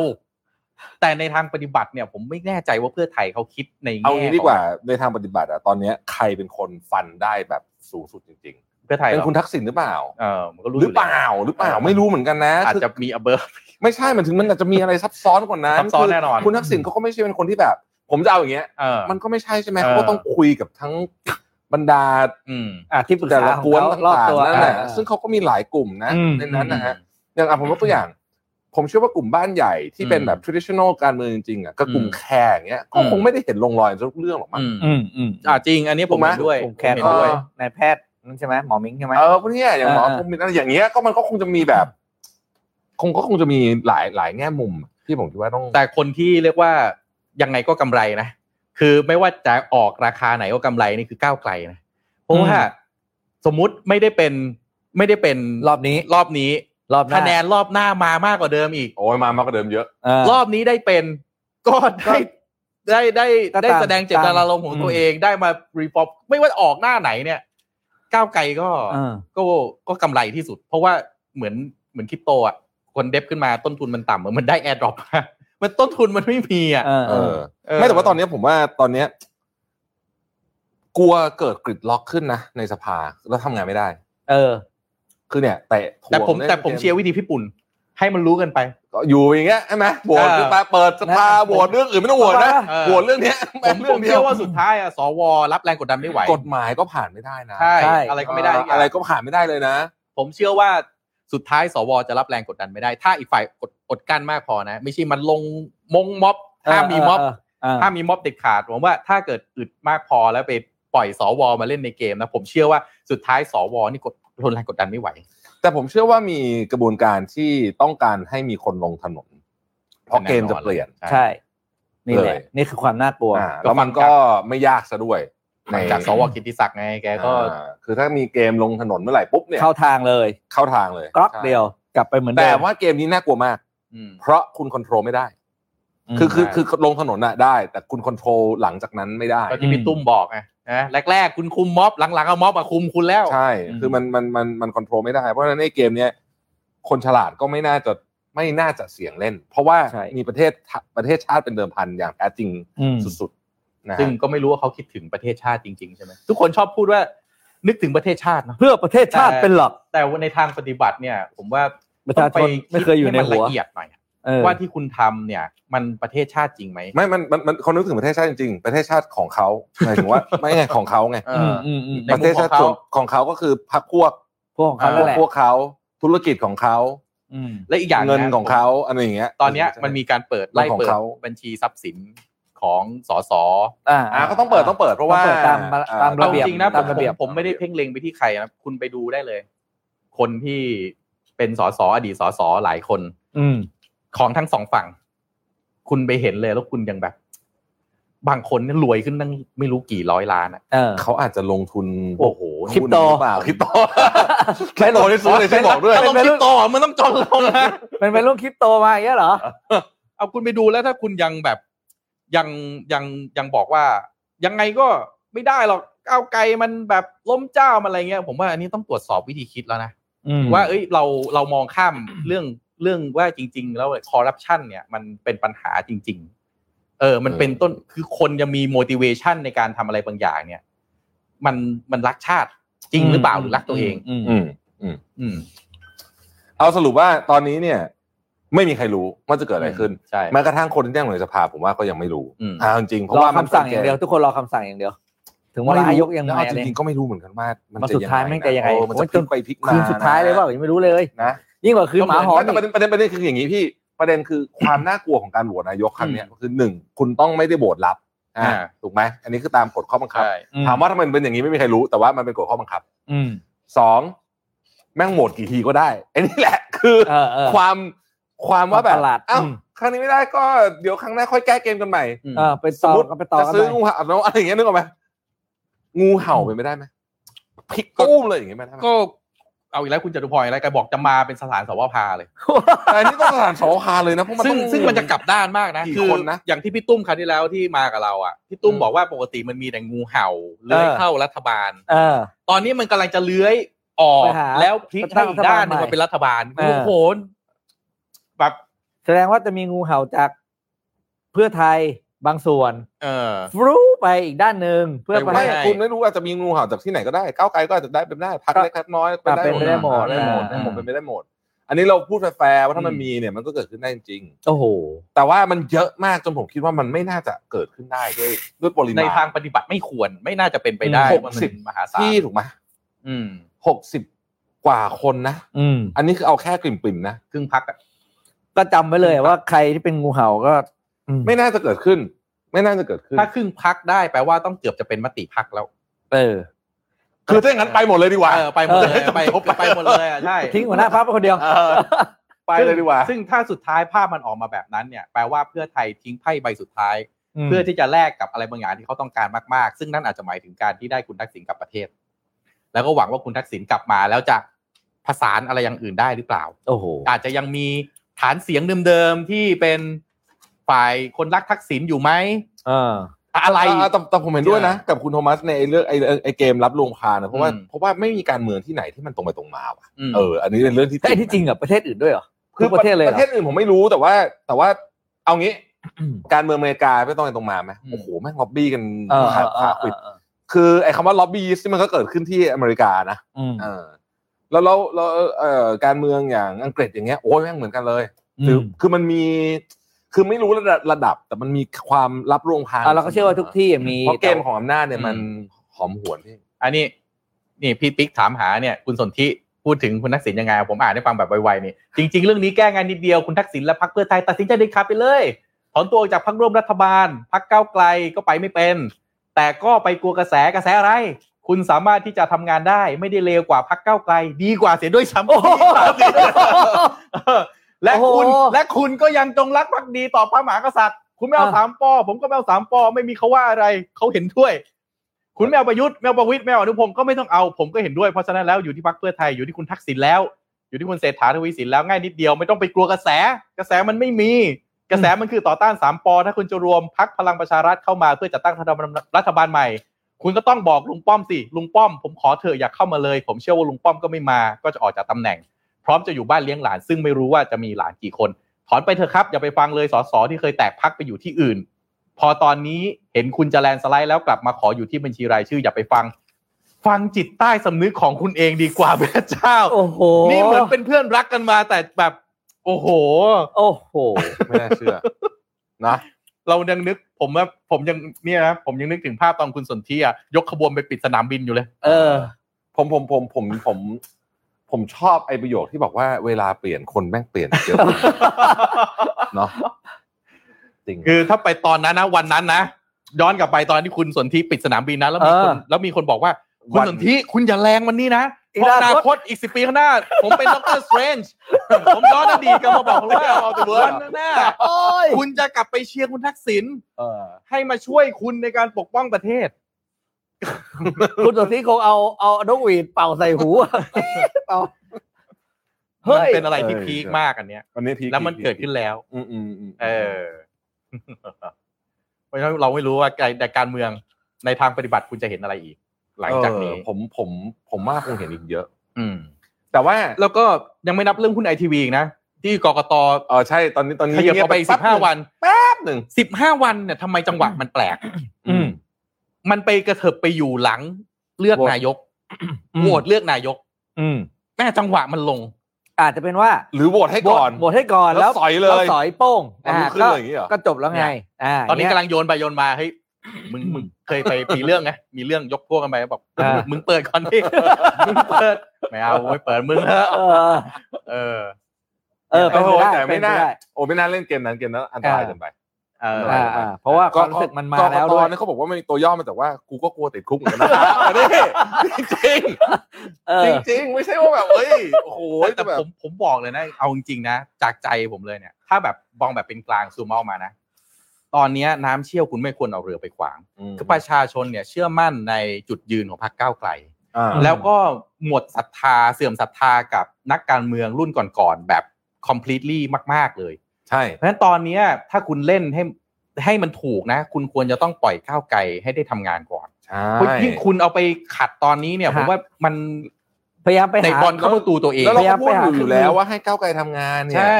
[SPEAKER 1] แต่ในทางปฏิบัติเนี่ย ผมไม่แน่ใจว่าเพื่อไทยเขาคิดในแง่
[SPEAKER 4] เอางี้ดีกว่าในทางปฏิบัติอะตอนเนี้ยใครเป็นคนฟันได้แบบสูงสุดจริง
[SPEAKER 1] ของเพื่อไท
[SPEAKER 4] ๆ
[SPEAKER 1] ย
[SPEAKER 4] เป็น
[SPEAKER 1] หรอ
[SPEAKER 4] คุณทักษิณหรือเปล่า
[SPEAKER 1] เออมันก็รู้
[SPEAKER 4] หรือเปล่าหรือเปล่าไม่รู้เหมือนกันนะ
[SPEAKER 1] อาจ
[SPEAKER 4] คือ
[SPEAKER 1] จะมีอเบอร์
[SPEAKER 4] ไม่ใช่มันถึงมันอาจจะมีอะไรซับซ้อนกว่านั้น
[SPEAKER 1] ซับซ้อนแน่นอน
[SPEAKER 4] คุณทักษิณเขาก็ไม่ใช่เป็นคนที่แบบ ผมจะเอาอย่างเงี้ย
[SPEAKER 1] เออ
[SPEAKER 4] มันก็ไม่ใช่ใช่ไหม
[SPEAKER 1] เออ
[SPEAKER 4] เขาก็ต้องคุยกับทั้งบรรดา
[SPEAKER 1] อืม
[SPEAKER 3] อ่ะที่ปรึก
[SPEAKER 4] แต่
[SPEAKER 3] ษา
[SPEAKER 4] ละ
[SPEAKER 3] ขอ
[SPEAKER 4] ก
[SPEAKER 3] ง
[SPEAKER 4] วน
[SPEAKER 3] เขารอบ
[SPEAKER 4] ต่าง
[SPEAKER 3] ตัว
[SPEAKER 4] ๆนั่นแหละ
[SPEAKER 3] อ่า
[SPEAKER 4] ซึ่งเขาก็มีหลายกลุ่มนะ
[SPEAKER 3] อืม
[SPEAKER 4] ในนั้นนะฮะ อย่างอ่ะผมยกตัวอย่าง ผมเชื่อว่ากลุ่มบ้านใหญ่ที่เป็นแบบ traditional การเมืองจริงๆอ่ะกับกลุ่ม
[SPEAKER 1] อืม
[SPEAKER 4] แคร์อย่างเงี้ยก็คง
[SPEAKER 1] อืม
[SPEAKER 4] ไม่ได้เห็นลงรอยทุกเรื่องหรอกมั้ง
[SPEAKER 1] อืม
[SPEAKER 3] อืมอืม
[SPEAKER 1] อ่าจริง อันนี้ผม
[SPEAKER 4] ถูกไหม
[SPEAKER 1] เห็นด้วย
[SPEAKER 3] ผมแคร์
[SPEAKER 1] ผมเห็น
[SPEAKER 3] เขา
[SPEAKER 1] ด้วย
[SPEAKER 3] นายแพทย์นั่นใช่ไหมหมอมิ้งใช่ไหม
[SPEAKER 4] เออพวกเนี้ยอย่างหมอ
[SPEAKER 3] อ่า
[SPEAKER 4] พวกนี้อย่างเงี้ยก็มันก็คงจะมีแบบ คงก็คงจะมีหลายหลายแง่มุม ที่ผมคิดว่าต้อง
[SPEAKER 1] แต่คนที่เรียกว่ายังไงก็กำไรนะ คือไม่ว่าจะออกราคาไหนก็กำไรนี่คือก้าวไกลนะเพราะว่าสมมุติไม่ได้เป็นไม่ได้เป็น
[SPEAKER 3] รอบนี้
[SPEAKER 1] รอบนี้
[SPEAKER 3] รอบหน้า
[SPEAKER 1] คะแนนรอบหน้ามามากกว่าเดิมอีก
[SPEAKER 4] โอ้ยมามากกว่าเดิมเยอะ
[SPEAKER 3] เออ
[SPEAKER 1] รอบนี้ได้เป็นก็ได้ได้ได้
[SPEAKER 3] ก็ตาม
[SPEAKER 1] ได้แสดงเจตนารมณ์ของตัว
[SPEAKER 3] อืม
[SPEAKER 1] เองได้มารีฟอร์มไม่ว่าออกหน้าไหนเนี่ย ก้าวไกลก็
[SPEAKER 3] เออ
[SPEAKER 1] ก็ก็กำไรที่สุด เพราะว่าเหมือนเหมือนคริปโตอ่ะคนเด็บขึ้นมาต้นทุนมันต่ำมันได้แอร์ดรอป มันต้นทุนมันไม่มีอ่ะ
[SPEAKER 3] เออ
[SPEAKER 4] เอ
[SPEAKER 3] เออ
[SPEAKER 4] อ
[SPEAKER 1] เออ
[SPEAKER 4] ไม่แต่ว่าตอนเนี้ยผมว่าตอนเนี้ย กลัวเกิดกริดล็อกขึ้นนะในสภาแล้วทำงานไม่ได้
[SPEAKER 3] เออ
[SPEAKER 4] คือเนี่ย แต่
[SPEAKER 1] แต่ผมแต่ผมเชียร์วิธีพี่ปุ่น ให้มันรู้กันไป
[SPEAKER 4] ก็อยู่อย่างเงี้ยใช่ไหมโหวตขึ้นมาเปิดสภาโหวตเรื่องอื่นไม่ต้องโหวตนะ
[SPEAKER 1] เออ
[SPEAKER 4] โหวตเรื่องเนี้ย
[SPEAKER 1] ผ
[SPEAKER 4] แง
[SPEAKER 1] มผ
[SPEAKER 4] รื่ง
[SPEAKER 1] ม
[SPEAKER 4] ดีย
[SPEAKER 1] เชื่อว่าสุดท้ายอ่ะสวรับแรงกดดันไม่ไหว
[SPEAKER 4] กฎหมายก็ผ่านไม่ได้นะ
[SPEAKER 1] ใช่
[SPEAKER 3] ใช่
[SPEAKER 1] อะไรก็ไม่ได้
[SPEAKER 4] เอ
[SPEAKER 1] ทุ
[SPEAKER 4] อก
[SPEAKER 1] ย่าง
[SPEAKER 4] อะไรก็ผ่านไม่ได้เลยนะ
[SPEAKER 1] ผมเชื่อว่าสุดท้ายสวจะรับแรงกดดันไม่ได้ ถ้าอีกฝ่ายกดกดกั้นมากพอนะ ไม่ใช่มันลงมงม็อบห้ามมีม็อบ
[SPEAKER 3] เออเออ
[SPEAKER 1] ห้ามมีม็อบเด็ดขาดผมว่าถ้าเกิดอึดมากพอแล้วไปปล่อยสวมาเล่นในเกมนะผมเชื่อว่าสุดท้ายสวนี่กดทนแรงกดดันไม่ไหว
[SPEAKER 4] แต่ผมเชื่อว่ามีกระบวนการที่ต้องการให้มีคนลงถนน เพราะเกมจะเปลี่ยน
[SPEAKER 3] ใช่ นี่แหละ
[SPEAKER 4] เลย
[SPEAKER 3] นี่คือความน่ากลัว
[SPEAKER 4] อ่าแล้วมันก็ไม่ยากซะด้วยใน
[SPEAKER 1] จากสวกิติศักดิ์ไงแก
[SPEAKER 4] อ่า
[SPEAKER 1] ก็
[SPEAKER 4] คือถ้ามีเกมลงถนนเมื่อไหร่ปุ๊บเนี่ย
[SPEAKER 3] เข้าทางเลย
[SPEAKER 4] เข้าทางเลย
[SPEAKER 3] กรอก
[SPEAKER 4] ใช่
[SPEAKER 3] เดียวกลับไปเหมือนเดิม
[SPEAKER 4] แต่ว่าเกมนี้น่ากลัวมาก
[SPEAKER 1] อืม
[SPEAKER 4] เพราะคุณคอนโทรลไม่ได้
[SPEAKER 3] ม
[SPEAKER 4] คือคือ
[SPEAKER 1] ได้
[SPEAKER 4] คือลงถนนน่ะได้ แต่คุณคอนโทรลหลังจากนั้นไม่ได้
[SPEAKER 1] ก็ที่พี่ตุ้มบอกไงนะแรกๆคุณคุมม็อบหลังๆเอาม็อบมาคุมคุณแล้ว
[SPEAKER 4] ใช่
[SPEAKER 1] อืม
[SPEAKER 4] คือมันมันมันมันคอนโทรลไม่ได้ เพราะฉะนั้นในเกมเนี้ยคนฉลาดก็ไม่น่าจะไม่น่าจะเสี่ยงเล่น เพราะว่า
[SPEAKER 3] ใช่
[SPEAKER 4] มีประเทศประเทศชาติเป็นเดิมพันอย่างแท้จริง
[SPEAKER 3] อืม
[SPEAKER 4] สุดๆนะฮะ
[SPEAKER 1] ซึ่งก็ไม่รู้ว่าเขาคิดถึงประเทศชาติจริง ๆ ใช่ไหมทุกคนชอบพูดว่านึกถึงประเทศชาติเนอะ
[SPEAKER 3] เพื่อประเทศชาติเป็นหลัก
[SPEAKER 1] แต่ว่าในทางปฏิบัติเนี่ย ผมว่า
[SPEAKER 3] ประชาชนไม่เคยอยู่ใน
[SPEAKER 1] ต้งไปคิดให้
[SPEAKER 3] หัว
[SPEAKER 1] มัละเอียดหน่อย
[SPEAKER 3] เออ
[SPEAKER 1] ว่าที่คุณทำเนี่ย มันประเทศชาติจริงไหม
[SPEAKER 4] ไม่มันมันมันเขานึกถึงประเทศชาติจริงๆประเทศชาติของเขาหมายถึงว่า ไม่ไงของเขาไง
[SPEAKER 1] เอ
[SPEAKER 3] อื
[SPEAKER 1] อ
[SPEAKER 3] ม
[SPEAKER 1] อ
[SPEAKER 3] อืมอืม
[SPEAKER 1] ใน
[SPEAKER 4] ประ
[SPEAKER 1] มุ
[SPEAKER 4] เท
[SPEAKER 1] ม
[SPEAKER 4] ศ
[SPEAKER 1] ข
[SPEAKER 4] ชา
[SPEAKER 1] อง
[SPEAKER 4] ติ
[SPEAKER 1] เขา
[SPEAKER 4] ส่วนของเขาก็คือพรรคพวก
[SPEAKER 3] พวกของเขา
[SPEAKER 1] อ่า
[SPEAKER 3] แล้วแหละ
[SPEAKER 4] พวกเขาธุรกิจของเขา
[SPEAKER 3] อืม
[SPEAKER 1] และอีกอย่างะ
[SPEAKER 4] เงินของเขาอะไรอย่างเงี้ย
[SPEAKER 1] ตอนเนี้ยมันมีการเปิดไล่
[SPEAKER 4] ของ
[SPEAKER 1] เปิด
[SPEAKER 4] เขา
[SPEAKER 1] บัญชีทรัพย์สินของสส
[SPEAKER 3] อ่า
[SPEAKER 4] อ่าก็ต้องเปิดต้องเปิดเพราะว่า
[SPEAKER 3] ต้องเปิดตาม
[SPEAKER 4] อ่
[SPEAKER 3] ตาม
[SPEAKER 1] เอา
[SPEAKER 3] ระเบียบ
[SPEAKER 1] จริงๆนะผ
[SPEAKER 3] ตาม มระเบียบ
[SPEAKER 1] ผมไม่ได้เพ่งเล็งไปที่ใครนะคุณไปดูได้เลย คนที่เป็นสสอดีตสสหลายคน
[SPEAKER 3] อืม
[SPEAKER 1] ของทั้งสองฝั่ง คุณไปเห็นเลยแล้วคุณยังแบบ บางคนเนี่ยรวยขึ้นตั้งไม่รู้กี่ร้อยล้านอะ
[SPEAKER 3] เอ อ
[SPEAKER 4] เขาอาจจะลงทุน
[SPEAKER 1] โอ้โห
[SPEAKER 3] คริปโต
[SPEAKER 4] หุ้นหอเปล่าคริปโตใช่โหลในซื้อเลยใช่บอกด้วย
[SPEAKER 1] ถ้าลงคริปโตอะมันต้องจนลงนะ
[SPEAKER 3] เป็นเป็นรุ่นคริปโตมาอย่างเงี้ยเหรอ
[SPEAKER 1] เอาคุณไปดูแล้วถ้าคุณยังแบบ ยังยังยังบอกว่า ยังไงก็ไม่ได้หรอกก้าวไกลมันแบบล้มเจ้ามันอะไรเงี้ยผมว่าอันนี้ต้องตรวจสอบวิธีคิดแล้วนะ
[SPEAKER 3] อืม
[SPEAKER 1] ว่าเอ้ยเราเรามองข้ามเรื่องเรื่องว่าจริง ๆ แล้วคอร์รัปชันเนี่ย มันเป็นปัญหาจริง ๆ เออ มันเป็น
[SPEAKER 4] เออ
[SPEAKER 1] ต้นคือคนจะมี motivation ในการทำอะไรบางอย่างเนี่ย มันมันรักชาติจริงหรือเปล่าหรือรักตัวเอง
[SPEAKER 3] ม
[SPEAKER 4] อืม
[SPEAKER 1] อืม
[SPEAKER 4] เอาสรุปว่าตอนนี้เนี่ย ไม่มีใครรู้ว่าจะเกิดอะไรขึ้น
[SPEAKER 1] ใช่
[SPEAKER 4] แม้กระทั่งคนที่นั่งอยู่ในสภาผมว่าก็ยังไม่รู้
[SPEAKER 1] อืม
[SPEAKER 4] เอ่าจริงๆเพราะ
[SPEAKER 3] รอ
[SPEAKER 4] ว่ามัน
[SPEAKER 3] คำสั่งอย่างเดียว ทุกคนรอคำสั่งอย่างเดียว ถึงว่า
[SPEAKER 4] ไม่รู้
[SPEAKER 3] นายกยังไง
[SPEAKER 4] แล้ว
[SPEAKER 3] อะ
[SPEAKER 4] เอา
[SPEAKER 3] ไร
[SPEAKER 4] จริงๆก็ไม่รู้เหมือนกันว่ามัน
[SPEAKER 3] มัน
[SPEAKER 4] จะ
[SPEAKER 3] สุดท้ายแม่งจะยังไง
[SPEAKER 4] เออมันจะพลิกไปพลิกมา
[SPEAKER 3] คืนสุดท้ายเลยว่ายังไม่รู้เลย
[SPEAKER 4] นะ
[SPEAKER 3] ยิ่งกว่าคืนหมาหอน
[SPEAKER 4] แต่ประเด็นประเด็นประเด็นคืออย่างนี้พี่ ประเด็นคือ ความน่ากลัวของการโหวตนายกครั้งเนี้ยคือหนึ่งคุณต้องไม่ได้โหวตลับอ่า
[SPEAKER 1] อ่า
[SPEAKER 4] ถูกไหมอันนี้คือตามกฎข้อบังคับ
[SPEAKER 1] ใช่
[SPEAKER 4] ถามว่าทำไมมันเป็นอย่างนี้ไม่มีใครรู้แต่ว่ามันเป็นกฎข้อบังคับ สองแม่งโหมดกี่ทีก็ได้ไอ้นี่แหละ คือ
[SPEAKER 3] เออเออ
[SPEAKER 4] ความความว่าแบบ
[SPEAKER 3] ความประหลาด
[SPEAKER 4] อ้าว
[SPEAKER 3] อืม
[SPEAKER 4] ครั้งนี้ไม่ได้ก็เดี๋ยวครั้งหน้าค่อยแก้เกมกันใหม่
[SPEAKER 3] เออไป
[SPEAKER 4] สม
[SPEAKER 3] ต่อ
[SPEAKER 4] มติ
[SPEAKER 3] ก็ไปต่อ
[SPEAKER 4] จะ
[SPEAKER 3] กัน
[SPEAKER 4] ซื้อ
[SPEAKER 3] ไป
[SPEAKER 4] งูเห่าแล้วอะไรอย่างเงี้ยนึกออกไหมงูเห่าไปนไม่ได้ไหมพลิกตู้มเลยอย่างเงี้ยไหมได้ไหม
[SPEAKER 1] ก็เอาอีกแล้วคุณจตุพรอะไรแกบอกจะมาเป็นสถานสวภาเลย
[SPEAKER 4] แต่อันนี้ต้องสถานสวภาเลยนะเพราะมัน
[SPEAKER 1] ซึ่ง
[SPEAKER 4] ต้อง
[SPEAKER 1] ซึ่งมันจะกลับด้านมากนะ
[SPEAKER 4] กี่
[SPEAKER 1] คือ
[SPEAKER 4] คนนะ
[SPEAKER 1] อย่างที่พี่ตุ้มคราวที่แล้วที่มากับเราอ่ะพี่ตุ้มบอกว่าปกติมันมีแต่งูเห่าเลื้อยเข้ารัฐบาล
[SPEAKER 3] เออ
[SPEAKER 1] ตอนนี้มันกำลังจะเลื้อยออก
[SPEAKER 3] ไปหา
[SPEAKER 1] แล้วพลิกให้อีกด้านหนึง
[SPEAKER 3] รัฐบาลใหม่
[SPEAKER 1] มาเป็นรัฐบาล
[SPEAKER 3] เอ
[SPEAKER 1] โอ้
[SPEAKER 3] อ
[SPEAKER 1] โหแบบ
[SPEAKER 3] แสดงว่าจะมีงูเห่าจากเพื่อไทยบางส่วน
[SPEAKER 1] เออ
[SPEAKER 3] ฟรูไปอีกด้านหนึ่งเพื่อ
[SPEAKER 1] ไป
[SPEAKER 3] ประ
[SPEAKER 1] ว้
[SPEAKER 4] ไม่
[SPEAKER 3] เทศ
[SPEAKER 4] คุณไม่รู้อาจจะมีงูเห่าจากที่ไหนก็ได้ก้าวไกลก็อาจจะได้เป็นได้พักเล็กพักน้อยเป็นได้
[SPEAKER 3] เป็นไปได้หมด
[SPEAKER 4] เป็นได้หมด
[SPEAKER 1] อ่า
[SPEAKER 4] เป็นไปได้หมด อันนี้เราพูดแฟร์ๆว่าถ้ามันมีเนี่ยมันก็เกิดขึ้นได้จริง
[SPEAKER 3] โอ้โห
[SPEAKER 4] แต่ว่ามันเยอะมากจนผมคิดว่ามันไม่น่าจะเกิดขึ้นได้ด้วยด้วยปริ
[SPEAKER 1] ใน
[SPEAKER 4] มาณ
[SPEAKER 1] ทางปฏิบัติไม่ควรไม่น่าจะเป็นไปได้
[SPEAKER 4] อืมห
[SPEAKER 1] ว่า
[SPEAKER 4] กสิ
[SPEAKER 1] มั
[SPEAKER 4] บ
[SPEAKER 1] นมหาศาล
[SPEAKER 4] ที่ถูกไหม
[SPEAKER 1] อืม
[SPEAKER 4] หกสิบกว่าคนนะ
[SPEAKER 3] อืม
[SPEAKER 4] อันนี้คือเอาแค่กลิ่มๆนะ
[SPEAKER 1] ครึ่งพักอะ
[SPEAKER 3] ก็จำไว้เลยว่าใครที่เป็นงูเห่าก็อืม
[SPEAKER 4] ไม่น่าจะเกิดขึ้น ไม่น่าจะเกิดขึ้น
[SPEAKER 1] ถ้าครึ่งพักได้แปลว่าต้องเกือบจะเป็นมติพักแล้ว
[SPEAKER 3] เออ
[SPEAKER 4] คือถ้าอย่างนั้นไปหมดเลยดีกว่า
[SPEAKER 1] เออไปหมดเลย
[SPEAKER 4] ออ
[SPEAKER 1] ไปไปหมดเลยอะใช่
[SPEAKER 3] ทิ้งหัวหน้าพักไปคนเดียว
[SPEAKER 4] เออไปเลยดีกว่า
[SPEAKER 1] ซึ่งถ้าสุดท้ายภาพมันออกมาแบบนั้นเนี่ยแปลว่าเพื่อไทยทิ้งไพ่ใบสุดท้าย เพื่อที่จะแลกกับอะไรบางอย่างที่เขาต้องการมากๆ ซึ่งนั่นอาจจะหมายถึงการที่ได้คุณทักษิณกลับประเทศ แล้วก็หวังว่าคุณทักษิณกลับมาแล้วจะผสานอะไรอย่างอื่นได้หรือเปล่า
[SPEAKER 3] โอ้โห
[SPEAKER 1] อาจจะยังมีฐานเสียงเดิมๆที่เป็นฝ่ายคนรักทักษิณอยู่ไหม
[SPEAKER 3] เออ
[SPEAKER 1] อะไร
[SPEAKER 4] อ่าแต่แต่ผมเห็นด้วยนะ กับคุณโทมัสในไอ้เรื่องไอ้ไอ้เกมรับลวงพานะเพราะว่า
[SPEAKER 1] อืม
[SPEAKER 4] เพราะว่าไม่มีการเมืองที่ไหนที่มันตรงไปตรงมาว่ะ
[SPEAKER 1] ม
[SPEAKER 4] เอออันนี้เป็นเรื่องที่
[SPEAKER 3] แต่ที่จริงอะประเทศอื่นด้วยเหรอทุกประเทศเลยเห
[SPEAKER 4] ป
[SPEAKER 3] อ
[SPEAKER 4] ระเทศอื่นผมไม่รู้แต่ว่า แต่ว่าเอางี้
[SPEAKER 3] อืม
[SPEAKER 4] การเมืองอเมริกาไม่ต้องไปตรงมาไหม
[SPEAKER 1] อืม
[SPEAKER 4] โอ้โหแม่งล็อบบี้กัน
[SPEAKER 3] เออ
[SPEAKER 4] ขาด
[SPEAKER 3] เอ
[SPEAKER 4] ขา
[SPEAKER 3] อ
[SPEAKER 4] ด
[SPEAKER 3] เอ
[SPEAKER 4] วิด
[SPEAKER 3] อเออ
[SPEAKER 4] คือไอ้คำว่าล็อบบี้ที่มันก็เกิดขึ้นที่อเมริกานะ
[SPEAKER 3] อืม
[SPEAKER 4] เออแล้วแล้วแล้วเอ่อการเมืองอย่างอังกฤษอย่างเงี้ยโอ้ยแม่งเหมือนกันเลย คือ
[SPEAKER 3] ม
[SPEAKER 4] คือมันมีคือไม่รู้ระดับระดับ แต่มันมีความรับรวงพาน
[SPEAKER 3] อ่ะเราก็เชื่อว่าทุกที่มี
[SPEAKER 4] เพราะเกมของอำนาจเนี่ย
[SPEAKER 1] อืม
[SPEAKER 4] มันหอมหวนพี่
[SPEAKER 1] อันนี้นี่พี่ปิ๊กถามหาเนี่ย คุณสนธิพูดถึงคุณทักษิณยังไง ผมอ่านให้ฟังแบบไวๆนี่จริง ๆ เรื่องนี้แก้งานนิดเดียวคุณทักษิณและพรรคเพื่อไทยตัดสินใจเด็ดขาดไปเลยถอนตัวออกจากพรรคร่วมรัฐบาลพรรคก้าวไกลก็ไปไม่เป็น แต่ก็ไปกลัวกระแสกระแสอะไร คุณสามารถที่จะทำงานได้ ไม่ได้เลวกว่าพรรคก้าวไกล ดีกว่าเสียด้วยซ้ำเออและคุณและคุณก็ยังจงรักภักดีต่อพระมหากษัตริย์ คุณไม่เอาสามปอผมก็ไม่เอาสามปอไม่มีเขาว่าอะไรเขาเห็นด้วย คุณไม่เอาประยุทธ์ไม่เอาประวิตยไม่เอาอนุพงศ์ก็ไม่ต้องเอาผมก็เห็นด้วยเพราะฉะนั้นแล้วอยู่ที่พักเพื่อไทยอยู่ที่คุณทักษิณแล้ว อยู่ที่คุณเศรษฐาทวีสินแล้วง่ายนิดเดียวไม่ต้องไปกลัวกระแส กระแสมันไม่มี กระแสมันคือต่อต้านสามปอถ้าคุณจะรวมพักพลังประชารัฐเข้ามาเพื่อจะตั้งรัฐบาลรัฐบาลใหม่ คุณก็ต้องบอกลุงป้อมสิลุงป้อมผมขอเถอะอยากเข้ามาเลย ผมเชื่อว่าลุงป้อมก็ไม่มา ก็จะออกจากตำแหน่ง พร้อมจะอยู่บ้านเลี้ยงหลาน ซึ่งไม่รู้ว่าจะมีหลานกี่คน ถอนไปเถอะครับ อย่าไปฟังเลยสสที่เคยแตกพักไปอยู่ที่อื่น พอตอนนี้เห็นคุณจะแลนด์สไลด์แล้วกลับมาขออยู่ที่บัญชีรายชื่ออย่าไปฟัง ฟังจิตใต้สำนึกของคุณเองดีกว่า พระเจ้า
[SPEAKER 3] โอ้โห
[SPEAKER 1] นี่เหมือนเป็นเพื่อนรักกันมาแต่แบบ โอ้โห
[SPEAKER 3] โอ้โห
[SPEAKER 4] ไม่น่าเชื่อ นะ
[SPEAKER 1] เรายังนึกผมว่าผมยังเนี่ยนะผมยังนึกถึงภาพตอนคุณสนธิอะยกขบวนไปปิดสนามบินอยู่เลย
[SPEAKER 3] เออ
[SPEAKER 4] ผมผมผมผมผม ผมชอบไอ้ประโยคที่บอกว่าเวลาเปลี่ยนคนแม่งเปลี่ยน เยอะเนาะจริง
[SPEAKER 1] คือถ้าไปตอนนั้นนะวันนั้นนะย้อนกลับไปตอนที่คุณสนธิปิดสนามบินนะแล้วมีค
[SPEAKER 3] เอ
[SPEAKER 1] น
[SPEAKER 3] อ
[SPEAKER 1] แล้วมีคนบอกว่า คุณ
[SPEAKER 4] วัน
[SPEAKER 1] สนธิคุณอย่าแรงวันนี้นะ
[SPEAKER 3] อีก
[SPEAKER 1] เพราะอ
[SPEAKER 3] อนา
[SPEAKER 1] นา
[SPEAKER 3] คต
[SPEAKER 1] คตอีกสิปีข้างหน้า ผมเป็นด็อกเตอร์สเตรนจ์ผมย้อนอดีตกลันมาบอกว่าวันหน้า
[SPEAKER 3] โอ้ย
[SPEAKER 1] คุณจะกลับไปเชียร์คุณทักษิณ
[SPEAKER 4] เออ
[SPEAKER 1] ให้มาช่วยคุณในการปกป้องประเทศ
[SPEAKER 3] คุณสุทธิคงเอาเอานกหวีดเป่าใส่ หูเป่าเฮ้
[SPEAKER 1] มัน
[SPEAKER 3] ย
[SPEAKER 1] เป็นอะไรที่พีคมากอันเนี้ย
[SPEAKER 4] วันนี้พีค
[SPEAKER 1] แล้วมันเกิดขึ้นแล้ว
[SPEAKER 4] อืมอืมอืม
[SPEAKER 1] เออ เพราะฉะนั้นเราไม่รู้ว่าในการเมืองในทางปฏิบัติคุณจะเห็นอะไรอีก หลังจากนี้
[SPEAKER 4] เออผมผมผมว่าคงเห็นอีกเยอะ
[SPEAKER 1] อืม
[SPEAKER 4] แต่ว่า
[SPEAKER 1] แล้วก็ยังไม่นับเรื่องหุ้นไอทีวีอีกนะ ที่กกต
[SPEAKER 4] เออใช่ตอนนี้ตอนนี้
[SPEAKER 1] ขยับ
[SPEAKER 4] งี
[SPEAKER 1] ออกไป
[SPEAKER 4] แป๊
[SPEAKER 1] สิบห้าวัน
[SPEAKER 4] แป๊บหนึ่ง
[SPEAKER 1] สิบห้าวันเนี่ยทำไมจังหวะมันแปลก
[SPEAKER 3] อืม
[SPEAKER 1] มันไปกระเถิบไปอยู่หลังเลือกนายกโหวตเลือกนายก
[SPEAKER 3] อืม
[SPEAKER 1] แม่จังหวะมันลง
[SPEAKER 3] อาจจะเป็นว่า
[SPEAKER 4] หรือโหวตให้ก่อน
[SPEAKER 3] โหวตให้ก่อนแล้ว
[SPEAKER 4] แล้วสอยเลย
[SPEAKER 3] แวสอยโป้ง
[SPEAKER 4] แล้วลุกขึ้น
[SPEAKER 3] ก็
[SPEAKER 4] เลยอย่างนี้เหรอ
[SPEAKER 3] ก็จบแล้วไง อ่า
[SPEAKER 1] ตอนนี้
[SPEAKER 3] เย
[SPEAKER 1] กำลังโยนไปโยนมาเฮ้ยมึงมึงเคยไปมีเรื่องไงมีเรื่องยกพวกกันไปบอก
[SPEAKER 3] อ่ามึ
[SPEAKER 1] มึงเปิดก่อนดิมึงเปิดไม่เอาไม่เปิดมึงเถอะ
[SPEAKER 3] เออ
[SPEAKER 1] เออ
[SPEAKER 3] เออเป็นไปได้
[SPEAKER 4] แต่ไม่น่า
[SPEAKER 3] เป็นปด้
[SPEAKER 4] โอ้ไม่น่าเล่นเกมนั้นเกมนั้นอันตรายเกินไป
[SPEAKER 1] เออ
[SPEAKER 3] อ่าอ่าเพราะว่าความรู้สึกมันมาแล้วด้
[SPEAKER 4] กกต
[SPEAKER 3] วย
[SPEAKER 4] เนี่ยเขาบอกว่ามันมีตัวย่อมาแต่ว่ากูก็กลัวติดคุกเหมือนกันนะ อันนี้จริง
[SPEAKER 3] เอ
[SPEAKER 4] จริ
[SPEAKER 3] อง
[SPEAKER 4] จริงไม่ใช่ว่าแบบเอ้ยโอ้โห
[SPEAKER 1] แต่
[SPEAKER 4] แต่แบบ
[SPEAKER 1] ผมผมบอกเลยนะ เอาจริงๆนะ จากใจผมเลยเนี่ย ถ้าแบบบองแบบเป็นกลางซูมเอามานะ ตอนเนี้ยน้ำเชี่ยวคุณไม่ควรเอาเรือไปขวาง คือประชาชนเนี่ยเชื่อมั่นในจุดยืนของพรรคก้าวไกล
[SPEAKER 4] อ่า
[SPEAKER 1] แล้วก็หมดศรัทธาเสื่อมศรัทธากับนักการเมืองรุ่นก่อนๆแบบ completely มาก ๆ เลย
[SPEAKER 4] ใช่
[SPEAKER 1] เพราะฉะนั้นตอนเนี้ยถ้าคุณเล่นให้ให้มันถูกนะ คุณควรจะต้องปล่อยก้าวไกลให้ได้ทำงานก่อน
[SPEAKER 4] ใช่
[SPEAKER 1] เพราะยิ่งคุณเอาไปขัดตอนนี้เนี่ยผมว่ามัน
[SPEAKER 3] พยายามไป
[SPEAKER 1] ใน
[SPEAKER 3] หา
[SPEAKER 1] บอลเข้าประตูตัวเอง
[SPEAKER 4] แล้วเรา
[SPEAKER 3] พยายาม
[SPEAKER 4] ก็พู
[SPEAKER 3] ไป
[SPEAKER 4] ด
[SPEAKER 3] หา
[SPEAKER 4] อ
[SPEAKER 3] เครื่องมื
[SPEAKER 4] ยู่
[SPEAKER 3] อ
[SPEAKER 4] แล้วว่าให้ก้าวไกลทำงานเนี่ย
[SPEAKER 1] ใช่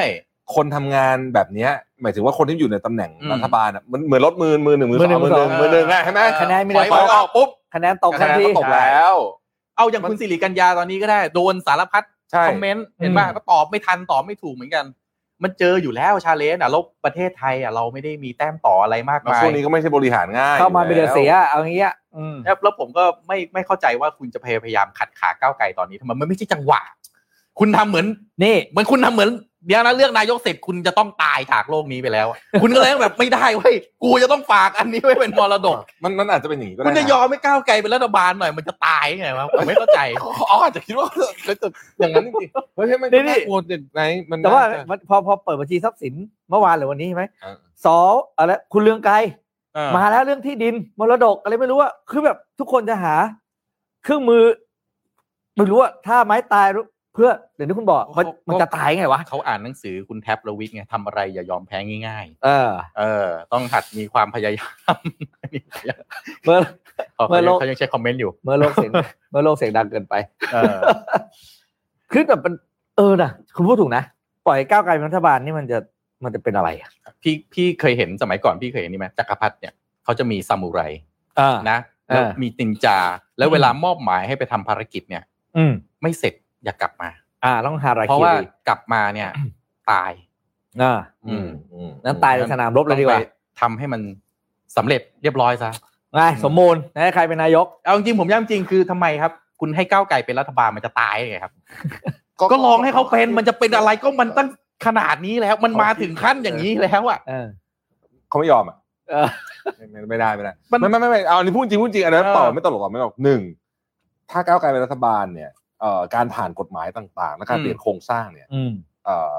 [SPEAKER 4] คนทำงานแบบเนี้ยหมายถึงว่าคนที่อยู่ในตำแหน่ง
[SPEAKER 1] อืม
[SPEAKER 4] รัฐบาลอ่ะมันเหมือนรถมือมือหนึ่งมือสอง
[SPEAKER 3] มื
[SPEAKER 4] มื
[SPEAKER 3] อ
[SPEAKER 4] อ
[SPEAKER 3] ห
[SPEAKER 4] ห
[SPEAKER 3] นึ่ง
[SPEAKER 4] นึ่ง
[SPEAKER 1] มื
[SPEAKER 4] มือ
[SPEAKER 1] อห
[SPEAKER 4] หนึ่
[SPEAKER 1] นึ่ง
[SPEAKER 4] งอ่ะใช่ไหม
[SPEAKER 1] คะแนนไม่
[SPEAKER 4] ไม่
[SPEAKER 1] ได้
[SPEAKER 4] ได้ถอยออกปุ๊บ
[SPEAKER 3] คะแนนตก
[SPEAKER 4] คะ
[SPEAKER 3] ทัน
[SPEAKER 4] แนน
[SPEAKER 3] ที
[SPEAKER 4] ก็ตกแล้ว
[SPEAKER 1] เอาอย่างคุณสิริกัญญาตอนนี้ก็ได้ โดนสารพัด
[SPEAKER 4] ใช่
[SPEAKER 1] คอมเมนต์เห็นป่ะก็ตอบไม่ทันตอบไม่ถูกเหมือนกัน มันเจออยู่แล้วชาเลนจ์อ่ะแล้วประเทศไทยอ่ะเราไม่ได้มีแต้มต่ออะไรมาก
[SPEAKER 4] แล้ว
[SPEAKER 1] มาย
[SPEAKER 4] ช่วงนี้ก็ไม่ใช่บริหารง่าย
[SPEAKER 3] เข้ามา
[SPEAKER 4] อ
[SPEAKER 3] เป็น
[SPEAKER 4] ยู่
[SPEAKER 3] เดือ
[SPEAKER 4] แล้ว
[SPEAKER 3] เสียเอาอย่างเงี้ยอืม
[SPEAKER 1] แล้วแล้วผมก็ไม่ไม่เข้าใจว่าคุณจะพยายามขัดขาก้าวไกลตอนนี้ทำไมมันไม่ใช่จังหวะ คุณทำเหมือน
[SPEAKER 3] นี่
[SPEAKER 1] เหมือนคุณทำเหมือนเดี๋ยวนะเลือกนายกเสร็จคุณจะต้องตายจากโลกนี้ไปแล้ว คุณก็เลยแบบไม่ได้เว้ยกูจะต้องฝากอันนี้ไว้เป็นมรดก
[SPEAKER 4] มันมันอาจจะเป็นอย่างนี้ก็ได้
[SPEAKER 1] คุณ
[SPEAKER 4] น
[SPEAKER 1] จะยอมไม่ก้าวไกลเป็นรัฐบาลหน่อยมันจะตายยังไงวะผมไม่เข้าใจ
[SPEAKER 4] เขาเขาอาจจะคิดว่าเขา จะอย่างนั้นจริงๆเฮ้ยมัน
[SPEAKER 3] นี่
[SPEAKER 4] ไม่
[SPEAKER 3] นี่
[SPEAKER 4] น่ากลัวอย่างไหนมัน
[SPEAKER 3] แต่ว่า
[SPEAKER 4] น่จะ
[SPEAKER 3] มันพอพอเปิดบัญชีทรัพย์สินเมื่อวานหรือวันนี้ใช่ไหม
[SPEAKER 4] อ่า
[SPEAKER 3] สออะไรคุณเลืองไกร
[SPEAKER 1] เออ
[SPEAKER 3] มาแล้วเรื่องที่ดินมรดกอะไรไม่รู้ว่าคือแบบทุกคนจะหา เครื่องมือไม่รู้ว่าถ้าไม้ตายรู้เพื่อเดี๋ยวนี้คุณบอกมัน
[SPEAKER 1] เขา
[SPEAKER 3] มันจะตายไงวะ
[SPEAKER 1] เขาอ่านหนังสือคุณแท็บระวิทย์ไงทำอะไรอย่ายอมแพ้ง่าย
[SPEAKER 3] เออ
[SPEAKER 1] ๆ เออ ต้องหัดมีความพยายาม
[SPEAKER 3] เมื่อ
[SPEAKER 1] เขา
[SPEAKER 3] เมื่อโลก
[SPEAKER 1] เขายังใช้คอมเมนต์อยู่
[SPEAKER 3] เมื่อโลกเสี ยง เมื่อโลกเสียงดังเกินไป
[SPEAKER 1] เออ
[SPEAKER 3] คือแบบมันเออนะคุณพูดถูกนะ ปล่อยให้ก้าวไกลเป็นรัฐบาลนี่มันจะมันจะเป็นอะไรอ่ะ
[SPEAKER 1] พี่พี่เคยเห็นสมัยก่อนพี่เคยเห็นนี่ไหมจักรพรรดิเนี่ยเขาจะมีซามูไร
[SPEAKER 3] อ่า
[SPEAKER 1] นะแล้ว
[SPEAKER 3] เออ
[SPEAKER 1] มีตินจา แล้วเวลามอบหมายให้ไปทำภารกิจเนี่ย
[SPEAKER 3] อืม
[SPEAKER 1] ไม่เสร็จอย่ากลับมา
[SPEAKER 3] อ่าต้องหาอะไร
[SPEAKER 1] เพราะว่ากลับมา เนี่ย ตาย
[SPEAKER 3] อ่า
[SPEAKER 1] อืม
[SPEAKER 4] อืม
[SPEAKER 3] นั้นตายในสนามรบเลยดีกว่า
[SPEAKER 1] ต้องไปทำให้มันสำเร็จเรียบร้อยซะ
[SPEAKER 3] ง่ายสมมูลนะใครเป็นนายก
[SPEAKER 1] เอาจริงๆผมย้ำจริงคือทำไมครับ คุณให้ก้าวไก่เป็นรัฐบาลมันจะตายยังไงครับ ก็ลองให้เขาเป็นมันจะเป็นอะไรก็มันตั้งขนาดนี้แล้ว มันมาถึงขั้นอย่างนี้แล้วอ่ะ
[SPEAKER 3] เออ
[SPEAKER 4] เขาไม่ยอมอ่ะ
[SPEAKER 3] เออ
[SPEAKER 4] ไม่ไม่ได้ไม่ได้
[SPEAKER 1] มัน
[SPEAKER 4] ไม่ไม่ไม่ไม่เอาอันนี้พูดจริงพูดจริงอันนั้น
[SPEAKER 1] เออ
[SPEAKER 4] ต่อไม่ตลกหรอกไม่ตลกหนึ่งถ้าก้าวไกลเป็นรัฐบาลเนี่ยเอ่อการผ่านกฎหมายต่างๆ และการเปลี่ยนโครงสร้างเนี่ย
[SPEAKER 3] อืม
[SPEAKER 4] เอ่อ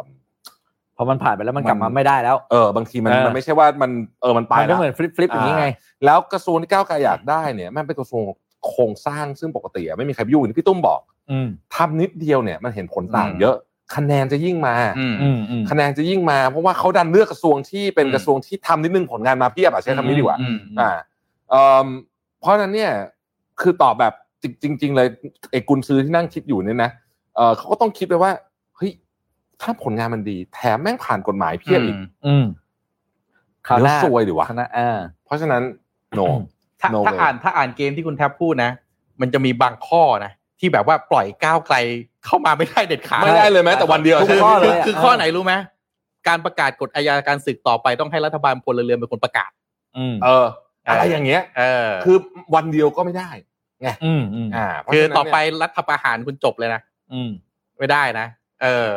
[SPEAKER 3] พอมันผ่านไปแล้วมัน
[SPEAKER 4] มัน
[SPEAKER 3] กลับมาไม่ได้แล้ว
[SPEAKER 4] เออบางทีมัน
[SPEAKER 3] เออ
[SPEAKER 4] มันไม่ใช่ว่ามันเออมันไป
[SPEAKER 3] มันก็
[SPEAKER 4] แล้ว
[SPEAKER 3] เหมือนฟลิปฟลิปๆอย่างนี้ไง
[SPEAKER 4] แล้วกระทรวงที่ก้าวไกลอยากได้เนี่ยมันเป็นกระทรวงโครงสร้างซึ่งปกติอะไม่มีใครไปยุ่งอย่างที่พี่ตุ้มบอก
[SPEAKER 3] อืม
[SPEAKER 4] ทำนิดเดียวเนี่ยมันเห็นผลต่างเยอะ คะแนนจะยิ่งมา
[SPEAKER 1] อืม
[SPEAKER 3] อืมอืม
[SPEAKER 4] คะแนนจะยิ่งมาเพราะว่าเขาดันเลือกกระทรวงที่เป็น
[SPEAKER 1] อืม
[SPEAKER 4] กระทรวงที่ทำนิดนึงผลงานมาเพียบอะใช้คำนี้ดีกว่า
[SPEAKER 1] อืม
[SPEAKER 4] อ่าเอ่มเพราะฉะนั้นเนี่ยคือตอบแบบจริงจริง ๆ เลยไอ้กุนซื้อที่นั่งคิดอยู่เนี่ยนะเออเขาก็ต้องคิดไปว่าเฮ้ยถ้าผลงานมันดี แถมแม่งผ่านกฎหมายเพียบอีก
[SPEAKER 3] อืมคราวห
[SPEAKER 4] เดี๋ย
[SPEAKER 3] น้าว
[SPEAKER 4] ซวยดีวะ
[SPEAKER 3] คณะเออ
[SPEAKER 4] เพราะฉะนั้นโน
[SPEAKER 1] ถ้า
[SPEAKER 4] No
[SPEAKER 1] ถ้า
[SPEAKER 4] way
[SPEAKER 1] อ่านถ้าอ่านเกมที่คุณแทบพูดนะ มันจะมีบางข้อนะที่แบบว่าปล่อยก้าวไกลเข้ามาไม่ได้เด็ดขาด
[SPEAKER 4] ไม่ได้เลยแม้แต่วันเดียว
[SPEAKER 3] ทุก
[SPEAKER 4] ใช่ไหม
[SPEAKER 3] ข้อ
[SPEAKER 1] คือย
[SPEAKER 3] เละ
[SPEAKER 1] คือข้อไหนรู้ไหมการประกาศกฎอาญาการศึกต่อไปต้องให้รัฐบาลพลเรือนเป็นคนประกาศ
[SPEAKER 3] อืม
[SPEAKER 4] เออ อะไรอย่างเงี้ย
[SPEAKER 1] เออ
[SPEAKER 4] คือวันเดียวก็ไม่ได้
[SPEAKER 3] อืมอืม
[SPEAKER 4] อ่าเพราะ
[SPEAKER 1] คือ
[SPEAKER 4] ฉะนั้นเนี่ย
[SPEAKER 1] ต่อไปรัฐประหารคุณจบเลยนะ
[SPEAKER 3] อืม
[SPEAKER 1] ไม่ได้นะ เออ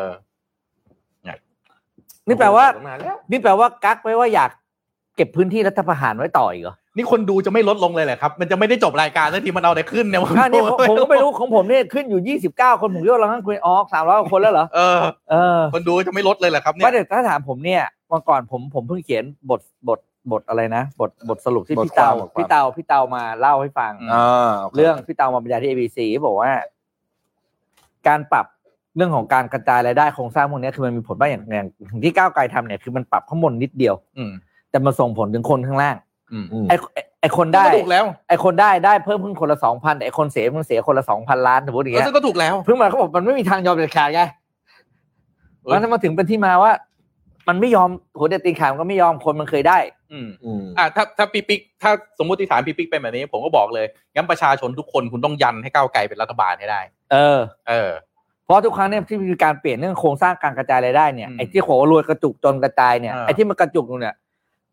[SPEAKER 3] นี่แปลว่า
[SPEAKER 4] โอ้โหตั้งนนแล้ว
[SPEAKER 3] นี่แปลว่ากักไว้ว่าอยากเก็บพื้นที่รัฐประหารไว้ต่ออีกเหรอ
[SPEAKER 1] นี่คนดูจะไม่ลดลงเลยแหละครับ มันจะไม่ได้จบรายการสักทีมันเอาแต่ขึ้นเนี่ย
[SPEAKER 3] อ่านี่ผมผมก็ไม่รู้ของผมเนี่ยขึ้นอยู่ยี่สิบเก้าคนผมคิดว่าเราทั้งคุยออกสามร้อยคนแล้วเหรอ
[SPEAKER 1] เออ
[SPEAKER 3] เออ
[SPEAKER 1] คนดูจะไม่ลดเลยแหละครับเนี่
[SPEAKER 3] ไม่
[SPEAKER 1] ย
[SPEAKER 3] แต่ถ้าถามผมเนี่ยวันก่อนผมผมเพิ่งเขียนบทบทบทอะไรนะ บทบทสรุปที่พี่เตาพี่เตาพี่เตามาเล่าให้ฟัง
[SPEAKER 1] อืม
[SPEAKER 4] อ่าโค
[SPEAKER 3] เรื่องพี่เตามาบรรยายที่ ABC บอกว่า การปรับเรื่องของการกระจายรายได้โครงสร้างพวกเนี้ยคือมันมีผลบ้างอย่างอย่างอย่างที่ก้าวไกลทำเนี่ยคือมันปรับข้างบนนิดเดียว
[SPEAKER 1] อืม แต่
[SPEAKER 3] แต่มันส่งผลถึงคนข้างล่าง
[SPEAKER 1] อืม
[SPEAKER 4] อืม
[SPEAKER 3] ไอ้ไอ้ไอ้คนได้
[SPEAKER 1] ก็ถูกแล้ว
[SPEAKER 3] ไอ้คนได้ได้เพิ่มขึ้นคนละสองพันไอ้คนเสียมันเสียคนละสองพันล้านสมมติอย่าง
[SPEAKER 1] แล้
[SPEAKER 3] เงี้
[SPEAKER 1] วย ซึ่งก็ถูกแล้ว
[SPEAKER 3] เพิ่งมาเขาบอกมันไม่มีทางยอมเด็ดขาดไง
[SPEAKER 1] เออ
[SPEAKER 3] แล้วมาถึงเป็นที่มาว่า มันไม่ยอมหัวเด็ดตีนขาดมันก็ไม่ยอมคนมันเคยได้
[SPEAKER 1] อืม
[SPEAKER 4] อืม
[SPEAKER 1] อ่ะถ้าถ้าปีปิกถ้าสมมติฐานปีปิกเป็นแบบนี้ ผมก็บอกเลยงั้นประชาชนทุกคนคุณต้องยันให้ก้าวไกลเป็นรัฐบาลให้ได้
[SPEAKER 3] เออ
[SPEAKER 1] เออ
[SPEAKER 3] เพราะทุกครั้งเนี่ยที่มีการเปลี่ยนเรื่องโครงสร้างการกระจายรายได้เนี่ย
[SPEAKER 1] อืม
[SPEAKER 3] ไอ้ที่โหรวยกระจุกจนกระจายเนี่ย
[SPEAKER 1] อ่า
[SPEAKER 3] ไอ้ที่มันกระจุกอยู่เนี่ย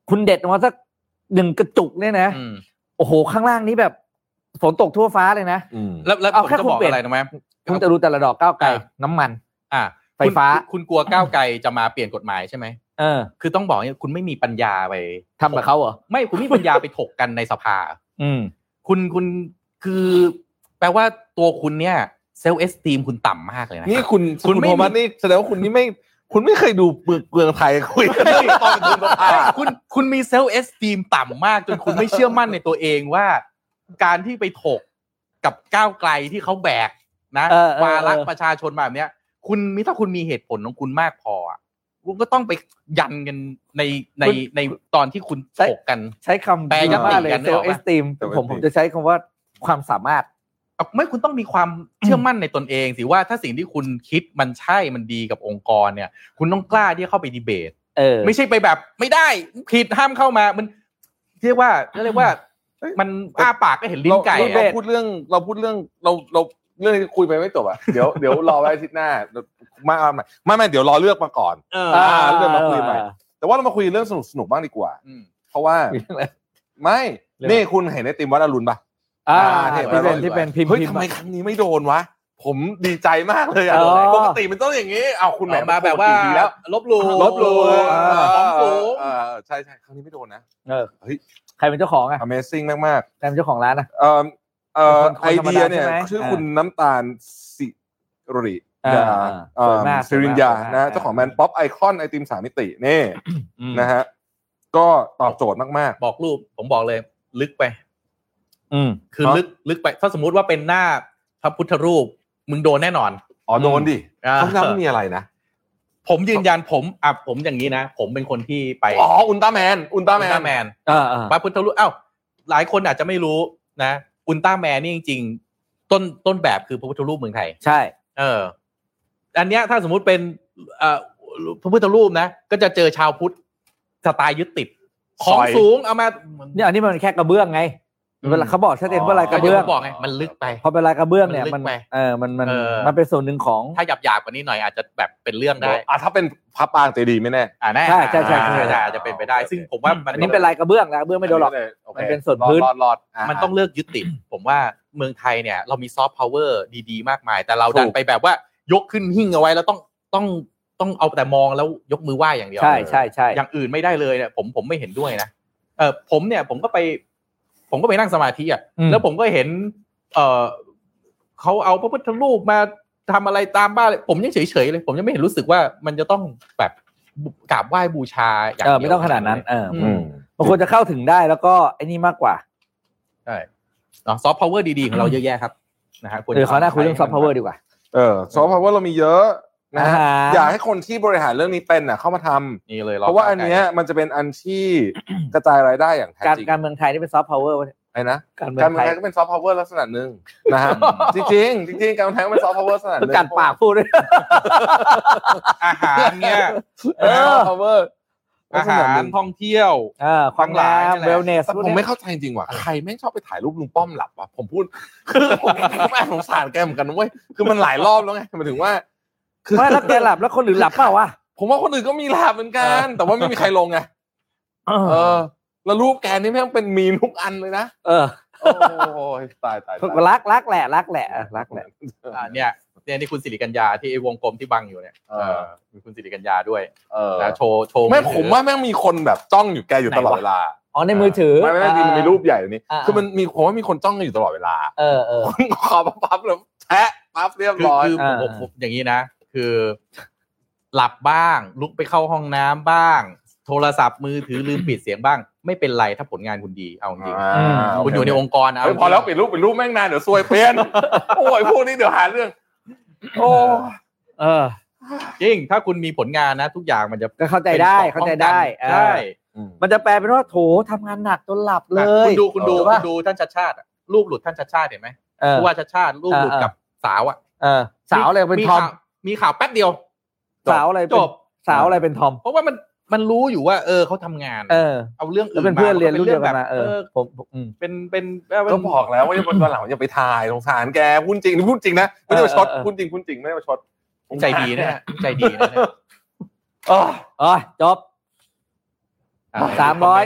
[SPEAKER 3] คุณเด็ดออกมาสักหนึ่งกระจุกเนี่ยนะ
[SPEAKER 1] อืม
[SPEAKER 3] โอ้โหข้างล่างนี้แบบฝนตกทั่วฟ้าเลยนะ
[SPEAKER 4] อืม
[SPEAKER 1] แล้วแล้ว
[SPEAKER 3] เอา
[SPEAKER 1] ผม
[SPEAKER 3] แค่
[SPEAKER 1] จะ
[SPEAKER 3] คุณ
[SPEAKER 1] บอก
[SPEAKER 3] เปลี่ยน
[SPEAKER 1] อะไรนะแม่
[SPEAKER 3] คุณจะรู้แต่ละดอกก้าวไกล
[SPEAKER 1] อ่า
[SPEAKER 3] น้ำมัน
[SPEAKER 1] อ่ะ
[SPEAKER 3] ไฟฟ้า
[SPEAKER 1] คุณคุณกลัวก้าวไกลจะมาเปลี่ยนกฎหมายใช่ไหม
[SPEAKER 3] เออ
[SPEAKER 1] คือต้องบอกเนี่ยคุณไม่มีปัญญาไป
[SPEAKER 3] ทำกับเขาเหรอ
[SPEAKER 1] ไม่คุณไม่มีปัญญาไปถกกันในสภา
[SPEAKER 3] อืม
[SPEAKER 1] คุณคุณคือ แปลว่าตัวคุณเนี่ยเซลล์เอสตีมคุณต่ำมากเลยนะ
[SPEAKER 4] นี่คุณ
[SPEAKER 1] คุ
[SPEAKER 4] คุณ ณ
[SPEAKER 1] ไม่
[SPEAKER 4] โทมัสนี่แสดงว่าคุณนี่ไม่ คุณไม่เคยดูเมืองไทยคุยกันเรื่องตอนคุณประภา
[SPEAKER 1] คุณคุณมีเซลล์เอสตีมต่ำมาก จนคุณไม่เชื่อมั่นในตัวเองว่า การที่ไปถกกับก้าวไกลที่เขาแบกนะ
[SPEAKER 3] เออเออเออ
[SPEAKER 1] วาระประชาชนแบบเนี้ย คุณมิถ้าคุณมีเหตุผลของคุณมากพออะคุณก็ต้องไปยันกันในในในตอนที่คุณถกกัน
[SPEAKER 3] ใช้คำ
[SPEAKER 1] แปล
[SPEAKER 3] ดี
[SPEAKER 1] ยติ
[SPEAKER 3] มากเลย
[SPEAKER 1] กัน
[SPEAKER 3] เซ
[SPEAKER 1] ได้
[SPEAKER 3] ล
[SPEAKER 1] หร
[SPEAKER 3] ล์
[SPEAKER 1] อ
[SPEAKER 3] เอ
[SPEAKER 1] วะ
[SPEAKER 3] สติมผม
[SPEAKER 4] self-esteem
[SPEAKER 3] ผมจะใช้คำว่าความสามารถ
[SPEAKER 1] เอาไม่คุณต้องมีความ เชื่อมั่นในตนเองสิว่าถ้าสิ่งที่คุณคิดมันใช่มันดีกับองค์กรเนี่ย คุณต้องกล้าที่จะเข้าไปดีเบต
[SPEAKER 3] เออ
[SPEAKER 1] ไม่ใช่ไปแบบไม่ได้ผิดห้ามเข้ามามัน เรียกว่าเรียกว่า
[SPEAKER 4] เอ้ย
[SPEAKER 1] มันอ้าปากก็เห็นลิ้นไก่
[SPEAKER 4] เรา
[SPEAKER 1] อะ
[SPEAKER 4] เราพูดเรื่องเราพูดเรื่องเราเราเรื่องที่คุยไปไม่จบอ่ะเดี๋ยวเดี๋ยว รอไว้อาทิตย์หน้ามาเอาใหม่ไม่ไม่เดี๋ยวรอเลือกมาก่อน
[SPEAKER 1] เออ
[SPEAKER 4] อ่าเรื่องมาคุยใหม่ แต่ว่าเรามาคุยเรื่องสนุกสนุกๆบ้างดีกว่า
[SPEAKER 1] อืม
[SPEAKER 4] เพราะว่าไม่ นี่คุณเห็นไอติมวัดอรุณปะ
[SPEAKER 3] อ่า
[SPEAKER 4] อ่า
[SPEAKER 3] ที่
[SPEAKER 4] เทพ
[SPEAKER 3] เป็น
[SPEAKER 4] อร่อย
[SPEAKER 3] ที่เป็นพิมพ์
[SPEAKER 4] เฮ้ย
[SPEAKER 3] พิม
[SPEAKER 4] ทำ
[SPEAKER 3] พ์
[SPEAKER 4] ไมครั้งนี้ไม่โดนวะ ผมดีใจมากเลยอ่ะ
[SPEAKER 3] อ๋อ
[SPEAKER 4] ปกติมันต้องอย่างนี้เอาคุณแหม
[SPEAKER 1] มาแบบว่า
[SPEAKER 4] ปกติดีแล้ว
[SPEAKER 1] ลบหลู่
[SPEAKER 4] ลบหลู
[SPEAKER 1] เออของสูง
[SPEAKER 4] เออใช่ใช่ครั้งนี้ไม่โดนนะ
[SPEAKER 3] เออ
[SPEAKER 4] เฮ้ย
[SPEAKER 3] ใครเป็นเจ้าของอ่ะ
[SPEAKER 4] Amazing มาก
[SPEAKER 3] ใครเป็นเจ้าของร้านอ่ะ
[SPEAKER 4] ๆเอ่อเอ่อ
[SPEAKER 3] ค
[SPEAKER 4] ไอน
[SPEAKER 3] ธรรม
[SPEAKER 4] เดี
[SPEAKER 3] ดาย
[SPEAKER 4] เนี่ย
[SPEAKER 3] ใช่ไหม
[SPEAKER 4] ชื่อคุณน้ำตาลสิริ
[SPEAKER 3] อ่า
[SPEAKER 4] ดา
[SPEAKER 3] อ่าสวยมาก
[SPEAKER 4] เอ่อสิริญญา
[SPEAKER 3] สวยมาก
[SPEAKER 4] นะ
[SPEAKER 3] อ่า
[SPEAKER 4] เจ้าของแมนป๊อปไอคอนไอติมสามมิตินี่นะฮะก็ตอบโจทย์มาก
[SPEAKER 1] บอกรูปผมบอกเลย ลึกไป
[SPEAKER 3] อืม
[SPEAKER 1] คือ
[SPEAKER 4] เนอะ
[SPEAKER 1] ลึกลึกไป ถ้าสมมุติว่าเป็นหน้าพระพุทธรูป มึงโดนแน่นอน
[SPEAKER 4] ๆอ๋อโดนดิ
[SPEAKER 1] อ่า
[SPEAKER 4] เขาน้ำไม่มีอะไรนะ
[SPEAKER 1] ผมยืนยันผมอ่ะผมอย่างนี้นะ ผมเป็นคนที่ไป
[SPEAKER 4] อ๋ออุลตร้าแมนอุลตร้าแมน
[SPEAKER 1] อุลตร้าแมน
[SPEAKER 3] อ่าอ่า
[SPEAKER 1] พระพุทธรูปอ้าวหลายคนอาจจะไม่รู้นะอุลตร้าแมนนี่จริง ๆ ต้นต้นแบบคือพระพุทธรูปเมืองไทย
[SPEAKER 3] ใช่
[SPEAKER 1] เออ อันเนี้ยถ้าสมมุติเป็นเอ่อพระพุทธรูปนะ ก็จะเจอชาวพุทธสไตล์ยึดติด ของ
[SPEAKER 4] ซอย
[SPEAKER 1] สูงเอามา
[SPEAKER 3] เนี่ยอันนี้มันแค่กระเบื้องไงเวลาเขาบอกชัดเจนว่าลายก
[SPEAKER 1] ก็
[SPEAKER 3] ระ
[SPEAKER 1] เดี๋ย
[SPEAKER 3] เบื้
[SPEAKER 1] ว
[SPEAKER 3] อง
[SPEAKER 1] ผมบอกไง มันลึกไป
[SPEAKER 3] พอเป็นลายกระเบื้องเนี่ย
[SPEAKER 1] มั
[SPEAKER 3] มัน น
[SPEAKER 1] ลึกไป
[SPEAKER 3] เออมันมัน
[SPEAKER 1] เออ
[SPEAKER 3] มันเป็นส่วนหนึ่งของ
[SPEAKER 1] ถ้าหยาบหยาบๆกว่านี้หน่อยอาจจะแบบเป็นเรื่องได้
[SPEAKER 4] อ่ะถ้าเป็นพระปางเจดีย์ไม่แน่
[SPEAKER 1] อ่าแน่
[SPEAKER 3] ใช่ใช่ใช่
[SPEAKER 1] อ่าใช่อาจจะเป็นไปได้ ซึ่งผมว่ามัน
[SPEAKER 3] อันนี้เป็นลายกระเบื้องลายกระเบื้องไม่โดนหรอก
[SPEAKER 4] โอค
[SPEAKER 3] มันเป็นส่วนพื้น
[SPEAKER 4] รอดรอดรอดะ
[SPEAKER 1] มันต้องเลือกยึดติด ผมว่าเมืองไทยเนี่ย เรามีซอฟต์พาวเวอร์ดีๆ มากมาย แต่เราดัน
[SPEAKER 4] ถูก
[SPEAKER 1] ไปแบบว่ายกขึ้นหิ้งเอาไว้แล้วต้องต้องต้องเอาแต่มองแล้วยกมือไหว้อย่างเดียว
[SPEAKER 3] ใช่ใช่ใช่
[SPEAKER 1] อย่างอื่นไม่ได้เลยเนี่ยผมผมไม่เห็นด้วยนะเออผมเนี่ย ผมก็ไป ผมก็ไปนั่งสมาธิอ่ะ
[SPEAKER 3] อืม
[SPEAKER 1] แล้วผมก็เห็น เออเขาเอาพระพุทธรูปมาทำอะไรตามบ้านเลยผมยังเฉยๆเลย ผมยังไม่เห็นรู้สึกว่ามันจะต้องแบบกราบไหว้บูชาอย่าง
[SPEAKER 3] เอ
[SPEAKER 1] เดี
[SPEAKER 3] อ
[SPEAKER 1] ยว
[SPEAKER 3] ไม่ต้องขนาดนั้น เออ
[SPEAKER 1] อื
[SPEAKER 3] อ
[SPEAKER 1] ม
[SPEAKER 3] มันควรจะเข้าถึงได้แล้วก็ไอ้นี่มากกว่า
[SPEAKER 1] ใช่ซอฟต์พาวเวอร์ดีๆของเรา เยอะแยะครับนะฮะวรจะ
[SPEAKER 3] เดี๋ยวเขาวหน้าคุยเรื่องซอฟต์พาวเวอร์ดีกว่า
[SPEAKER 4] เออซอฟต์พาวเวอร์เรามีเยอะนะฮะ
[SPEAKER 3] อ่า
[SPEAKER 4] อยากให้คนที่บริหารเรื่องนี้เป็นน่ะเข้ามาทำ
[SPEAKER 1] นี่เลย
[SPEAKER 4] เพราะว่าอันเนี้ยมันจะเป็นอันที่ กระจายรายได้อย่างแท้
[SPEAKER 3] การ
[SPEAKER 4] จริง
[SPEAKER 3] การเมืองไทยนี่เป็นซอฟต์พาวเวอร์วะ
[SPEAKER 4] ไอ้นะ
[SPEAKER 3] การเมือ
[SPEAKER 4] การ
[SPEAKER 3] ง
[SPEAKER 4] เมือ
[SPEAKER 3] ไท
[SPEAKER 4] ง
[SPEAKER 3] ย
[SPEAKER 4] ไทยก็เป็นซอฟต์พาวเวอร์ลักษณะหนึ่งนะ ฮะ จริงจริงๆจริงๆการเมืองไทยก็เป็นซอฟต์พาวเวอร์ลักษณะหนึ่ง
[SPEAKER 3] กัดปากพูดด้วย
[SPEAKER 1] อาหาร เนี่ย
[SPEAKER 4] เออซอฟต์พาวเวอร์
[SPEAKER 1] อาหารท่องเที่ยว
[SPEAKER 3] เออความงามเวลเนส
[SPEAKER 4] แต่ผมไม่เข้าใจจริงว่ะใครแม่งชอบไปถ่ายรูปลุงป้อมหลับวะผมพูด คือผมผมแอบสงสารแกเหมือนกันนะเว้ยคือมันหลายรอบแล้วไงหมายถึงว่า
[SPEAKER 3] ไม่แล้วแกหลับแล้วคนอื่นหลับเปล่าวะ
[SPEAKER 4] ผมว่าคนอื่นก็มีหลาบเหมือนกัน แต่ว่าไม่มีใครลงไง
[SPEAKER 3] เอ
[SPEAKER 4] เออ แล้วรูปแกนี่แม่งเป็นมีมทุกอันเลยนะ
[SPEAKER 3] อ
[SPEAKER 4] โอ้ยตายตายตาย
[SPEAKER 3] รักรักแหละรักแหละเออรักแหละ
[SPEAKER 1] อ่าเนี่ยเนี่ยนี่คุณสิริกัญญาที่ไอ้วงกลมที่บังอยู่เนี่ยเออมีคุณสิริกัญญาด้วย
[SPEAKER 4] เออ
[SPEAKER 1] นะโชว์โชว์
[SPEAKER 4] แม่ง
[SPEAKER 1] อถือ
[SPEAKER 4] ผมว่าแม่งมีคนแบบจ้องอยู่แกอยู่ตลอดเวลา
[SPEAKER 3] อ๋อในมือถือ
[SPEAKER 4] ไม่ไม่ไม่มี
[SPEAKER 3] อ่า
[SPEAKER 4] มีรูปใหญ่อยู่นี้
[SPEAKER 3] อ่า
[SPEAKER 4] คือมันมีผมว่ามีคนจ้องอยู่ตลอดเวลา
[SPEAKER 3] เออเออ
[SPEAKER 4] ขอปั๊บปั๊บแล้วแทะปั๊บเรียบ
[SPEAKER 1] คือ
[SPEAKER 4] ร้อย
[SPEAKER 1] คือผม
[SPEAKER 3] อ่า
[SPEAKER 1] ผมผมอย่างนี้นะ คือ หลับบ้าง ลุกไปเข้าห้องน้ำบ้าง โทรศัพท์มือถือลืมปิดเสียงบ้าง ไม่เป็นไรถ้าผลงานคุณดีเอาจริง
[SPEAKER 4] อ่า
[SPEAKER 1] ๆคุณอยู่ในองค์กรนะ
[SPEAKER 4] เฮ้ยพอแล้วปิดรูปปิดรูปแม่งนานเดี๋ยวซวยเปลี่ยนโอ้ยพวกนี้เดี๋ยวหาเรื่อง โอ้
[SPEAKER 3] เออ
[SPEAKER 1] จริง ถ้าคุณมีผลงานนะ ทุกอย่างมันจะ
[SPEAKER 3] ก็เข้าใจได้
[SPEAKER 1] ป็นกาะ
[SPEAKER 3] เข้าใจได้
[SPEAKER 1] ป้องกั
[SPEAKER 3] เออน
[SPEAKER 1] ใช่
[SPEAKER 3] มันจะแปลเป็นว่าโถทำงานหนักจนหลับเล
[SPEAKER 1] อ่ะ
[SPEAKER 3] ย
[SPEAKER 1] คุณดูคุณดู
[SPEAKER 3] ว่า
[SPEAKER 1] คุณดูท่านชาติชาติอะรูปหลุดท่านชาติชาติเห็นไหม
[SPEAKER 3] เออ
[SPEAKER 1] ผู้ว่าชาติชาติรูปหลุด
[SPEAKER 3] อ่าอ่ากั
[SPEAKER 1] กับสาวอ่ะ
[SPEAKER 3] เออสาวอะไรเป็น
[SPEAKER 1] มี
[SPEAKER 3] ทอม
[SPEAKER 1] ข่าวมีข่าวแป๊บเดียว
[SPEAKER 3] สาวอะไร
[SPEAKER 1] จ
[SPEAKER 3] เป็น
[SPEAKER 1] บ
[SPEAKER 3] สาวอะไรเป็นทอม
[SPEAKER 1] เพราะว่ามันมันรู้อยู่ว่า เออเขาทำงาน
[SPEAKER 3] เออ
[SPEAKER 1] เอาเรื่อง
[SPEAKER 3] แล้ว
[SPEAKER 1] อื่
[SPEAKER 3] น เป็นเพื่อน
[SPEAKER 1] มา
[SPEAKER 3] เรียนรุ่นเดียวกัน
[SPEAKER 1] แบ
[SPEAKER 3] มา
[SPEAKER 1] บ
[SPEAKER 3] เออผมผมอืม
[SPEAKER 1] เป็นเป็น
[SPEAKER 4] ก็บอกแล้วว่าอย่าไปตอนหลังอย่าไปถ่ายสงสารแกพูดจริงพูดจริงนะไม่ได้มาชด
[SPEAKER 3] เออเออ
[SPEAKER 4] พูดจริงพูดจริงไม่ได้มาชด
[SPEAKER 1] ใจดีนะฮะใจดีนะ ฮะ
[SPEAKER 3] เอ๋อจบ สามร้อย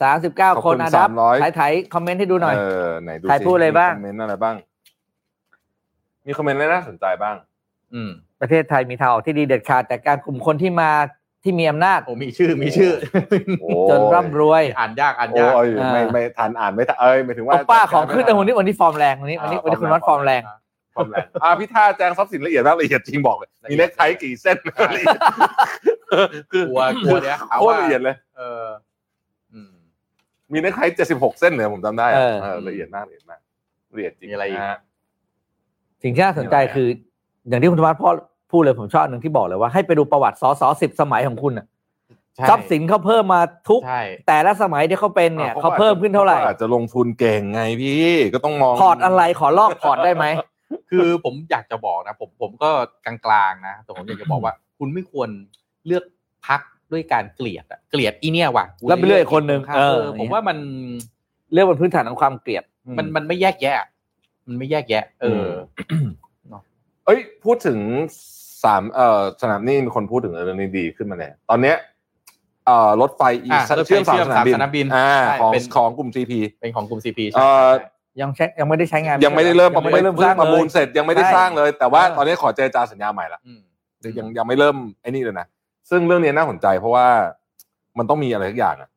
[SPEAKER 3] สามสิบเก้า
[SPEAKER 4] ขอบ
[SPEAKER 3] ค
[SPEAKER 4] คุ
[SPEAKER 3] น
[SPEAKER 4] ณ
[SPEAKER 3] อันดับ
[SPEAKER 4] 300
[SPEAKER 3] ถ่ายถ่ายคอมเมนต์ให้ดูหน่อย
[SPEAKER 4] เออไหนดู
[SPEAKER 3] ใคร
[SPEAKER 4] สิ
[SPEAKER 3] พูดอะไรบ้าง
[SPEAKER 4] มีคอมเมนต์อะไรบ้าง มีคอมเมนต์อะไรน่าสนใจบ้าง
[SPEAKER 1] อืม
[SPEAKER 3] ประเทศไทยมีทางออกที่ดีเด็ดขาดแต่การกลุ่มคนที่มา ที่มีอำนาจ
[SPEAKER 1] โอ้มีชื่อมีชื่อ
[SPEAKER 3] จนร่ำรวย
[SPEAKER 1] อ่านยากอ่าน
[SPEAKER 4] โอ้
[SPEAKER 1] ยาก
[SPEAKER 4] ย
[SPEAKER 3] อ่า
[SPEAKER 4] ไม่ไม่ทันอ่านไม่ทันเอ้ยหมายถึงว่า
[SPEAKER 3] โอป้าของขึ้น
[SPEAKER 4] จัด
[SPEAKER 3] แต่
[SPEAKER 4] การ
[SPEAKER 3] วันนี้วันนี้ฟอร์มแรงวันนี้วันนี้
[SPEAKER 1] อ่า
[SPEAKER 3] วันนี้
[SPEAKER 1] ฟอร์
[SPEAKER 3] คุณ
[SPEAKER 1] ม
[SPEAKER 3] วัดฟอร์มแรง
[SPEAKER 1] แรง
[SPEAKER 4] ความแรงอ่าพี่ท่าแจงทรัพย์สินละเอียดมากละเอียดจริงบอกเลยมีเล็กไทกี่เส้นละเอียดคือก
[SPEAKER 1] ลัวกลัวเดี๋ยวหา
[SPEAKER 4] โคตร
[SPEAKER 1] ว่า
[SPEAKER 4] ละเอียดเลย
[SPEAKER 1] เอออืม
[SPEAKER 4] มีเน็กไทเจ็ดสิบหกเส้นเนี่ยผมจำได้อะ
[SPEAKER 3] เออ
[SPEAKER 4] เออละเอียดมากละเอียดมากละเอียดจริง
[SPEAKER 1] มีอะไรอีก
[SPEAKER 4] นฮ
[SPEAKER 3] สิ่งที่น่าสนใจคือ อย่างที่คุณธวัฒน์พ่อพูดเลยผมชอบอันหนึ่งที่บอกเลยว่าให้ไปดูประวัติสสสิบสมัยของคุณน่ะ
[SPEAKER 1] ใช่
[SPEAKER 3] ทรัพย์สินเขาเพิ่มมาทุก
[SPEAKER 1] ใช่
[SPEAKER 3] แต่ละสมัยที่เขาเป็นเนี่ยเขาเพิ่มขึ้นเท่าไหร่
[SPEAKER 4] ขอาจจะลงทุนเก่งไงพี่ก็ต้องมอง
[SPEAKER 3] พอร์ตอะไรขอลอกพอร์ตได้ไหม
[SPEAKER 1] คือผมอยากจะบอกนะ ผมผมก็กลางๆนะแต่ผมอยากจะบอกว่า คุณไม่ควรเลือกพักด้วยการเกลียดอะเกลียดอีเนี่ยว่ะกู
[SPEAKER 3] แล้วไปเลือกอีกคนนึง
[SPEAKER 1] เอ
[SPEAKER 3] เอ
[SPEAKER 1] อ
[SPEAKER 3] อ
[SPEAKER 1] ผมว่ามัน
[SPEAKER 3] เรื่องบนพื้นฐานของความเกลียด
[SPEAKER 1] มันมันไม่แยกแยะ มันไม่แยกแยะ เออ
[SPEAKER 4] เอ้ยพูดถึงสามเอ่อสนามนี่มีคนพูดถึงเรื่องนี้ดีขึ้นมาเนี่ยตอนเนี้ยเอ่อรถไฟอี
[SPEAKER 1] อ่ะรถไฟ
[SPEAKER 4] เชื่อมสาม
[SPEAKER 1] เชื่อม
[SPEAKER 4] สนามบิน
[SPEAKER 1] สามสนามบิน
[SPEAKER 4] อ่า
[SPEAKER 1] ใช่
[SPEAKER 4] ของ
[SPEAKER 1] เป็น
[SPEAKER 4] ของกลุ่ม GP
[SPEAKER 1] เป็นของกลุ่มซีพี
[SPEAKER 4] เอ่
[SPEAKER 1] ใช่
[SPEAKER 4] อ
[SPEAKER 1] ใช่
[SPEAKER 3] ยังใช้ยังไม่ได้ใช้งาน
[SPEAKER 4] ยังไม่ได้เริ่ม
[SPEAKER 1] ยังไม่ได้เริ่ม
[SPEAKER 4] พิ่
[SPEAKER 3] สร้าง
[SPEAKER 4] ประมูล
[SPEAKER 3] เลย
[SPEAKER 4] เสร็จยังไม่ได้
[SPEAKER 3] ใช่
[SPEAKER 4] สร้างเลย แต่ว่า
[SPEAKER 3] เออ
[SPEAKER 4] ตอนนี้ขอเจรจาสัญญาใหม่ละ
[SPEAKER 1] อืม
[SPEAKER 4] ยังยังไม่เริ่มไอ้นี่เลยนะ ซึ่งเรื่องนี้น่าสนใจเพราะว่ามันต้องมีอะไรสักอย่างอ่ะ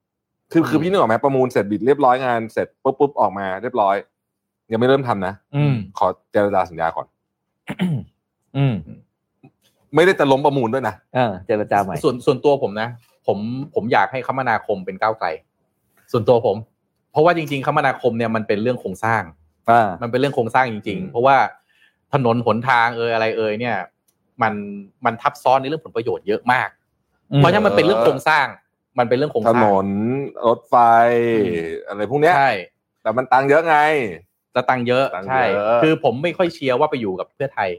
[SPEAKER 4] คือคือ
[SPEAKER 1] อืม
[SPEAKER 4] พี่นึกออกไหมประมูลเสร็จบิดเรียบร้อยงานเสร็จปุ๊บปุ๊บออกมาเรียบร้อย ยังไม่เริ่มทำนะ
[SPEAKER 3] อืม
[SPEAKER 4] ขอเจรจาสัญญาก่อน
[SPEAKER 3] อืม
[SPEAKER 4] ไม่ได้จะล้มประมูลด้วยนะ
[SPEAKER 3] เออเจรจาใหม่
[SPEAKER 1] ส่วนส่วนตัวผมนะ ผมผมอยากให้คมนาคมเป็นก้าวไกล ส่วนตัวผม เพราะว่าจริง ๆ คมนาคมเนี่ยมันเป็นเรื่องโครงสร้าง
[SPEAKER 4] อ่า
[SPEAKER 1] มันเป็นเรื่องโครงสร้างจริง
[SPEAKER 4] อืม
[SPEAKER 1] ๆ เพราะว่าถนนหนทางเอยอะไรเอยเนี่ย มันมันทับซ้อนในเรื่องผลประโยชน์เยอะมาก เพราะฉะนั้นมันเป็นเรื่องโครงสร้าง มันเป็นเรื่องโครง
[SPEAKER 4] ถ
[SPEAKER 1] สร้าง
[SPEAKER 4] นนรถไฟ อะไรพวกเนี้ย
[SPEAKER 1] ใช่
[SPEAKER 4] แต่มันตังค์เยอะไง
[SPEAKER 1] จะตังค์เยอะ
[SPEAKER 4] ตังค์
[SPEAKER 1] ใช่
[SPEAKER 4] เยอะ
[SPEAKER 1] คือผมไม่ค่อยเชียร์ว่าไปอยู่กับเพื่อไทย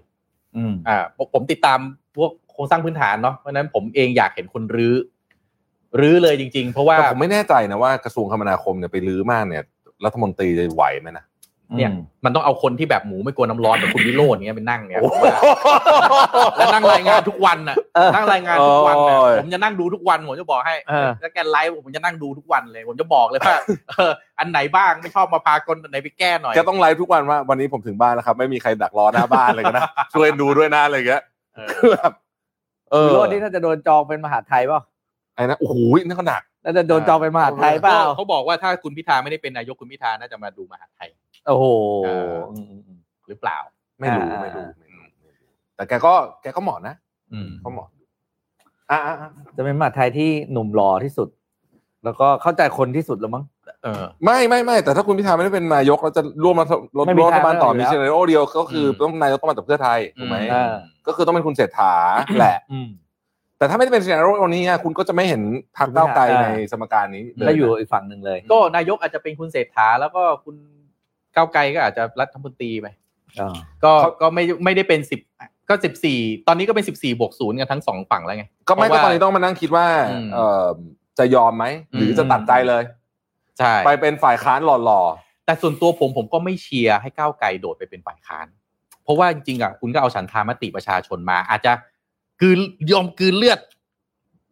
[SPEAKER 3] อืม
[SPEAKER 1] อ่าผมผมติดตามพวกโครงสร้างพื้นฐานเนาะเพราะฉะนั้นผมเองอยากเห็นคนรื้อรื้อเลยจริง ๆ เพราะว่า
[SPEAKER 4] แต่ผมไม่แน่ใจนะว่ากระทรวงคมนาคมเนี่ยไปลื้อมากเนี่ยรัฐมนตรีจะไหวไหมนะ
[SPEAKER 1] เนี่ยมันต้องเอาคนที่แบบหมูไม่กลัวน้ำร้อนแบบคุณวิโรจน์เนี้ยไปนั่งเนี่ยผมว่าแล้วนั่งรายงานทุกวันน่ะ
[SPEAKER 3] เออ
[SPEAKER 1] นั่งรายงานทุกวันน่ะ
[SPEAKER 4] โอ้ย
[SPEAKER 1] ผมจะนั่งดูทุกวันผมจะบอกให้
[SPEAKER 3] เออ
[SPEAKER 1] แล้วแกไลฟ์ผมจะนั่งดูทุกวันเลย ผมจะบอกเลยว่า เอออันไหนบ้างไม่ชอบมาพากลอันไหนไปแก้หน่อย
[SPEAKER 4] จะต้องไลฟ์ทุกวันว่าวันนี้ผมถึงบ้านแล้วครับ ไม่มีใครดักรอหน้าบ้านเลยนะ ช่วยดูด้วยนะอะไรอย่างเงี้ย
[SPEAKER 1] เออ
[SPEAKER 4] คือแบบเออ
[SPEAKER 3] วิโรจน์นี่น่าจะโดนจองเป็นมหาดไทยเปล่า
[SPEAKER 4] ไอ้นะโอ้โหนั่นก็หนัก
[SPEAKER 3] น่าจะโดนจองเป็นมหาดไทยเปล่า
[SPEAKER 1] เขาบอกว่าถ้าคุณพิธาไม่ได้เป็นนายกคุณพิธาน่าจะมาดูมหาไทย
[SPEAKER 3] โอ้โห
[SPEAKER 1] เออ หรือเปล่า
[SPEAKER 4] ไม่รู้
[SPEAKER 3] อ่า
[SPEAKER 4] ไม่รู้ไม่รู้ไม่รู้แต่แกก็แกก็เหมาะนะ
[SPEAKER 1] อืม
[SPEAKER 4] ก็เหมาะอ่าอ่าอ่า
[SPEAKER 3] จะเป็นมหาดไทยที่หนุ่มหล่อที่สุด แล้วก็เข้าใจคนที่สุดแล้วมั้ง
[SPEAKER 1] เออ
[SPEAKER 4] ไม่ไม่ไม่แต่ถ้าคุณพิธาไม่ได้เป็นนายกเราจะร่วมรัฐ
[SPEAKER 3] ไม่มี
[SPEAKER 4] ร่วมรัฐบาลต่อ
[SPEAKER 3] ทางเลื
[SPEAKER 4] มี
[SPEAKER 3] อกอยู่
[SPEAKER 4] ซี
[SPEAKER 3] แล้ว
[SPEAKER 4] นโอเดียวก็คืออ
[SPEAKER 1] ม
[SPEAKER 4] ต้องนายกต้องมาจากเพื่อไทยถูกไหม
[SPEAKER 3] อ่า
[SPEAKER 4] ก็คือต้องเป็นคุณเศรษฐาแหละ
[SPEAKER 3] อืม
[SPEAKER 4] แต่ถ้าไม่ได้เป็นซีนโอนี้อะคุณก็จะไม่เห็นพรรคก้าวไกล
[SPEAKER 3] อ่า
[SPEAKER 4] ในสมการนี้เล
[SPEAKER 3] แล้ว
[SPEAKER 4] ย
[SPEAKER 3] อยู่อีกฝั่งหนึ่งเลย
[SPEAKER 1] ก็นายกอาจจะเป็นคุณเศรษฐาแล้วก็คุณก้าวไกลก็อาจจะรัฐมนตรีไป ก็ก็ไม่ไม่ได้เป็นสิบก็สิบสี่ตอนนี้ก็เป็นสิบสี่บวกศูนย์กันทั้งสองฝั่งแล้วไง
[SPEAKER 4] ก็ไม่
[SPEAKER 1] เพ
[SPEAKER 4] ก็
[SPEAKER 1] ราะ
[SPEAKER 4] ตอ
[SPEAKER 1] ว่า
[SPEAKER 4] นนี้ต้องมานั่งคิดว่า
[SPEAKER 1] อืม
[SPEAKER 4] เอ่อจะยอมไหมหรืออ
[SPEAKER 1] ม
[SPEAKER 4] จะตัดใจเลย
[SPEAKER 1] ใช่
[SPEAKER 4] ไปเป็นฝ่ายค้านหล่อ
[SPEAKER 1] แต่ส่วนตัวผมผมก็ไม่เชียร์ให้ก้าวไกลโดดไปเป็นฝ่ายค้าน เพราะว่าจริงๆอ่ะคุณก็เอาฉันทามติประชาชนมา อาจจะกลืนยอมกลืนเลือด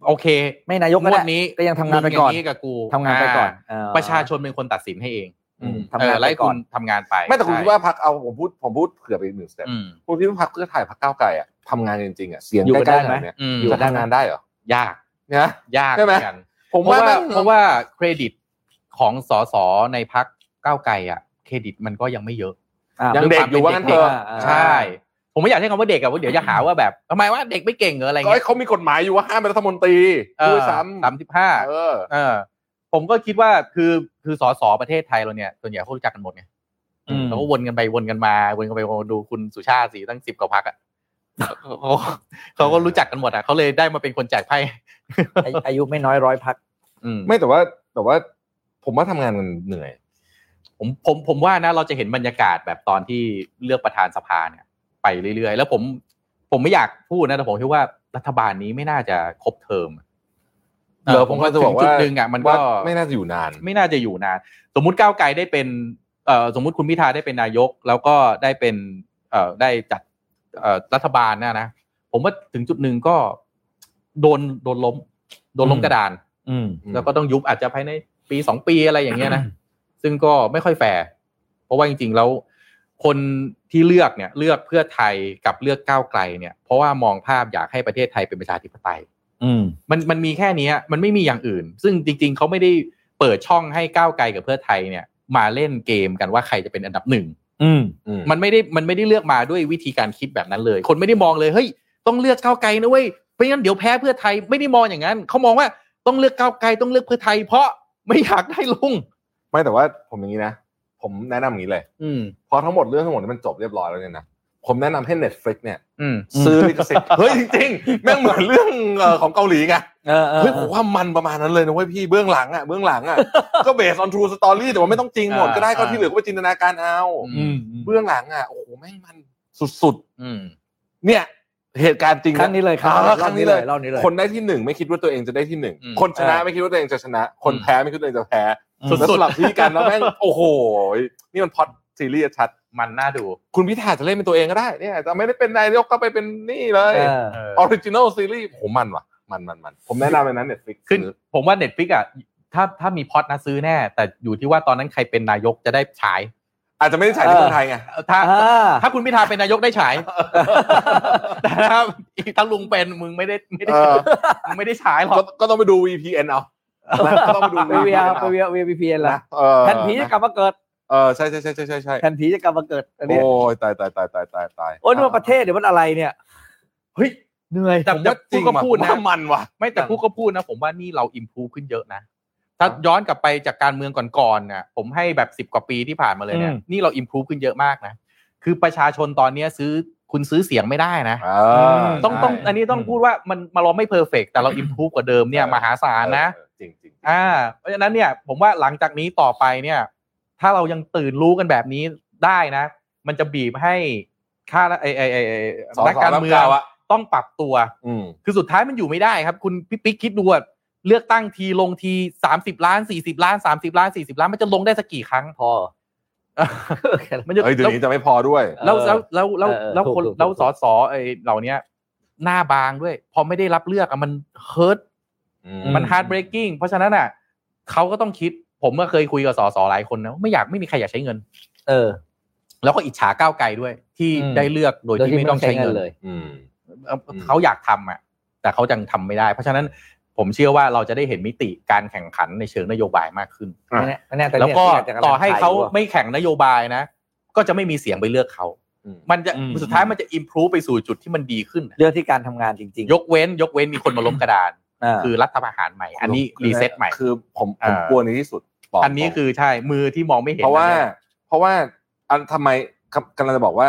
[SPEAKER 1] โอเค
[SPEAKER 3] ไม่นายกก็
[SPEAKER 1] งว
[SPEAKER 3] ได้
[SPEAKER 1] ดนี้
[SPEAKER 3] ก็ยังทำงานไปก่อน
[SPEAKER 1] มึย่กับกู
[SPEAKER 3] ทำงานไปก่อนเออ
[SPEAKER 1] าประชาชนเป็นคนตัดสินให้เอง
[SPEAKER 3] อืม
[SPEAKER 1] เอ
[SPEAKER 3] ทำงาน
[SPEAKER 1] อ
[SPEAKER 3] ไปก่อน
[SPEAKER 1] ไล่คุณทำงานไป
[SPEAKER 4] ๆไม่แต่คุณคิดว่าพรรคเอาผมพูดผมพูดเผื่อไปอีกหนึ่งสเต็ป
[SPEAKER 1] อืม
[SPEAKER 4] คุณคิดว่าพรรคเพื่อไทยพรรคก้าวไกลอะทำงานจริงๆอะเสียง
[SPEAKER 3] อยู่
[SPEAKER 4] ใก
[SPEAKER 3] กันได้
[SPEAKER 4] ล้ๆข
[SPEAKER 3] ไหม
[SPEAKER 4] นาดเนี้ย
[SPEAKER 1] อืม
[SPEAKER 4] จะทำงานได้เหรอย
[SPEAKER 1] าก
[SPEAKER 4] เนี่ย
[SPEAKER 1] ยาก
[SPEAKER 4] ใช่ไหม
[SPEAKER 1] เอนกัน
[SPEAKER 4] ผม
[SPEAKER 1] เพราะ
[SPEAKER 4] ว่า
[SPEAKER 1] ว่า
[SPEAKER 4] แม่ง
[SPEAKER 1] เพราะว่าเครดิตของสสในพักก้าวไกลอ่ะ เครดิตมันก็ยังไม่เยอะ
[SPEAKER 4] ยั
[SPEAKER 3] ยัง ง
[SPEAKER 4] เด็กอยู่ว่างั้นเถอะ
[SPEAKER 3] อ่าอ่า
[SPEAKER 1] ใช่ ผมไม่อยากใช้คำว่าเด็กอะเพราะเดี๋ยวจะหาว่าแบบทำไมว่าเด็กไม่เก่งเหรออะไร
[SPEAKER 4] ก็
[SPEAKER 1] เงี้ย
[SPEAKER 4] เขามีกฎหมายอยู่ว่าห้ามเป็นรัฐมนตรีด้วยซ้ำ
[SPEAKER 1] สามสิบห้า
[SPEAKER 4] เออ
[SPEAKER 1] เออ ผมก็คิดว่าคือคือสสประเทศไทยเราเนี่ยส่วนใหญ่เขารู้จักกันหมดไง
[SPEAKER 3] อืม
[SPEAKER 1] แล้วก็วนกันไปวนกันมา วนกันไปวนกันมาดูคุณสุชาติสีตั้งสิบกว่าพักอะเขาเขาก็รู้จักกันหมดอะเขาเลยได้มาเป็นคนแจกไพ่
[SPEAKER 3] อายุอายุไม่น้อยร้อยพัก
[SPEAKER 1] อืม
[SPEAKER 4] ไม่แต่ว่าแต่ว่าผมว่าทำงานมันเหนื่อย
[SPEAKER 1] ผมผมผมว่านะเราจะเห็นบรรยากาศแบบตอนที่เลือกประธานสภาเนี่ย ไปเรื่อยๆ แล้วผมผมไม่อยากพูดนะแต่ผมคิดว่ารัฐบาลนี้ไม่น่าจะครบเทอม
[SPEAKER 4] เดี๋ยวผมก็จะ
[SPEAKER 1] ถึ
[SPEAKER 4] บอก
[SPEAKER 1] ง
[SPEAKER 4] ว่า
[SPEAKER 1] จุดหนึ่งอ่ะมันก็
[SPEAKER 4] ว่าไม่น่าจะอยู่นาน
[SPEAKER 1] ไม่น่าจะอยู่นาน สมมุติก้าวไกลได้เป็นเอ่อสมมุติคุณพิธาได้เป็นนายก แล้วก็ได้เป็นเอ่อได้จัดเอ่อรัฐบาลเนะนะผมว่าถึงจุดหนึ่งก็โดนโดนล้ม โดนล้มกระดาน
[SPEAKER 3] อืม
[SPEAKER 4] อืม
[SPEAKER 1] แล้วก็ต้องยุบอาจจะภายในปีสองปีอะไรอย่างเงี้ยนะ ซึ่งก็ไม่ค่อยแฟร์เพราะว่าจริงๆแล้ว คนที่เลือกเนี่ย เลือกเพื่อไทยกับเลือกก้าวไกลเนี่ย เพราะว่ามองภาพอยากให้ประเทศไทยเป็นประชาธิปไตย
[SPEAKER 3] อืม
[SPEAKER 1] มันมันมีแค่เนี้ยมันไม่มีอย่างอื่น ซึ่งจริง ๆเขาไม่ได้เปิดช่องให้ก้าวไกลกับเพื่อไทยเนี่ย มาเล่นเกมกันว่าใครจะเป็นอันดับหนึ่ง
[SPEAKER 3] อืม
[SPEAKER 4] อืม
[SPEAKER 1] มันไม่ได้มันไม่ได้เลือกมาด้วยวิธีการคิดแบบนั้นเลย คนไม่ได้มองเลยเฮ้ยต้องเลือกก้าวไกลนะเว้ยเพราะงั้นเดี๋ยวแพ้เพื่อไทยไม่ได้มองอย่างนั้นเขามองว่าต้องเลือกก้าวไกลต้องเลือกเพื่อไทย เพราะไม่อยากได้ลุง
[SPEAKER 4] ไม่แต่ว่าผมอย่างนี้นะ ผมแนะนำอย่างนี้เลย
[SPEAKER 1] อืม
[SPEAKER 4] เพราะทั้งหมดเรื่องทั้งหมดนี้มันจบเรียบร้อยแล้วเนี่ยนะผมแนะนำให้ Netflix เนี่ย
[SPEAKER 1] อืม
[SPEAKER 3] อืม
[SPEAKER 4] ซื้อลิข สิทธิ์ เฮ้ยจริงๆแม่งเหมือนเรื่องเอ่อของเกาหลีไง
[SPEAKER 3] เออเออ
[SPEAKER 4] เฮ้ยผมว่ามันประมาณนั้นเลยนะเว้ยพี่เบื้องหลังอ่ะเบื้องหลังอ่ะ ก็เบสออนทรูสตอรี่แต่ว่าไม่ต้องจริงหมดก็ได้ก็ที่เหลือก็ไปจินตนาการเอา
[SPEAKER 1] อื
[SPEAKER 3] อืม
[SPEAKER 4] เบื้องหลังอ่ะโอ้โหแม่งมันสุด
[SPEAKER 1] อืม
[SPEAKER 4] ๆ เนี่ย เหตุการณ์จริง
[SPEAKER 3] ครั้งนี้เลยครั้ง
[SPEAKER 4] อ่า
[SPEAKER 3] รอ
[SPEAKER 4] ครั้
[SPEAKER 3] บ
[SPEAKER 4] ง
[SPEAKER 3] นี้
[SPEAKER 4] นี้
[SPEAKER 3] เล
[SPEAKER 4] เลย ย
[SPEAKER 3] รอบนี้เลย
[SPEAKER 4] คนได้ที่หนึ่งไม่คิดว่าตัวเองจะได้ที่หนึ่ง
[SPEAKER 1] อืม
[SPEAKER 4] คนชนะ
[SPEAKER 3] เออ
[SPEAKER 4] ไม่คิดว่าตัวเองจะชนะ คน
[SPEAKER 1] อืม
[SPEAKER 4] แพ้ไม่คิดว่าตัวเองจะแพ้
[SPEAKER 3] อืม
[SPEAKER 1] สุด
[SPEAKER 4] แล้วสลับที่กันแล้วแม่งโอ้โหนี่มันพล็อดซีรีส์ชัด
[SPEAKER 1] มันน่าดู
[SPEAKER 4] คุณพิธาจะเล่นเป็นตัวเองก็ได้เนี่ยจะไม่ได้เป็นนายกก็ไปเป็นนี่เล
[SPEAKER 3] เอย อ
[SPEAKER 1] เอ
[SPEAKER 4] ออ
[SPEAKER 1] อ
[SPEAKER 4] ริจินอลซีรีส์ผมมันว่ะ มันมันมัน ผมแนะนำเลยนะเน็ตฟิก
[SPEAKER 1] ขึ้นผมว่าเน็ตฟิกอ่ะถ้าถ้ามีพล็อดนะซื้อแน่ แต่อยู่ที่ว่าตอนนั้นใครเป็นนายกจะได้ฉาย
[SPEAKER 4] อาจจะไม่ได้ฉายที่เมืองไทยไง
[SPEAKER 1] เอ่อถ้า
[SPEAKER 3] อ่า
[SPEAKER 1] ถ้าคุณพิธาเป็นนายกได้ฉาย แต่ถ้าอีกทั้งลุงเป็นมึงไม่ได้ไม่ได้
[SPEAKER 4] เออ
[SPEAKER 1] มึงไม่ได้ฉายหรอก
[SPEAKER 4] ก็ก็ต้องไปดู VPN เอานะก็ต้องไปดู
[SPEAKER 3] ไปเวียไปเวียเวียพีพีเอ็นละ
[SPEAKER 4] นะเออ
[SPEAKER 3] แผ่นผีจะกลับมาเกิด
[SPEAKER 4] เออใช่ใช่ใช่ใช่ใช่ใช่
[SPEAKER 3] แผ่นผีจะกลับมาเกิดอันนี้
[SPEAKER 4] โอ้ยตายตายตายตายตายตาย
[SPEAKER 3] โอ้ยนี่มันประเทศเดี๋ยวมันอะไรเนี่ย
[SPEAKER 1] เฮ้ย
[SPEAKER 3] เหนื่อย
[SPEAKER 1] แต่
[SPEAKER 4] ผมว่าจริงว่ะ
[SPEAKER 1] พูดก็พูดนะ
[SPEAKER 4] ผมว่ามันว่ะ
[SPEAKER 1] ไม่แต่พูดก็พูดนะ ผมว่านี่เราอิมพูขึ้นเยอะนะ ถ้าย้อนกลับไปจากการเมืองก่อนๆเนี่ยผมให้แบบสิบ10 กว่าปีที่ผ่านมาเลยเนี่ย
[SPEAKER 3] อืม
[SPEAKER 1] นี่เราอิมพูขึ้นเยอะมากนะ คือประชาชนตอนเนี้ยซื้อคุณซื้อเสียงไม่ได้นะ
[SPEAKER 4] อ่า
[SPEAKER 1] ต้องต้องอันนี้ต้องพูดว่ามันมาเราไม่เพอร์เฟกแต่เราอิมพูกว่าเดิมเนี่ยมหาศา
[SPEAKER 4] ใช่
[SPEAKER 1] ลนะ
[SPEAKER 4] เออจริงจริง
[SPEAKER 1] อ่า เพราะฉะนั้นเนี่ยผมว่าหลังจากนี้ต่อไปเนี่ย ถ้าเรายังตื่นรู้กันแบบนี้ได้นะ มันจะบีบให้ค่าไอไอไอไอ้
[SPEAKER 4] สอ
[SPEAKER 1] นัก
[SPEAKER 4] สอ
[SPEAKER 1] การ
[SPEAKER 4] รับ
[SPEAKER 1] เมื
[SPEAKER 4] เมื
[SPEAKER 1] อง
[SPEAKER 4] องอ่ะ
[SPEAKER 1] ต้องปรับตัว
[SPEAKER 4] อืม
[SPEAKER 1] คือสุดท้ายมันอยู่ไม่ได้ครับ คุณพี่ปิ๊กคิดดูอะเลือกตั้งทีลงทีสามสิบล้านสี่สิบล้านสามสิบล้านสี่สิบล้านมันจะลงได้สักกี่ครั้ง
[SPEAKER 3] พอ
[SPEAKER 1] มันจะ
[SPEAKER 4] เฮ้ยเดี๋ยวนี้จะไม่พอด้วย
[SPEAKER 1] แล้วแล้วแล้วแล้ว
[SPEAKER 3] เออ
[SPEAKER 1] แล้ว
[SPEAKER 3] ถูก
[SPEAKER 1] คน
[SPEAKER 3] ถูก
[SPEAKER 1] แล้ว
[SPEAKER 3] ถูก
[SPEAKER 1] สอสอไอเหล่าเนี้ยหน้าบางด้วย พอไม่ได้รับเลือกอะมันเฮิร์ต มัน
[SPEAKER 3] อืม
[SPEAKER 1] hard breaking เพราะฉะนั้นอ่ะเขาก็ต้องคิด ผมก็เคยคุยกับสสหลายคนนะว่าไม่อยากไม่มีใครอยากใช้เงิน
[SPEAKER 3] เออ
[SPEAKER 1] แล้วก็อิจฉาก้าวไกลด้วย ที่
[SPEAKER 3] อืม
[SPEAKER 1] ได้เลือกโดย
[SPEAKER 3] โดย
[SPEAKER 1] ที่
[SPEAKER 3] ที่
[SPEAKER 1] ไม่
[SPEAKER 3] ไม่
[SPEAKER 1] ต้
[SPEAKER 3] ต้อ
[SPEAKER 1] อ
[SPEAKER 3] ง ง
[SPEAKER 1] ใช้
[SPEAKER 3] ใช้
[SPEAKER 1] เงิ
[SPEAKER 3] เงิ
[SPEAKER 1] น
[SPEAKER 3] น
[SPEAKER 1] เล
[SPEAKER 3] เลย ย
[SPEAKER 4] อืม
[SPEAKER 1] เอ่อ
[SPEAKER 4] อืม
[SPEAKER 1] เขาอยากทำอ่ะ แต่เขายังทำไม่ได้ เพราะฉะนั้นผมเชื่อว่าเราจะได้เห็นมิติการแข่งขันในเชิงนโยบายมากขึ้น
[SPEAKER 4] อ่ะ
[SPEAKER 3] ไม่แน่ไม่น่แต่
[SPEAKER 1] แล้วก็
[SPEAKER 3] เนี่ยที่จจะำง
[SPEAKER 1] ต่อให้เขา
[SPEAKER 3] ถ่ยยู่อะ
[SPEAKER 1] ไม่แข่งนโยบายนะ ก็จะไม่มีเสียงไปเลือกเขา
[SPEAKER 4] อืม
[SPEAKER 1] มันจะ
[SPEAKER 3] อืม
[SPEAKER 1] สุดท้ายมันจะ improve ไปสู่จุดที่มันดีขึ้นน่ะ
[SPEAKER 3] เรื่องที่การทำงานจริงๆ
[SPEAKER 1] ยกเว้น ยกเว้นมีคนมาล้มกระดาน
[SPEAKER 3] อ่า
[SPEAKER 1] คือรัฐประหารใหม่ อันนี้รีเซ็ตใหม่
[SPEAKER 4] คือผมผ
[SPEAKER 1] อ่า
[SPEAKER 4] มกลัวนี้ที่สุดบก
[SPEAKER 1] อันนี้
[SPEAKER 4] ตรง
[SPEAKER 1] คือใช่ มือที่มองไม่เห็น
[SPEAKER 4] เพราะว่า
[SPEAKER 1] อันนี้ย
[SPEAKER 4] เพราะว่าอันทำไมครับกำลังจะบอกว่า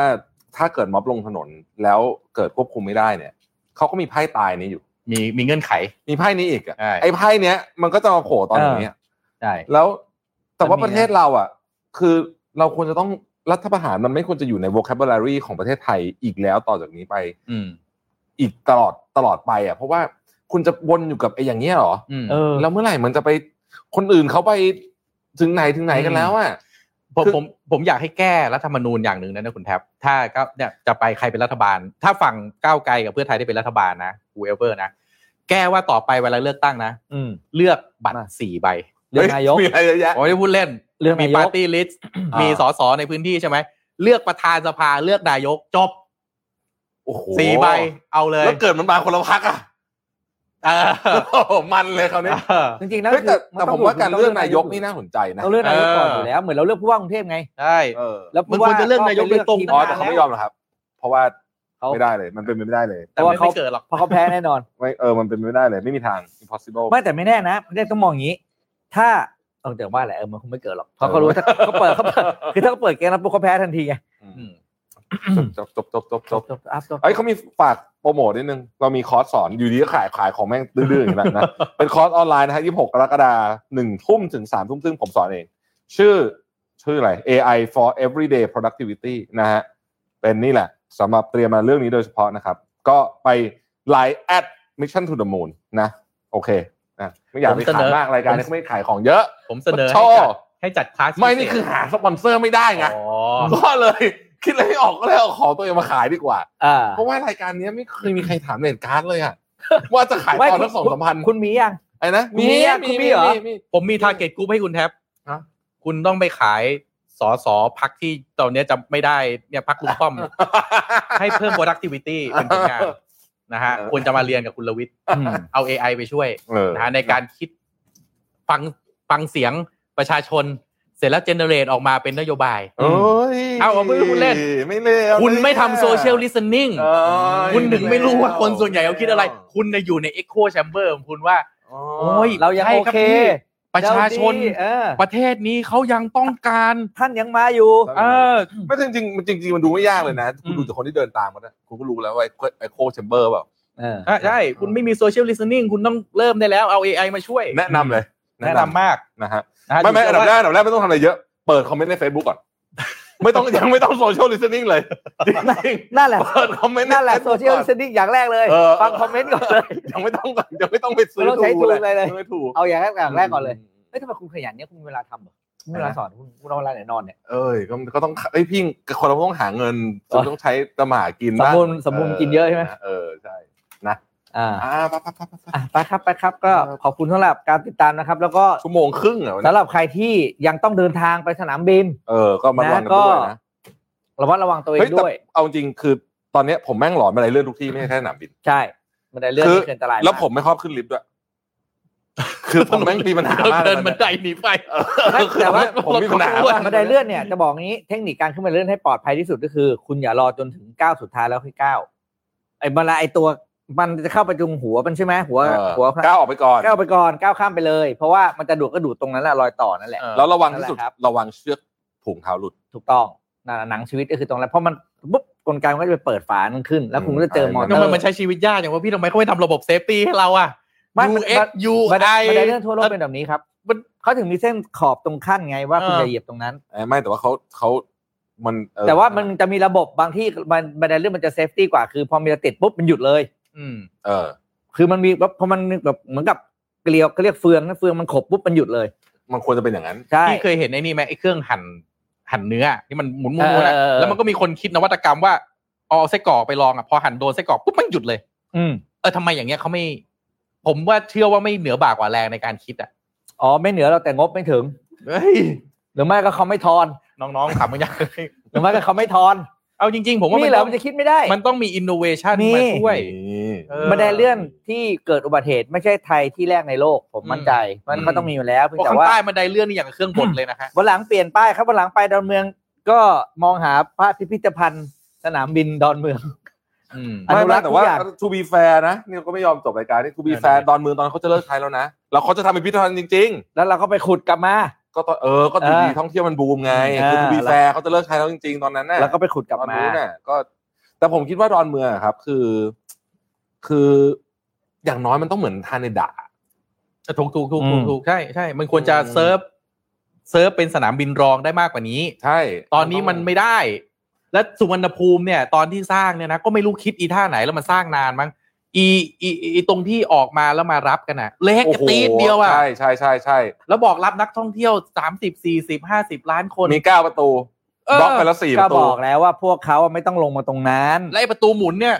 [SPEAKER 4] ถ้าเกิดม็อบลงถนนแล้วเกิดควบคุมไม่ได้เนี่ยเขาก็มีไพ่ตายนี้อยู่
[SPEAKER 1] มีมีเงื่อนไข
[SPEAKER 4] มีไพ่นี้อีกอะ
[SPEAKER 1] ใช่
[SPEAKER 4] ไอ้ไพ่เนี้ยมันก็จะมาโผล่ตอนอย่างเนี้ย
[SPEAKER 1] ใช่
[SPEAKER 4] แล้วแต่ว่าประเทศเราอ่ะ คือเราควรจะต้องรัฐประหารมันไม่ควรจะอยู่ใน vocabulary ของประเทศไทยอีกแล้วต่อจากนี้ไป
[SPEAKER 1] อืม
[SPEAKER 4] อีกตลอดตลอดไปอ่ะเพราะว่าคุณจะวนอยู่กับไอ้อย่างเงี้ยเหรอ
[SPEAKER 1] อืม
[SPEAKER 3] เออ
[SPEAKER 4] แล้วเมื่อไหร่มันจะไปคนอื่นเขาไปถึงไหนถึงไหนกันแล้วอ่ะ
[SPEAKER 1] ผม
[SPEAKER 4] คือ
[SPEAKER 1] ผมผมอยากให้แก้รัฐธรรมนูญอย่างหนึ่งนะนะคุณแท็บถ้าก็เนี่ยจะไปใครเป็นรัฐบาล ถ้าฝั่งก้าวไกลกับเพื่อไทยได้เป็นรัฐบาลนะ whoever นะ แก้ว่าต่อไปเวลาเลือกตั้งนะ
[SPEAKER 3] อืม
[SPEAKER 1] เลือกบัตร
[SPEAKER 3] มา
[SPEAKER 1] สี่ใบ
[SPEAKER 3] เรื่องนายก
[SPEAKER 4] เฮ้มีอะไรเยอะแยะ
[SPEAKER 1] ผมไม่ได้พูดเล่น
[SPEAKER 3] เลือก
[SPEAKER 1] มี
[SPEAKER 3] นายก
[SPEAKER 1] ปาร์ตี้ลิสต์
[SPEAKER 4] อ่ามี
[SPEAKER 1] มีสสในพื้นที่ใช่ไหม เลือกประธานสภาเลือกนายกจบ
[SPEAKER 4] โอ้โห
[SPEAKER 1] สี่ใบเอาเลย
[SPEAKER 4] แล้วเกิดมันมาคนละพักอ่ะ
[SPEAKER 1] เออ
[SPEAKER 4] โอ้โหมันเลยคราวนี้
[SPEAKER 1] เออ
[SPEAKER 3] จริงๆแล้ว
[SPEAKER 4] เฮ้ยแต่
[SPEAKER 3] คือ
[SPEAKER 4] แต่
[SPEAKER 3] น
[SPEAKER 4] ผ
[SPEAKER 3] ต้
[SPEAKER 4] ม
[SPEAKER 3] ง
[SPEAKER 4] ว่าการ
[SPEAKER 3] ต้ง
[SPEAKER 4] เลือกนายกนี่น่าสนใจนะ
[SPEAKER 3] ต้องเลือกนายกก่อน
[SPEAKER 1] เออ
[SPEAKER 3] อ
[SPEAKER 1] อ
[SPEAKER 3] ยู่แล้ว เหมือนเราเลือกผู้ว่ากรุงเทพไง
[SPEAKER 1] ใช่
[SPEAKER 4] เออ
[SPEAKER 3] แล้ว
[SPEAKER 1] มัน
[SPEAKER 3] ผู้ว่า
[SPEAKER 1] ควรจะเลือกนายกโดยตรง
[SPEAKER 3] ก็
[SPEAKER 4] อ๋อ
[SPEAKER 3] ไป
[SPEAKER 4] แต่
[SPEAKER 3] ลืก
[SPEAKER 4] เขาไม่ยอมหรอกครับ เพราะว่า
[SPEAKER 3] เขา
[SPEAKER 4] ไม่ได้เลย มันเป็นไปไม่ได้เลย
[SPEAKER 1] แต่ว่าเขาเกิดหรอก
[SPEAKER 3] เพราะเขาแพ้แน่นอน
[SPEAKER 4] ไม่เออมันเป็นไปไม่ได้เลย ไม่มีทาง impossible
[SPEAKER 3] ไม่แต่ไม่แน่นะประเทศต้องมองอย่างนี้ ถ้าเออเดี๋ยวว่าแหละเออมันคงไม่เกิดหรอกเพราะเขารู้ว่าถ้าเขาเปิดเขาเปิดคือถ้าเขาเปิดเกมแล้วปุ๊บเขาแพ้ทันทีไง
[SPEAKER 4] อื
[SPEAKER 1] อื
[SPEAKER 4] ม
[SPEAKER 1] ม
[SPEAKER 4] จบจบจบจบจบ
[SPEAKER 3] จบอัพจบ
[SPEAKER 4] เอ้ยเขามีฝากโปรโมทนิดนึง เรามีคอร์สสอนอยู่ดีก็ขายขายของแม่งดื้อๆอย่าง นั้นนะ เป็นคอร์สออนไลน์นะฮะ26 กรกฎาคมหนึ่งทุ่มถึงสามทุ่มซึ่งผมสอนเอง ชื่อชื่ออะไร AI for everyday productivity นะฮะ เป็นนี่แหละสำหรับเตรียมมาเรื่องนี้โดยเฉพาะนะครับ ก็ไป Line at mission to the moon นะ โอเคนะไม่อยากไปขายมากรายการนี้เขาไม่ขายของเยอะ
[SPEAKER 1] ผมเสนอ
[SPEAKER 4] ช
[SPEAKER 1] ให้
[SPEAKER 4] อบ
[SPEAKER 1] จัดให้จัดคลาสพิเศษ
[SPEAKER 4] ไม่นี่คือหาสปอนเซอร์ไม่ได้ไง
[SPEAKER 1] อ๋อ
[SPEAKER 4] ก็เลย คิดอะไรไม่ออกก็เลยเอาของตัวเองมาขายดีกว่า
[SPEAKER 3] อ่า
[SPEAKER 4] เพราะว่ารายการนี้ไม่เคยมีใครถามเรทการ์ดเลย อะว่าจะขาย
[SPEAKER 3] ไม่
[SPEAKER 4] ตอน
[SPEAKER 3] คุณ
[SPEAKER 4] ละสองสามพัน
[SPEAKER 3] คุณมียัง
[SPEAKER 4] ไอ้นะ
[SPEAKER 3] คุณมีอะคุณมีเหรอ
[SPEAKER 4] มี
[SPEAKER 1] ผมมีทาร์เก็ตกลุ่มให้คุณแท็บ
[SPEAKER 4] ฮะ
[SPEAKER 1] คุณต้องไปขายสอสอพักที่ตอนเนี้ยจะไม่ได้เนี่ยพักลุงป้อมเนี่ยให้เพิ่ม productivity เป็นผลงาน นะฮะ
[SPEAKER 4] เออ
[SPEAKER 1] ควรจะมาเรียนกับคุณลวิทย์
[SPEAKER 3] อืม
[SPEAKER 1] เอา AI ไปช่วย
[SPEAKER 4] เออ
[SPEAKER 1] นะฮะในการคิดฟังฟังเสียงประชาชน เสร็จแล้วเจเนเรตออกมาเป็นนโยบาย
[SPEAKER 4] โอ้ย
[SPEAKER 1] เอาเอาไม่รู้คุณเล่น
[SPEAKER 4] ไม่เล่น
[SPEAKER 1] คุณไม่ทำโซเชียลลิส t ิ n ง
[SPEAKER 4] เอ้ย
[SPEAKER 1] คุณถึงไม่รู้ว่าคนส่วนใหญ่เขาคิดอะไร คุณน่ะอยู่ในเอ็กโคแชมเบอร์ของคุณว่า โอ้ย
[SPEAKER 3] เรายัง
[SPEAKER 1] ใช่
[SPEAKER 3] โอ
[SPEAKER 1] ครับ
[SPEAKER 3] เค
[SPEAKER 1] พี่ ประชาชน
[SPEAKER 3] เรดีเออ
[SPEAKER 1] ประเทศนี้เขายังต้องการ
[SPEAKER 3] ท่านยังมาอยู่
[SPEAKER 1] เออ
[SPEAKER 4] ไม่จริงจริงๆจริงๆมันดูไม่ยากเลยนะ คุณ
[SPEAKER 1] อืม
[SPEAKER 4] ดูจากคนที่เดินตามมันนะคุณก็รู้แล้วว่าไอโคแชมเบอร์เปล่า
[SPEAKER 3] เออ
[SPEAKER 1] อ่ะใช่ คุณไม่มีโซเชียลลิส t ิ n งคุณต้องเริ่มได้แล้วเอา AI มาช่วย
[SPEAKER 4] แนะนำเลย
[SPEAKER 1] แนะนำมาก
[SPEAKER 4] นะฮะ
[SPEAKER 1] นะฮะ
[SPEAKER 4] ไม่ไม่
[SPEAKER 1] อ
[SPEAKER 4] อันดั
[SPEAKER 1] ยู่
[SPEAKER 4] บ
[SPEAKER 1] ที่
[SPEAKER 4] แร
[SPEAKER 1] ว่า
[SPEAKER 4] อั
[SPEAKER 1] ก
[SPEAKER 4] นดับแรกไม่ต้องทำอะไรเยอะ เปิดคอมเมนต์ใน Facebook ก่อน ไม่ต้อง ยังไม่ต้องโซเชียลลิสติ้งเลยจริง
[SPEAKER 3] นั่นแหละ
[SPEAKER 4] ๆเปิดคอมเมนต์
[SPEAKER 3] นั่นแหละโซเชียล
[SPEAKER 4] ก่อน
[SPEAKER 3] สนิทอย่างแรกเลย
[SPEAKER 4] เออ
[SPEAKER 3] ฟังคอมเมนต์ก่อนเลย
[SPEAKER 4] ยังไม่ต้องยังไม่ต้องไปซื้อ
[SPEAKER 3] ไม่ต้องใช้
[SPEAKER 4] ทู
[SPEAKER 3] ทูลอะไรเลย
[SPEAKER 4] ไม่ถูก
[SPEAKER 3] เอาอย่างแรกอย่างแรกก่อนเลยเฮ้ยทำไมคุณขยันเนี่ยคุณมีเวลาทำเหรอคุณมีเวลาสอนคุณคุณเอาเวลาไหนนอนเนี่ย
[SPEAKER 4] เอ้ยก็ก็ต้องไอ้ยพี่คนเราต้องหาเงินต้องใช้ตะหมากิน
[SPEAKER 3] สม
[SPEAKER 4] บ้าง
[SPEAKER 3] บูรณ์สมบูรณ์กินเยอะใช่ไหม
[SPEAKER 4] เออใช่
[SPEAKER 3] อ่า
[SPEAKER 4] อ่าปั๊บปั๊บปั๊บปั๊บ
[SPEAKER 3] อ่ะไปครับไปครับก็ขอบคุณสำหรับการติดตามนะครับ แล้วก็
[SPEAKER 4] ชั่วโมงครึ่งเหรอวันนี้
[SPEAKER 3] สำหรับใครที่ยังต้องเดินทางไปสนามบิน
[SPEAKER 4] เออก็มาลองกัน
[SPEAKER 3] ก็
[SPEAKER 4] ด้วยนะ
[SPEAKER 3] ระมัดระวังตัวเอ
[SPEAKER 4] เฮ้
[SPEAKER 3] ง
[SPEAKER 4] ย
[SPEAKER 3] ด้วย
[SPEAKER 4] เอาจริงคือตอนเนี้ยผมแม่งหลอนอะไรเรื่องทุกที่ไม่ใช่แค่สนามบิน
[SPEAKER 3] ใช่มันได้เรื่อง
[SPEAKER 4] คือ
[SPEAKER 3] ที่เป็นอันตรายาก
[SPEAKER 4] แล้วผมไม่ชอบขึ้นลิฟต์ด้วยคือผมแม่งมีปัญหามาก
[SPEAKER 1] เดิน
[SPEAKER 4] ลย
[SPEAKER 1] บันไดหนีไป
[SPEAKER 3] ไม่แต่ว่า
[SPEAKER 4] ผมมีปัญหา
[SPEAKER 1] ผม
[SPEAKER 4] มาก
[SPEAKER 3] บันไดเลื่อนเนี่ยจะบอกงี้เทคนิคการขึ้นบันไดเลื่อนให้ปลอดภัยที่สุดก็คือ คุณอย่ารอจนถึงก้าวสุดท้ายแล้วค่อยก้าวไอ้เวลาไอ้ตัวมันจะเข้าไปตรงหัวมันใช่ไหมหัว
[SPEAKER 4] เออ
[SPEAKER 3] หัว
[SPEAKER 4] ก้าวออกไปก่อน
[SPEAKER 3] ก้าวไปก่อนก้าวข้ามไปเลย เพราะว่ามันจะดูดก็ดูดตรงนั้นแหละรอยต่อนั่นแหละ
[SPEAKER 4] แล้วระวังที่สุด
[SPEAKER 3] นั่นแหละครับ
[SPEAKER 4] ระวังเชือกผูกเท้าหลุด
[SPEAKER 3] ถูกต้องนั่นน่ะหนังชีวิตก็คือตรงนั้นเพราะมันปุ๊บกลไกมันก็จะไปเปิดฝานั่นขึ้น แล้วคุณก็จะเจอ
[SPEAKER 4] อืม
[SPEAKER 3] มอเตอ
[SPEAKER 1] ทำ
[SPEAKER 3] ร์
[SPEAKER 1] ไมมันใช้ชีวิตยากอย่างว่าพี่ทำไมเขาไม่ทำระบบเซฟตี้ให้เราอ่ะ
[SPEAKER 3] ไมัน
[SPEAKER 1] U X U
[SPEAKER 3] บันได
[SPEAKER 1] I
[SPEAKER 3] บันไดเลื่อนทั่วโลกเป็นแบบนี้ครับ
[SPEAKER 1] มัน
[SPEAKER 3] เขาถึงมีเส้นขอบตรงขั้นไงว่าคุณ
[SPEAKER 1] เออ
[SPEAKER 3] จะเหยียบตรงนั้น
[SPEAKER 4] เอ้ยไม่แต่ว่าเขาเขามันเออ
[SPEAKER 3] แต่ว่ามันจะมีระบบบางที่มันบันไดเลื่อนมันจะเซฟตี้กว่าคือพอมีจะติดปุ๊บมันหยุดเลย
[SPEAKER 1] อืม
[SPEAKER 4] เออ
[SPEAKER 3] คือมันมีแบบพอมันแบบเหมือนกับเกลียวเขาเรียกเฟืองนะเฟืองมันขบปุ๊บมันหยุดเลย
[SPEAKER 4] มันควรจะเป็นอย่างนั้น
[SPEAKER 3] ใช่
[SPEAKER 1] พี่เคยเห็นไอ้นี่ไหมไอ้เครื่องหั่นหั่นเนื้อที่มันหมุนๆ
[SPEAKER 3] เออ
[SPEAKER 1] ๆนะ
[SPEAKER 3] เออเออ
[SPEAKER 1] แล้วมันก็มีคนคิดนวัตกรรมว่าเอาไส้กรอกไปลองอ่ะพอหั่นโดนไส้กรอกปุ๊บมันหยุดเลย
[SPEAKER 3] อืม
[SPEAKER 1] เออทำไมอย่างเงี้ยเขาไม่ ผมว่าเชื่อว่าไม่เหนือบ่ากว่าแรงในการคิดอ่ะ
[SPEAKER 3] อ๋อไม่เหนือเราแต่งบไม่ถึง
[SPEAKER 1] เฮ้ย
[SPEAKER 3] หรือไม่ก็เขาไม่ทอน
[SPEAKER 1] น้องๆถามมันยัง
[SPEAKER 3] หรือไม่ก็เขาไม่ทอน
[SPEAKER 1] เอาจริง ๆ ผมว่ามั
[SPEAKER 3] นี่
[SPEAKER 1] น
[SPEAKER 3] เหรอ
[SPEAKER 1] ต้อง
[SPEAKER 3] มันจะคิดไม่ได้
[SPEAKER 1] มันต้องมีอินโนเวชัน
[SPEAKER 3] มี
[SPEAKER 1] มาช่วย เออ
[SPEAKER 3] บันไดเลื่อนที่เกิดอุบัติเหตุไม่ใช่ไทยที่แรกในโลก ผม
[SPEAKER 1] อืม
[SPEAKER 3] มั่นใจ มัน
[SPEAKER 1] อืม
[SPEAKER 3] ก็ต้องมีอยู่แล้วเพีย
[SPEAKER 1] พว
[SPEAKER 3] ง
[SPEAKER 1] ก
[SPEAKER 3] แต่
[SPEAKER 1] ข้าง
[SPEAKER 3] ว่า
[SPEAKER 1] ใต้บันไดเลื่อนนี่อย่างกับเครื่องบดเลยนะฮะ
[SPEAKER 3] วันหลังเปลี่ยนป้ายครับวันหลังไปดอนเมืองก็มองหาพระพิพิธภัณฑ์ สนามบินดอนเมือง
[SPEAKER 1] อืม
[SPEAKER 3] อนุ
[SPEAKER 4] ไม่
[SPEAKER 3] รัก
[SPEAKER 4] ไม่
[SPEAKER 3] ษ์
[SPEAKER 4] แต่ว่า
[SPEAKER 3] ทุกอย่าง
[SPEAKER 4] to be fair นะนี่เราก็ไม่ยอมจบรายการนี่ to be
[SPEAKER 1] เออ
[SPEAKER 4] fair ดอนเมืองตอนนนเขาจะเลิกใช้แล้วนะแล้วเขาจะทำเป็นพิพิธภัณฑ์จริง
[SPEAKER 3] แล้วเราก็ไปขุดกลับมา
[SPEAKER 4] ๆ ก็ตอนเออก็อยู่
[SPEAKER 3] เออ
[SPEAKER 4] ดีท่องเที่ยวมันบูมไง
[SPEAKER 3] เออ
[SPEAKER 4] คือ to be fair เขาจะเลิกใช้แล้วจริง ๆ ตอนนั้นน่ะ
[SPEAKER 3] แล้วก็ไปขุดกลับ
[SPEAKER 4] ตอน
[SPEAKER 3] มา
[SPEAKER 4] นู้นน่ะก็แต่ผมคิดว่าดอนเมืองอะครับ คือ คืออย่างน้อยมันต้องเหมือนทาเนดะ
[SPEAKER 1] ถูกถูกถูกถูกถูกใช่ใช่มันควรจะ
[SPEAKER 4] อืม
[SPEAKER 1] เซิร์ฟเซิร์ฟเป็นสนามบินรองได้มากกว่านี้
[SPEAKER 4] ใช่
[SPEAKER 1] ตอนนี้มันไม่ได้ และสุวรรณภูมิเนี่ย ตอนที่สร้างเนี่ยนะก็ไม่รู้คิดอีท่าไหนแล้วมันสร้างนานมั้งอีอีอีอีตรงที่ออกมาแล้วมารับกันอะเล็ก
[SPEAKER 4] โอ้
[SPEAKER 1] กระ
[SPEAKER 4] โห
[SPEAKER 1] ตีดเดียวอะ
[SPEAKER 4] ใช่ใช่ใช่ใช่
[SPEAKER 1] แล้วบอกรับนักท่องเที่ยวสามสิบสี่สิบห้าสิบล้านคน
[SPEAKER 4] มีเก้าประตู
[SPEAKER 1] เออบ
[SPEAKER 4] ล็อกไปแล้วสี่ป
[SPEAKER 3] ก็
[SPEAKER 4] ระตู
[SPEAKER 3] บอกแล้วว่าพวกเขาไม่ต้องลงมาตรงนั้น
[SPEAKER 1] และไอ้ประตูหมุนเนี่ย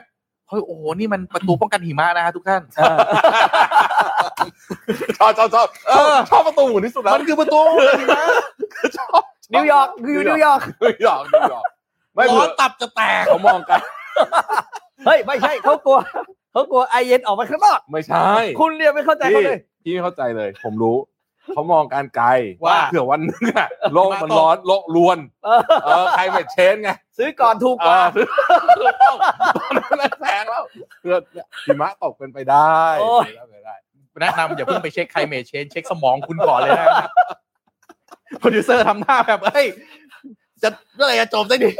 [SPEAKER 1] เฮ้ยโอ้โหนี่มันประตูป้องกันหิมะนะฮะทุกท่าน
[SPEAKER 3] เออ
[SPEAKER 4] ชอบชอบชอบ
[SPEAKER 1] เออ
[SPEAKER 4] ชอบประตูหมุนที่สุดแล้ว
[SPEAKER 1] มันคือประตูป้องกันหิมะ
[SPEAKER 4] ชอบ
[SPEAKER 3] นิวยอร์กอยู่นิวยอร์ก
[SPEAKER 4] นิวยอร์กนิวยอร์กไม่
[SPEAKER 1] ร้
[SPEAKER 4] เผื่
[SPEAKER 1] อ
[SPEAKER 4] อน
[SPEAKER 1] ตับจะแต ก
[SPEAKER 4] เขามองกัน
[SPEAKER 3] เฮ้ยไม่ใช่เขากลัวเขากลัวไอเย็นออกมาข้างนอก
[SPEAKER 4] ไม่ใช่
[SPEAKER 3] คุณเนี่ยไม่เข้าใจเขา
[SPEAKER 4] พี่
[SPEAKER 3] เลย
[SPEAKER 4] พี่ไม่เข้าใจเลย ผมรู้ เขามองการไกล
[SPEAKER 1] ว่า
[SPEAKER 4] เผื่อวันหนึงอะโลก
[SPEAKER 1] หิมะ
[SPEAKER 4] มัน
[SPEAKER 1] ตก
[SPEAKER 4] ร้อนโลกรวน
[SPEAKER 3] เออ
[SPEAKER 4] เออใครไม่เชนไง
[SPEAKER 3] ซื้อก่อนถูก
[SPEAKER 4] เอก
[SPEAKER 3] ว่า
[SPEAKER 4] อตอนนั้นแพงแล้วเผื่อหิมะตกเป็นไปได้เป็นไปได้
[SPEAKER 1] แนะนำอย่าเพิ่งไปเช็คไคลเมชเชนเช็คสมองคุณก่อนเลยนะ โปรดิวเซอร์ทำหน้าแบบเฮ้ยจะเมื่อไหรจะจบสักที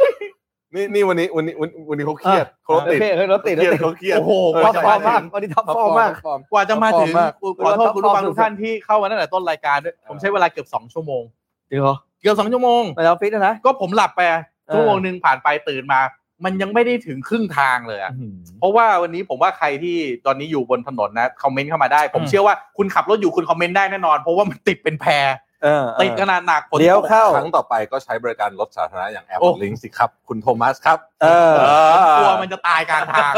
[SPEAKER 4] นี่นี่วันนี้วันนี้วันนี้วันนี้เขาเครียดเขารถติด
[SPEAKER 3] โอเครถ
[SPEAKER 4] เค
[SPEAKER 3] ติดรถ
[SPEAKER 4] รียด
[SPEAKER 3] ติด
[SPEAKER 4] เขาเครียด
[SPEAKER 1] โอ้โห
[SPEAKER 4] เ
[SPEAKER 3] ท็อป
[SPEAKER 1] จะ
[SPEAKER 3] ฟ
[SPEAKER 1] ม
[SPEAKER 3] อร์ม
[SPEAKER 1] ถึ
[SPEAKER 3] มาก
[SPEAKER 1] ง
[SPEAKER 3] วันนี้ท็อป
[SPEAKER 4] ท็อป
[SPEAKER 3] ฟ
[SPEAKER 4] ฟ
[SPEAKER 3] อ
[SPEAKER 4] อ
[SPEAKER 3] ร์มมา
[SPEAKER 4] ร์ม
[SPEAKER 3] ก
[SPEAKER 4] ท็อปฟอร์ม
[SPEAKER 1] กว่าจะมาถึง
[SPEAKER 4] ขอบคุณมาก
[SPEAKER 1] ขอโทษคุณผู้ฟังทุกท่านที่เข้ามาตั้งแต่ต้นรายการด้วยผมใช้เวลาเกือบสองชั่วโมง
[SPEAKER 3] จริงเหรอ
[SPEAKER 1] เกือบสองชั่วโมง
[SPEAKER 3] ไปออฟฟิศนะนะ
[SPEAKER 1] ก็ผมหลับไป
[SPEAKER 3] เออ
[SPEAKER 1] ชั่วโมงหนึ่งผ่านไปตื่นมา มันยังไม่ได้ถึงครึ่งทางเลยอะเพราะว่าวันนี้ผมว่าใครที่ตอนนี้อยู่บนถนนนะคอมเมนต์เข้ามาได้ ผมเชื่อว่าคุณขับรถอยู่คุณคอมเมนต์ได้แน่นอน เพราะว่ามันติดเป็นแพร
[SPEAKER 3] เออเอ
[SPEAKER 1] ติด
[SPEAKER 3] อ
[SPEAKER 1] ขนาดหนักฝนตก
[SPEAKER 3] เลี้ยวเข้า
[SPEAKER 4] ครั้งต่อไปก็ใช้บริการรถสาธารณะอย่างแอร์พ
[SPEAKER 1] โอ้
[SPEAKER 4] อร์ตลิงสิครับ คุณโทมัสครับ
[SPEAKER 3] เออ
[SPEAKER 1] ผมกลัวมันจะตายกลางทาง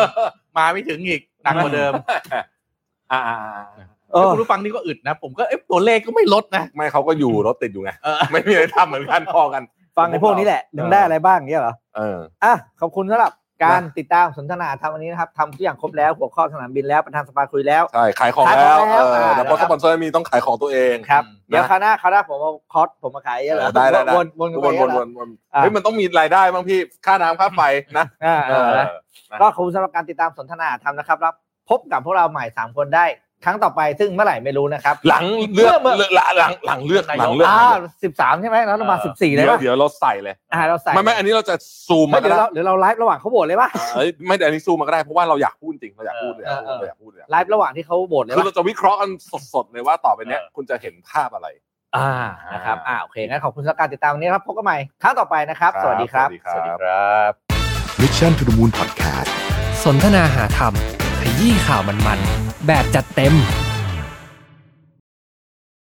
[SPEAKER 1] มาไม่ถึงอีกหนักกว่าเดิม
[SPEAKER 4] อ่า
[SPEAKER 3] เอ
[SPEAKER 1] แล้ว
[SPEAKER 3] อ
[SPEAKER 1] คุณผู้ฟังนี่ก็อึดนะ ผมก็เอ๊ะตัวเลขก็ไม่ลดนะ
[SPEAKER 4] ไม่เขาก็อยู่รถติดอยู่ไง
[SPEAKER 1] เออ
[SPEAKER 4] ไม่มีอะไรทำเหมือนกันพอกัน
[SPEAKER 3] ฟังไอ้พวกนี้แหละ
[SPEAKER 4] เออ
[SPEAKER 3] ยังได้อะไรบ้างเงี้ยเหรอ
[SPEAKER 4] เออ
[SPEAKER 3] อ่ะขอบคุณสำหรับ การติดตามสนทนาทำวันนี้นะครับทำทุกอย่างครบแล้วหัวข้อสนามบินแล้วประธานสภาคุยแล้ว
[SPEAKER 4] ใช่ ขายของ
[SPEAKER 3] ขายของ
[SPEAKER 4] แล้ว
[SPEAKER 3] แล้ว
[SPEAKER 4] เออ
[SPEAKER 3] อ่า
[SPEAKER 4] แต่พอ
[SPEAKER 3] แล้วค
[SPEAKER 4] ส
[SPEAKER 3] รับ
[SPEAKER 4] ปอนเซอร์มีต้องขายของตัวเอง
[SPEAKER 3] ครับ
[SPEAKER 1] อืม
[SPEAKER 3] เดี๋ยวคราวหน้าคราวหน้าผมเอาคอร์สผมมาขายเยอะเหรอ
[SPEAKER 4] ได้ได้ได้
[SPEAKER 3] วนวน
[SPEAKER 4] ว
[SPEAKER 3] วน น
[SPEAKER 4] วน
[SPEAKER 3] ว
[SPEAKER 4] วน นวนเฮ้ยมันต้องมีรายได้บ้างพี่ค่าน้ำค่าไฟนะ
[SPEAKER 3] อ่า
[SPEAKER 4] เออ
[SPEAKER 3] นะก็ขอบคุณสำหรับการติดตามสนทนาทำนะครับแล้วพบกับพวกเราใหม่สามคนได้ครั้งต่อไปซึ่งเมื่อไหร่ไม่รู้นะครับ
[SPEAKER 4] หลังเลือก
[SPEAKER 3] มื่มื่
[SPEAKER 4] เลือกหลังหลังเลือกหลังเลือก
[SPEAKER 3] อ่าสิบสามใช่ไหมแล้วเรามาสิบสี่เล
[SPEAKER 4] เดี๋
[SPEAKER 3] ย
[SPEAKER 4] ยว
[SPEAKER 3] ป่ะ
[SPEAKER 4] เดี๋ยวเราใส่เลย
[SPEAKER 3] อ่าเราใส่
[SPEAKER 4] ไม่ไม่อันนี้เราจะซูม
[SPEAKER 3] ไม่
[SPEAKER 4] มาก็
[SPEAKER 3] เดี๋ยว
[SPEAKER 4] ได้
[SPEAKER 3] เราเดี๋ยวเราไลฟ์ระหว่างเขาโหวตเลยป่ะ
[SPEAKER 4] เอ้ยไม่แต่อันนี้ซูมมาก็ได้เพราะว่าเราอยากพูดจริงเราอยากพูดเลย
[SPEAKER 3] เออเออ
[SPEAKER 4] เราอยากพูดเลย
[SPEAKER 3] ไลฟ์ระหว่างที่เขาโหวตเลย
[SPEAKER 4] คือ
[SPEAKER 3] ป่ะ
[SPEAKER 4] เราจะวิเคราะห์กันสดๆเลยว่าต่อไปเนี้ยคุณจะเห็นภาพอะไร
[SPEAKER 3] อ่านะครับอ่าโอเคงั้นขอบคุณสำหรับการติดตามวันนี้ครับพบกันใหม่ครั้งต่อไปนะครับ สวัสดีครับ
[SPEAKER 1] สวัสดีครับ
[SPEAKER 5] Mission to the Moon Podcast
[SPEAKER 2] สนทนาหาธรรม ขยี้ข่าวมันๆ แบบจัดเต็ม